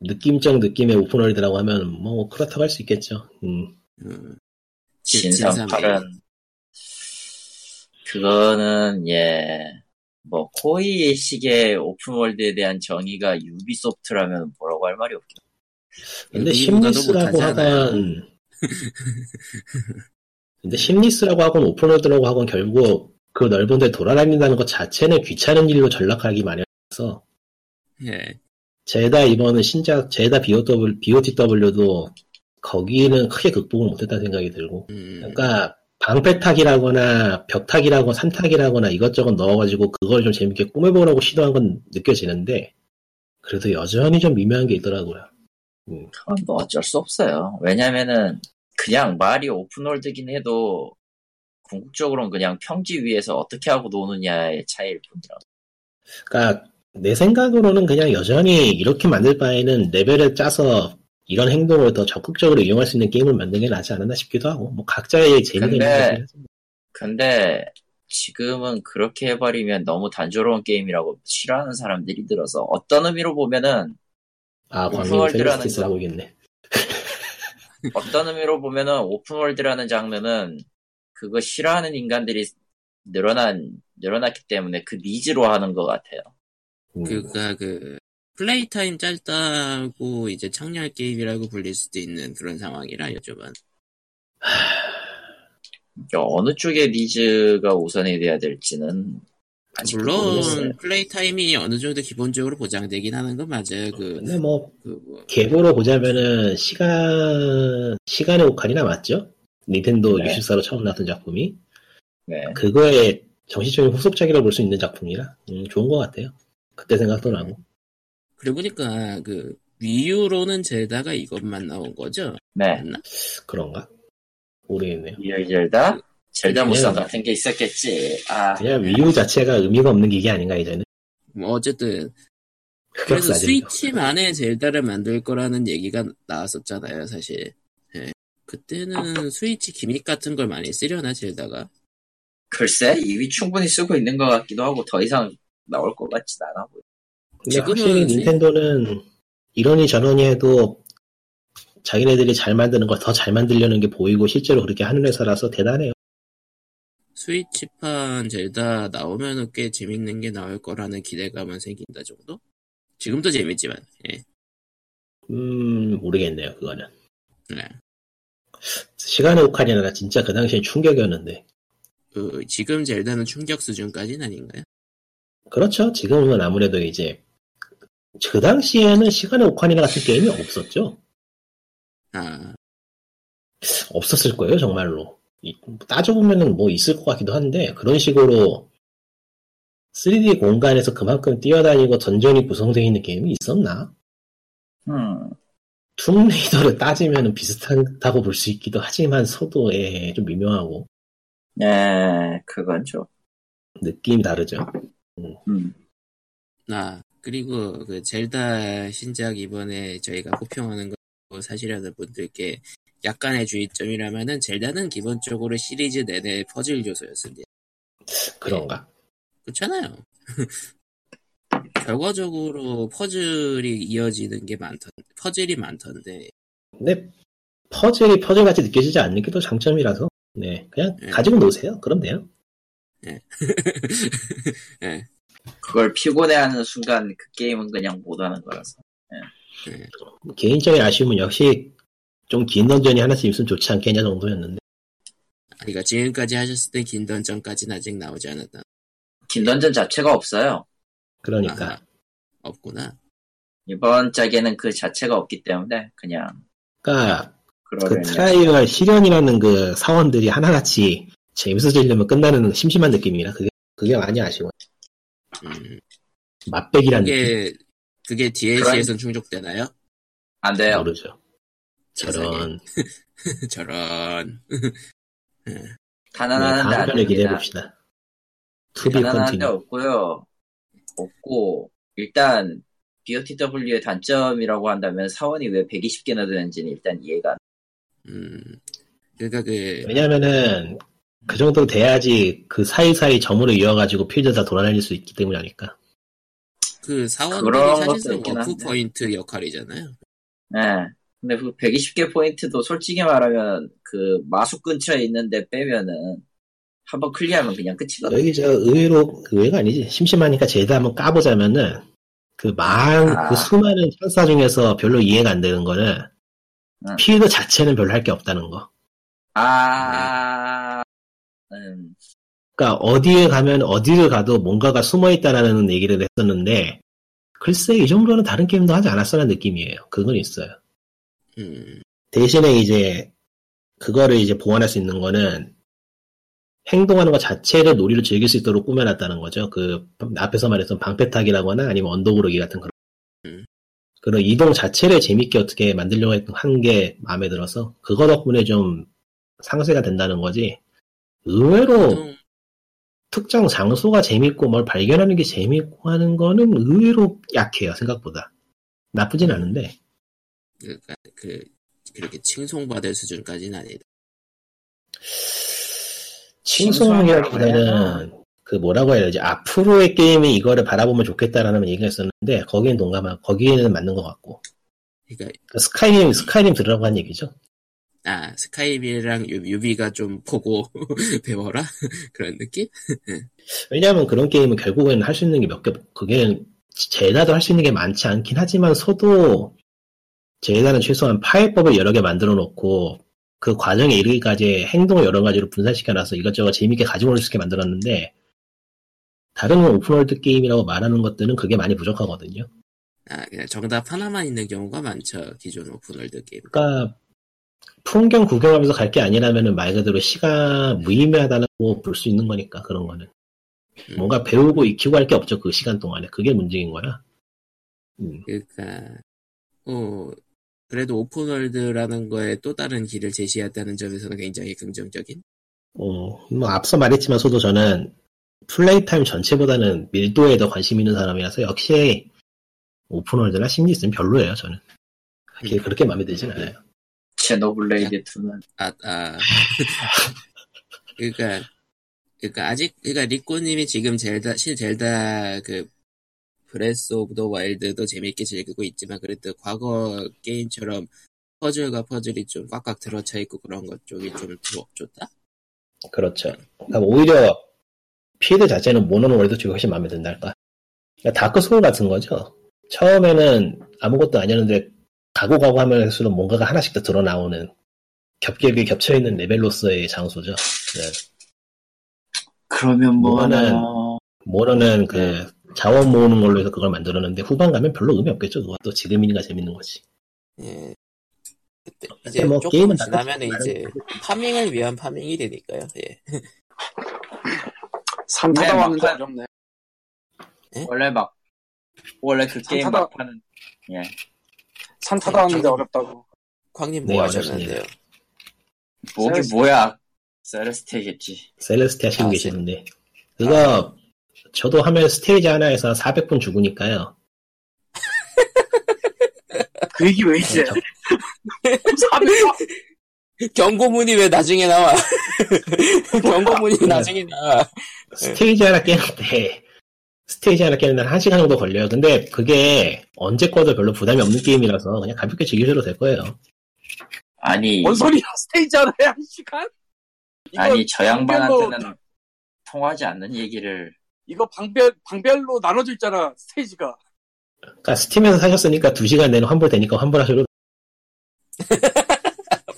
Speaker 4: 느낌적 느낌의 오픈월드라고 하면 뭐 그렇다고 할 수 있겠죠. 음.
Speaker 1: 음, 진- 진삼이.
Speaker 2: 진상팔은 그거는 예. 뭐 코이식의 오픈월드에 대한 정의가 유비소프트라면 뭐라고 할 말이 없.
Speaker 4: 근데
Speaker 1: 미국보다도
Speaker 4: 심리스라고 음.
Speaker 1: 못하지 않아요?
Speaker 4: 하건 근데 심리스라고 하건 오픈월드라고 하건 결국 그 넓은 데 돌아다닌다는 것 자체는 귀찮은 일로 전락하기 마련이라서
Speaker 1: 예.
Speaker 4: 제다 이번은 신작 제다 BOW, BOTW도 거기는 크게 극복을 못했다는 생각이 들고
Speaker 1: 음,
Speaker 4: 그러니까 방패탁이라거나 벽탁이라고 산탁이라거나 이것저것 넣어가지고 그걸 좀 재밌게 꾸며보려고 시도한 건 느껴지는데 그래도 여전히 좀 미묘한 게 있더라고요.
Speaker 2: 그건 뭐 어쩔 수 없어요. 왜냐면은 그냥 말이 오픈월드긴 해도 궁극적으로는 그냥 평지 위에서 어떻게 하고 노느냐의 차이일 뿐이라.
Speaker 4: 그러니까 내 생각으로는 그냥 여전히 이렇게 만들 바에는 레벨을 짜서 이런 행동을 더 적극적으로 이용할 수 있는 게임을 만드는 게 낫지 않았나 싶기도 하고 뭐 각자의 재미가
Speaker 2: 근데-
Speaker 4: 있는 거긴 하지.
Speaker 2: 근데 지금은 그렇게 해버리면 너무 단조로운 게임이라고 싫어하는 사람들이 들어서 어떤 의미로 보면은
Speaker 4: 아 광고
Speaker 2: 오픈월드라는
Speaker 4: 페리스티스
Speaker 2: 점.
Speaker 4: 하고 있겠네.
Speaker 2: 어떤 의미로 보면은 오픈월드라는 장르는 그거 싫어하는 인간들이 늘어난 늘어났기 때문에 그 니즈로 하는 것 같아요.
Speaker 4: 음.
Speaker 1: 그니까 그 플레이 타임 짧다고 이제 창렬 게임이라고 불릴 수도 있는 그런 상황이라 요즘은
Speaker 2: 그러니까 어느 쪽의 니즈가 우선이 돼야 될지는 아직 모르겠어요.
Speaker 1: 물론 플레이 타임이 어느 정도 기본적으로 보장되긴 하는 건 맞아요. 그,
Speaker 4: 근데 뭐
Speaker 1: 그 뭐,
Speaker 4: 계보로 보자면은 시간 시간의 오카리나 맞죠? 닌텐도
Speaker 2: 네.
Speaker 4: 64로 처음 나왔던 작품이
Speaker 2: 네.
Speaker 4: 그거의 정신적인 후속작이라고 볼 수 있는 작품이라 음, 좋은 것 같아요. 그때 생각도 나고
Speaker 1: 그리고 보니까 그 위유로는 제다가 이것만 나온 거죠.
Speaker 2: 네.
Speaker 1: 맞나?
Speaker 4: 그런가? 모르겠네요.
Speaker 2: 리얼 젤다? 젤다
Speaker 1: 네.
Speaker 2: 무쌍 같은 게 있었겠지. 아,
Speaker 4: 그냥 위유 자체가 의미가 없는 기계 아닌가 이제는.
Speaker 1: 뭐 어쨌든 그래서
Speaker 4: 흑역사죠.
Speaker 1: 스위치만에 젤다를 만들 거라는 얘기가 나왔었잖아요, 사실. 예. 그때는 스위치 기믹 같은 걸 많이 쓰려나 젤다가.
Speaker 2: 글쎄, 이미 충분히 쓰고 있는 것 같기도 하고, 더 이상 나올 것 같진 않아. 보여.
Speaker 4: 근데
Speaker 1: 지금은
Speaker 4: 확실히
Speaker 1: 이제-
Speaker 4: 닌텐도는 이러니 저러니 해도 자기네들이 잘 만드는 걸 더 잘 만들려는 게 보이고 실제로 그렇게 하는 회사라서 대단해요.
Speaker 1: 스위치판 젤다 나오면은 꽤 재밌는 게 나올 거라는 기대감은 생긴다 정도? 지금도 재밌지만, 예.
Speaker 4: 음 모르겠네요 그거는.
Speaker 1: 네.
Speaker 4: 시간의 오카리나가 진짜 그 당시엔 충격이었는데.
Speaker 1: 그, 지금 젤다는 충격 수준까지는 아닌가요?
Speaker 4: 그렇죠. 지금은 아무래도 이제 그 당시에는 시간의 오카리나 같은 게임이 없었죠.
Speaker 1: 아,
Speaker 4: 없었을 거예요 정말로. 이- 따져보면은 뭐 있을 것 같기도 한데 그런 식으로 3D 공간에서 그만큼 뛰어다니고 던전이 구성되어 있는 게임이 있었나?
Speaker 2: 음,
Speaker 4: 툼레이더를 따지면 비슷하다고 볼 수 있기도 하지만 서도 예, 좀 미묘하고
Speaker 2: 예, 그건 좀,
Speaker 4: 느낌이 다르죠.
Speaker 2: 음,
Speaker 1: 나 아, 그리고 그 젤다 신작 이번에 저희가 호평하는 거 사실하는 분들께 약간의 주의점이라면은 젤다는 기본적으로 시리즈 내내 퍼즐 요소였습니다.
Speaker 4: 그런가?
Speaker 1: 그렇잖아요. 결과적으로 퍼즐이 이어지는 게 많던, 퍼즐이 많던데,
Speaker 4: 근데 퍼즐이 퍼즐같이 느껴지지 않는 게 또 장점이라서 네 그냥
Speaker 1: 네.
Speaker 4: 가지고 노세요. 그럼 돼요.
Speaker 2: 그걸 피곤해하는 순간 그 게임은 그냥 못하는 거라서.
Speaker 4: 뭐 개인적인 아쉬움은 역시 좀 긴 던전이 하나씩 있으면 좋지 않겠냐 정도였는데
Speaker 1: 그러니까 지금까지 하셨을 때 긴 던전까지는 아직 나오지 않았다.
Speaker 2: 긴 던전 자체가 없어요.
Speaker 4: 그러니까
Speaker 1: 아하, 없구나.
Speaker 2: 이번 작에는 그 자체가 없기 때문에, 그냥,
Speaker 4: 그러니까 그
Speaker 2: 그러려면.
Speaker 4: 트라이얼 실현이라는 그 사원들이 하나같이 재밌어지려면 끝나는 심심한 느낌이라 그게 그게 많이 아쉬워. 요
Speaker 1: 음,
Speaker 4: 맛백이라는 느낌
Speaker 1: 그게, 그게 DLC에선 충족되나요?
Speaker 2: 안 돼요.
Speaker 4: 모르죠. 저런
Speaker 1: 저런.
Speaker 4: 네,
Speaker 2: 가난한데 안
Speaker 4: 다음편을
Speaker 2: 됩니다.
Speaker 4: 기대해봅시다. 투비
Speaker 2: 아, 가난한데
Speaker 4: 컨티뉴.
Speaker 2: 없고요. 없고, 일단, BOTW의 단점이라고 한다면 사원이 왜 120개나 되는지는 일단 이해가 안
Speaker 1: 음, 그러니까 그,
Speaker 4: 예, 왜냐면은, 그 정도 돼야지 그 사이사이 점으로 이어가지고 필드 다 돌아다닐 수 있기 때문에 아닐까.
Speaker 1: 그
Speaker 2: 그런
Speaker 1: 사원들이
Speaker 2: 것도
Speaker 1: 사실상
Speaker 2: 있긴
Speaker 1: 워프
Speaker 2: 한데.
Speaker 1: 포인트 역할이잖아요.
Speaker 2: 네. 근데 그 120개 포인트도 솔직히 말하면 그 마수 근처에 있는데 빼면은 한번 클리어하면 그냥 끝이거든.
Speaker 4: 여기 저 의외로, 그 의외가 아니지. 심심하니까 제다 한번 까보자면은, 그 많,
Speaker 2: 아.
Speaker 4: 그 수많은 천사 중에서 별로 이해가 안 되는 거는,
Speaker 2: 응.
Speaker 4: 필드 자체는 별로 할 게 없다는 거.
Speaker 2: 아, 음,
Speaker 4: 그러니까 어디에 가면 어디를 가도 뭔가가 숨어 있다라는 얘기를 했었는데, 글쎄 이 정도는 다른 게임도 하지 않았어라는 느낌이에요. 그건 있어요.
Speaker 1: 음,
Speaker 4: 대신에 이제 그거를 이제 보완할 수 있는 거는 행동하는 것 자체를 놀이로 즐길 수 있도록 꾸며놨다는 거죠. 그 앞에서 말했던 방패타기라거나 아니면 언덕 오르기 같은 그런
Speaker 1: 음.
Speaker 4: 그런 이동 자체를 재밌게 어떻게 만들려고 한 게 마음에 들어서 그거 덕분에 좀 상쇄가 된다는 거지. 의외로
Speaker 1: 보통
Speaker 4: 특정 장소가 재밌고 뭘 발견하는 게 재밌고 하는 거는 의외로 약해요 생각보다 나쁘진 않은데
Speaker 1: 그, 그 그렇게 칭송받을 수준까지는 아니다.
Speaker 4: 칭송이라기보다는 그 뭐라고 해야 되지 앞으로의 게임이 이거를 바라보면 좋겠다라는 얘기가 있었는데 거기엔 동감하 거기에는 맞는 것 같고
Speaker 1: 그러니까
Speaker 4: 그 스카이림 스카이림 들으라고 한 얘기죠
Speaker 1: 아 스카이비랑 유, 유비가 좀 보고 배워라 그런 느낌?
Speaker 4: 왜냐하면 그런 게임은 결국엔 할 수 있는 게 몇 개 그게 제다도 할 수 있는 게 많지 않긴 하지만 소도 제다는 최소한 파일법을 여러 개 만들어 놓고 그 과정에 이르기까지 행동을 여러 가지로 분산시켜 놔서 이것저것 재밌게 가지고 올 수 있게 만들었는데 다른 오픈월드 게임이라고 말하는 것들은 그게 많이 부족하거든요.
Speaker 1: 아 그냥 정답 하나만 있는 경우가 많죠 기존 오픈월드 게임.
Speaker 4: 그러니까 풍경 구경하면서 갈 게 아니라면 말 그대로 시간 무의미하다고 볼 수 있는 거니까 그런 거는
Speaker 1: 음.
Speaker 4: 뭔가 배우고 익히고 할 게 없죠 그 시간 동안에 그게 문제인 거라 음.
Speaker 1: 그러니까 어 그래도 오픈월드라는 거에 또 다른 길을 제시했다는 점에서는 굉장히 긍정적인.
Speaker 4: 어, 뭐 앞서 말했지만 서도 저는 플레이 타임 전체보다는 밀도에 더 관심 있는 사람이라서 역시 오픈월드나 심리 있으면 별로예요 저는 그렇게, 그렇게 마음에 들진
Speaker 1: 네.
Speaker 4: 않아요
Speaker 2: 제노블레이드 2는
Speaker 1: 아, 아. 그러니까, 그러니까 아직, 그러니까 리코님이 지금 젤다, 실 젤다 그 브레스 오브 더 와일드도 재밌게 즐기고 있지만 그래도 과거 게임처럼 퍼즐과 퍼즐이 좀 꽉꽉 들어차 있고 그런 것 쪽이 좀 좋, 좋다?
Speaker 4: 그렇죠 그러니까 오히려 피드 자체는 모노월드 쪽이 훨씬 마음에 든달까 그러니까 다크소울 같은 거죠 처음에는 아무것도 아니었는데 가고 가고 하면 할수록 뭔가가 하나씩 더 드러나오는 겹겹이 겹쳐있는 레벨로서의 장소죠
Speaker 2: 그러면 뭐
Speaker 4: 뭐는-
Speaker 2: 하나
Speaker 4: 모르는 그 자원 모으는 걸로 해서 그걸 만들었는데 후반 가면 별로 의미 없겠죠. 그것도 지금이니까 재밌는 거지.
Speaker 1: 예. 그때
Speaker 4: 근데
Speaker 1: 이제
Speaker 4: 뭐
Speaker 1: 조금
Speaker 4: 게임은
Speaker 1: 지나면 은
Speaker 4: 나름-
Speaker 1: 이제 파밍을 위한 파밍이 되니까요. 예.
Speaker 3: 산타다
Speaker 2: 네,
Speaker 3: 왔는데
Speaker 2: 막판.
Speaker 3: 어렵네.
Speaker 2: 원래 막 원래 그 게임
Speaker 3: 상타다-
Speaker 2: 막판은 예
Speaker 3: 산타다 왔는데 어렵다고.
Speaker 1: 광님
Speaker 4: 네,
Speaker 1: 뭐 하셨는데요?
Speaker 2: 목이
Speaker 3: 세레스-
Speaker 2: 뭐야 세레스테겠지
Speaker 4: 셀레스테 하시고
Speaker 1: 아,
Speaker 4: 계시는데 그거 저도 하면 스테이지 하나에서 400분 죽으니까요.
Speaker 3: 그 얘기 왜 이제?
Speaker 4: 저-
Speaker 3: 300,
Speaker 1: 경고문이 왜 나중에 나와? 경고문이 나중에 나와.
Speaker 4: 스테이지 하나 깨는데 스테이지 하나 깨는 데한 시간 정도 걸려요. 근데 그게 언제 꺼도 별로 부담이 없는 게임이라서 그냥 가볍게 즐기셔도 될 거예요.
Speaker 2: 아니
Speaker 3: 뭔 소리야? 스테이지 하나에 한 시간? 이거,
Speaker 2: 아니 저 양반한테는
Speaker 3: 방별로-
Speaker 2: 통하지 않는 얘기를
Speaker 3: 이거 방별, 방별로 나눠져 있잖아, 스테이지가.
Speaker 4: 그러니까 스팀에서 사셨으니까 2시간 내로 환불되니까 환불하셔도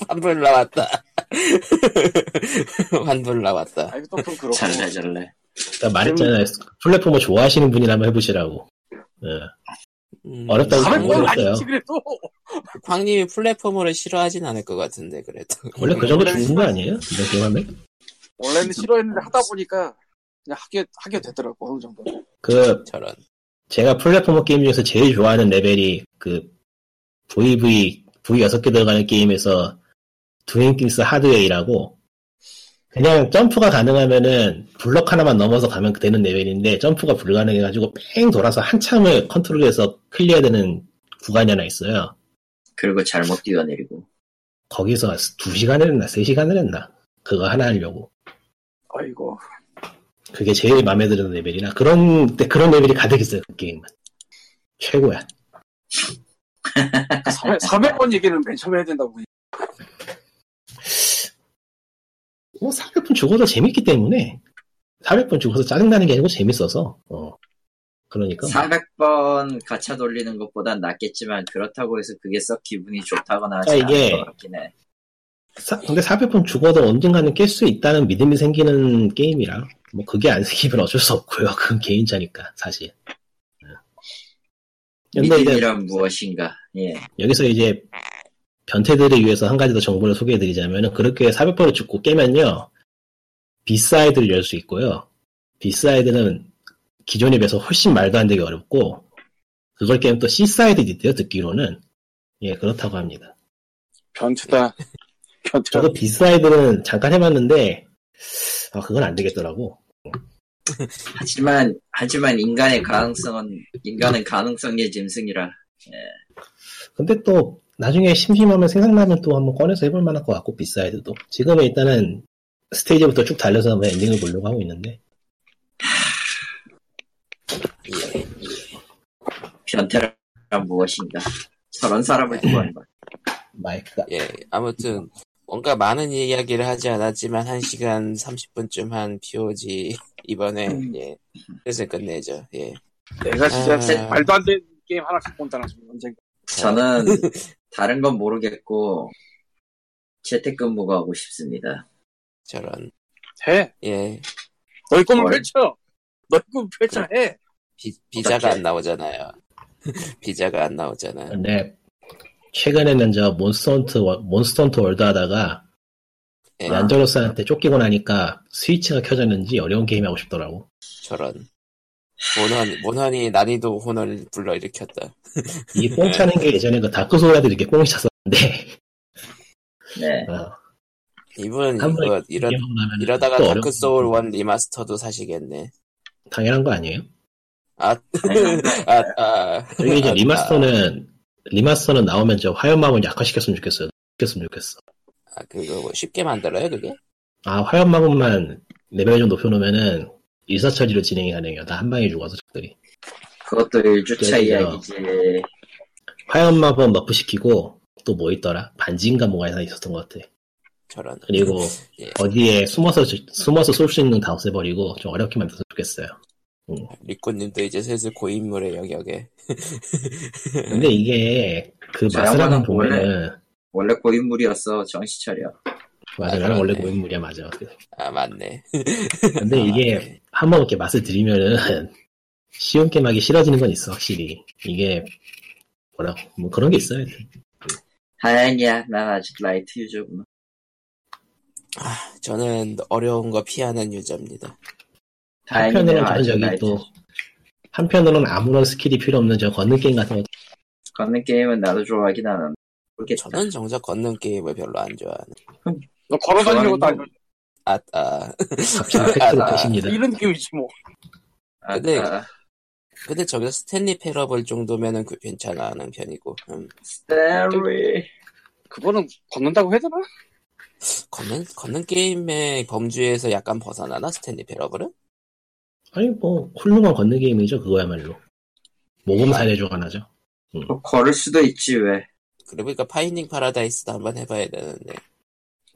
Speaker 1: 환불 나왔다. 환불 나왔다.
Speaker 3: 아, 이거 또 그럼 그렇고.
Speaker 2: 잘래잘래
Speaker 4: 그러니까 말했잖아요. 플랫폼을 뭐 좋아하시는 분이라면 해보시라고. 예.
Speaker 1: 음,
Speaker 4: 어렵다고
Speaker 1: 광-
Speaker 3: 400원
Speaker 4: 그랬어요.
Speaker 3: 아니지, 그래도.
Speaker 1: 광님이 플랫폼을 싫어하진 않을 것 같은데 그래도.
Speaker 4: 원래 그 정도 죽는 거 아니에요? 이런 게임 하면?
Speaker 3: 원래는 싫어했는데 하다 보니까 그냥 하게, 하게 되더라고, 어느 정도.
Speaker 4: 그
Speaker 1: 저런.
Speaker 4: 제가 플랫폼 게임 중에서 제일 좋아하는 레벨이 그 VV V 여섯 개 들어가는 게임에서 두잉킹스 하드웨이라고 그냥 점프가 가능하면은 블럭 하나만 넘어서 가면 되는 레벨인데 점프가 불가능해가지고 뺑 돌아서 한참을 컨트롤해서 클리어되는 구간이 하나 있어요.
Speaker 2: 그리고 잘못 뛰어내리고
Speaker 4: 거기서 두 시간을 했나 세 시간을 했나 그거 하나 하려고
Speaker 3: 아이고.
Speaker 4: 그게 제일 마음에 드는 레벨이라 그런 때 그런 레벨이 가득 있어요 그 게임은 최고야.
Speaker 3: 400, 400원 얘기는 맨 처음에 해야 된다고.
Speaker 4: 뭐 400분 죽어도 재밌기 때문에 400분 죽어서 짜증나는 게 아니고 재밌어서 어 그러니까
Speaker 2: 400번 가차 돌리는 것보단 낫겠지만 그렇다고 해서 그게 썩 기분이 좋다거나 하지
Speaker 4: 아, 이게-
Speaker 2: 않을 것 같긴 해
Speaker 4: 사- 근데 400분 죽어도 언젠가는 깰 수 있다는 믿음이 생기는 게임이라 뭐 그게 안 생기면 어쩔 수 없고요 그건 개인차니까 사실 근데 이제
Speaker 2: 믿음이란 무엇인가 예
Speaker 4: 여기서 이제 변태들에 의해서 한 가지 더 정보를 소개해드리자면 그렇게 400번을 죽고 깨면요 비사이드를 열 수 있고요 비사이드는 기존에 비해서 훨씬 말도 안 되게 어렵고 그걸 깨면 또 C사이드 있대요 듣기로는 예 그렇다고 합니다
Speaker 3: 변태다. 변태.
Speaker 4: 저도 비사이드는 잠깐 해봤는데 아 그건 안 되겠더라고
Speaker 2: 하지만 하지만 인간의 가능성은 인간은 가능성의 짐승이라
Speaker 4: 근데 또 나중에 심심하면 생각나면 또 한번 꺼내서 해볼 만할 것 같고 비사이드도 지금은 일단은 스테이지부터 쭉 달려서 한번 엔딩을 보려고 하고 있는데
Speaker 2: 변태란 무엇인가 저런 사람을 두고 한다
Speaker 4: 마이크가
Speaker 1: 예, 아무튼 뭔가 많은 이야기를 하지 않았지만 1시간 30분쯤 한 POG 이번에
Speaker 2: 음.
Speaker 1: 예. 그래서 끝내죠. 예.
Speaker 3: 내가 진짜
Speaker 1: 아.
Speaker 3: 세- 말도 안 되는 게임 하나씩 본다는 소리 언젠가.
Speaker 2: 어. 저는 다른 건 모르겠고 재택근무가 하고 싶습니다
Speaker 1: 저런.
Speaker 3: 해.
Speaker 1: 예.
Speaker 3: 너희 꿈을
Speaker 2: 뭘.
Speaker 3: 펼쳐. 너희 꿈을 펼쳐 해.
Speaker 1: 비, 비자가
Speaker 2: 어떡해.
Speaker 1: 안 나오잖아요. 비자가 안 나오잖아.
Speaker 4: 근데 최근에는 저 몬스터헌트 월- 몬스터헌트 월드 하다가
Speaker 1: 예.
Speaker 4: 얀저로스한테 쫓기고 나니까 스위치가 켜졌는지 어려운 게임 하고 싶더라고.
Speaker 1: 저런. 모난, 모난이 난이도 혼을 불러일으켰다.
Speaker 4: 이 뽕차는 게 예전에 그 다크 소울에도 이렇게 뽕이 찼었는데
Speaker 2: 네
Speaker 4: 어,
Speaker 1: 이분,
Speaker 4: 한 번에
Speaker 1: 이거, 이러,
Speaker 4: 기억나면
Speaker 1: 이러다가
Speaker 4: 또 어려운
Speaker 1: 다크소울
Speaker 4: 거.
Speaker 1: 1 리마스터도 사시겠네.
Speaker 4: 당연한 거 아니에요?
Speaker 1: 아, 아.
Speaker 4: 저기 이제
Speaker 1: 아,
Speaker 4: 리마스터는 리마스터는 나오면 저 화염마법을 약화시켰으면 좋겠어요. 시켰으면 좋겠어.
Speaker 1: 아, 그거 뭐 쉽게 만들어요, 그게?
Speaker 4: 아 화염마법만 레벨 좀 높여놓으면은 일사처리로 진행이 가능해요. 다 한 방에 죽어서 적들이.
Speaker 2: 그것도 1주차
Speaker 4: 그래요.
Speaker 2: 이야기지
Speaker 4: 화염마법 너프시키고 또 뭐 있더라? 반지인가 뭐가 하나 있었던 것 같아.
Speaker 1: 저런.
Speaker 4: 그리고
Speaker 1: 예.
Speaker 4: 어디에 숨어서 숨어서 쏠 수 있는 다 없애버리고 좀 어렵게 만들었으면 좋겠어요.
Speaker 1: 리코님도 이제 슬슬 고인물의 영역에.
Speaker 4: 근데 이게 그
Speaker 2: 저
Speaker 4: 맛을 한번
Speaker 2: 양반은
Speaker 4: 보면은
Speaker 2: 원래 고인물이었어 정신 차려
Speaker 4: 맞아 나는 원래 고인물이야 맞아.
Speaker 1: 아, 맞네.
Speaker 4: 근데 이게
Speaker 1: 네.
Speaker 4: 한번 이렇게 맛을 들이면은 쉬운 게임하기 싫어지는 건 있어 확실히 이게 뭐라고 뭐 그런 게 있어요.
Speaker 2: 다행이야 난 아직 라이트 유저구나
Speaker 1: 저는 어려운 거 피하는 유저입니다.
Speaker 2: 다행이네요
Speaker 4: 한편으로는 저는
Speaker 2: 아직
Speaker 4: 저기
Speaker 2: 라이트
Speaker 4: 또 한편으로는 아무런 스킬이 필요 없는 저 걷는 게임 같은 거
Speaker 2: 걷는 게임은 나도 좋아하긴 하는데 모르겠다
Speaker 1: 저는 정작 걷는 게임을 별로 안 좋아하는.
Speaker 3: 너 걸어다니려고 다
Speaker 2: 좋아하는
Speaker 1: 아, 아.
Speaker 4: 갑자기 팩트로
Speaker 1: 아,
Speaker 4: 되십니다.
Speaker 3: 이런 게임이지 뭐.
Speaker 2: 아,
Speaker 1: 근데-
Speaker 2: 아,
Speaker 1: 근데 저게 스탠리 패러블 정도면은 그- 괜찮아 하는 편이고. 음.
Speaker 2: 스테리
Speaker 3: 그거는 걷는다고 해야 되나?
Speaker 1: 걷는, 걷는 게임의 범주에서 약간 벗어나나? 스탠리 패러블은?
Speaker 4: 아니 뭐 홀로만 걷는 게임이죠 그거야말로 모범 사례중 하나죠.
Speaker 2: 걸을 수도 있지 왜
Speaker 1: 그러니까 파인딩 파라다이스도 한번 해봐야 되는데.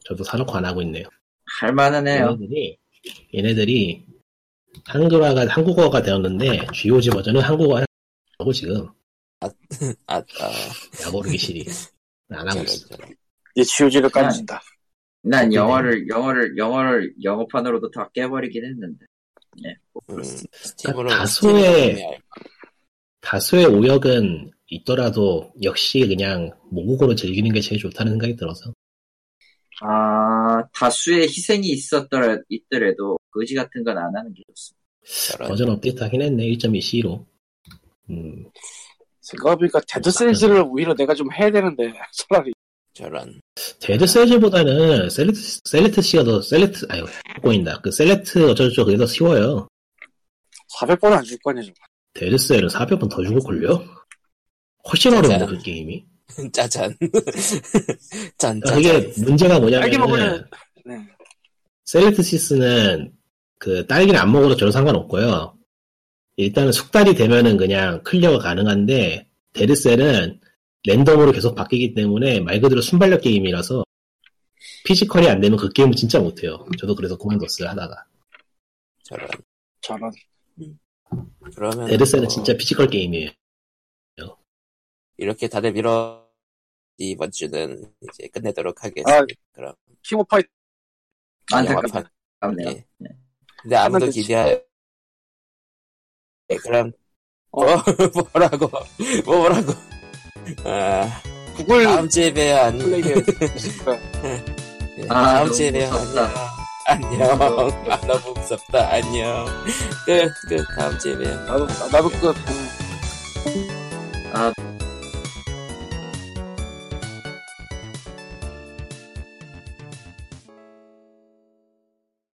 Speaker 4: 저도 사놓고 안 하고 있네요.
Speaker 2: 할만하네요.
Speaker 4: 얘네들이 얘네들이 한글화가 한국어가 되었는데 GOG 버전은 한국어라고 지금
Speaker 1: 아, 아.
Speaker 4: 야모르기 시리 안 하고
Speaker 1: 저런,
Speaker 4: 있어.
Speaker 1: 저런.
Speaker 3: 이제 지오지를 까진다.
Speaker 2: 난
Speaker 4: 그렇긴
Speaker 2: 영어를 영어를 영어를 영어판으로도 다 깨버리긴 했는데. 네.
Speaker 1: 음, 스팀으로.
Speaker 4: 그러니까 다소의-
Speaker 1: 스팀으로 구매할-
Speaker 4: 다수의 오역은 있더라도 역시 그냥 모국어로 즐기는 게 제일 좋다는 생각이 들어서
Speaker 2: 아 다수의 희생이 있었더라 있더라도 거지 같은 건 안 하는 게 좋습니다.
Speaker 1: 저런.
Speaker 4: 버전 업데이트하긴 했네 1.2C로. 음,
Speaker 3: 생각해보니까 데드셀즈를 오히려 내가 좀 해야 되는데 차라리
Speaker 1: 저런.
Speaker 4: 데드 셀즈보다는 셀레트 셀레트 C가 더 셀레트 아유 꼬인다. 그 셀레트 어쩌저쩌 그게 더 쉬워요.
Speaker 3: 400번은 안 줄 거냐 지금.
Speaker 4: 데드 셀은 400번 더 주고 걸려. 훨씬 어려운데 그 게임이.
Speaker 1: 짜잔. 짠,
Speaker 4: 그러니까
Speaker 1: 짠.
Speaker 4: 그게 문제가
Speaker 3: 네. 딸기
Speaker 4: 뭐냐면은
Speaker 3: 먹으면- 네.
Speaker 4: 셀레트시스는 그 딸기를 안 먹어도 전혀 상관없고요. 일단은 숙달이 되면은 그냥 클리어가 가능한데 데드셀은 랜덤으로 계속 바뀌기 때문에 말 그대로 순발력 게임이라서 피지컬이 안 되면 그 게임은 진짜 못해요. 저도 그래서 그만뒀어요 하다가
Speaker 1: 저런.
Speaker 3: 저런
Speaker 1: 그러면.
Speaker 4: 데드셀은
Speaker 1: 뭐
Speaker 4: 진짜 피지컬 게임이에요.
Speaker 1: 이렇게 다들 밀어. 이번 주는 이제 끝내도록 하겠습니다.
Speaker 3: 아.
Speaker 1: 그럼.
Speaker 3: 킹오파이
Speaker 1: 아,
Speaker 2: 안타깝네요.
Speaker 1: 예. 근데 아무도
Speaker 3: 끝났는데
Speaker 1: 기대할.
Speaker 3: 어?
Speaker 1: 예, 그럼 뭐, 뭐라고 뭐라고. 아,
Speaker 3: 구글
Speaker 1: 다음 주에 봬요. 안,
Speaker 3: 플레이 있을 거야.
Speaker 1: 네,
Speaker 2: 아,
Speaker 1: 다음
Speaker 2: 너무
Speaker 1: 주에 봬요.
Speaker 2: 무섭다.
Speaker 1: 안녕. 안녕. 아, 너무 무섭다. 안녕. 끝, 끝. 다음 주에 봬요.
Speaker 3: 나도 나도 그 음.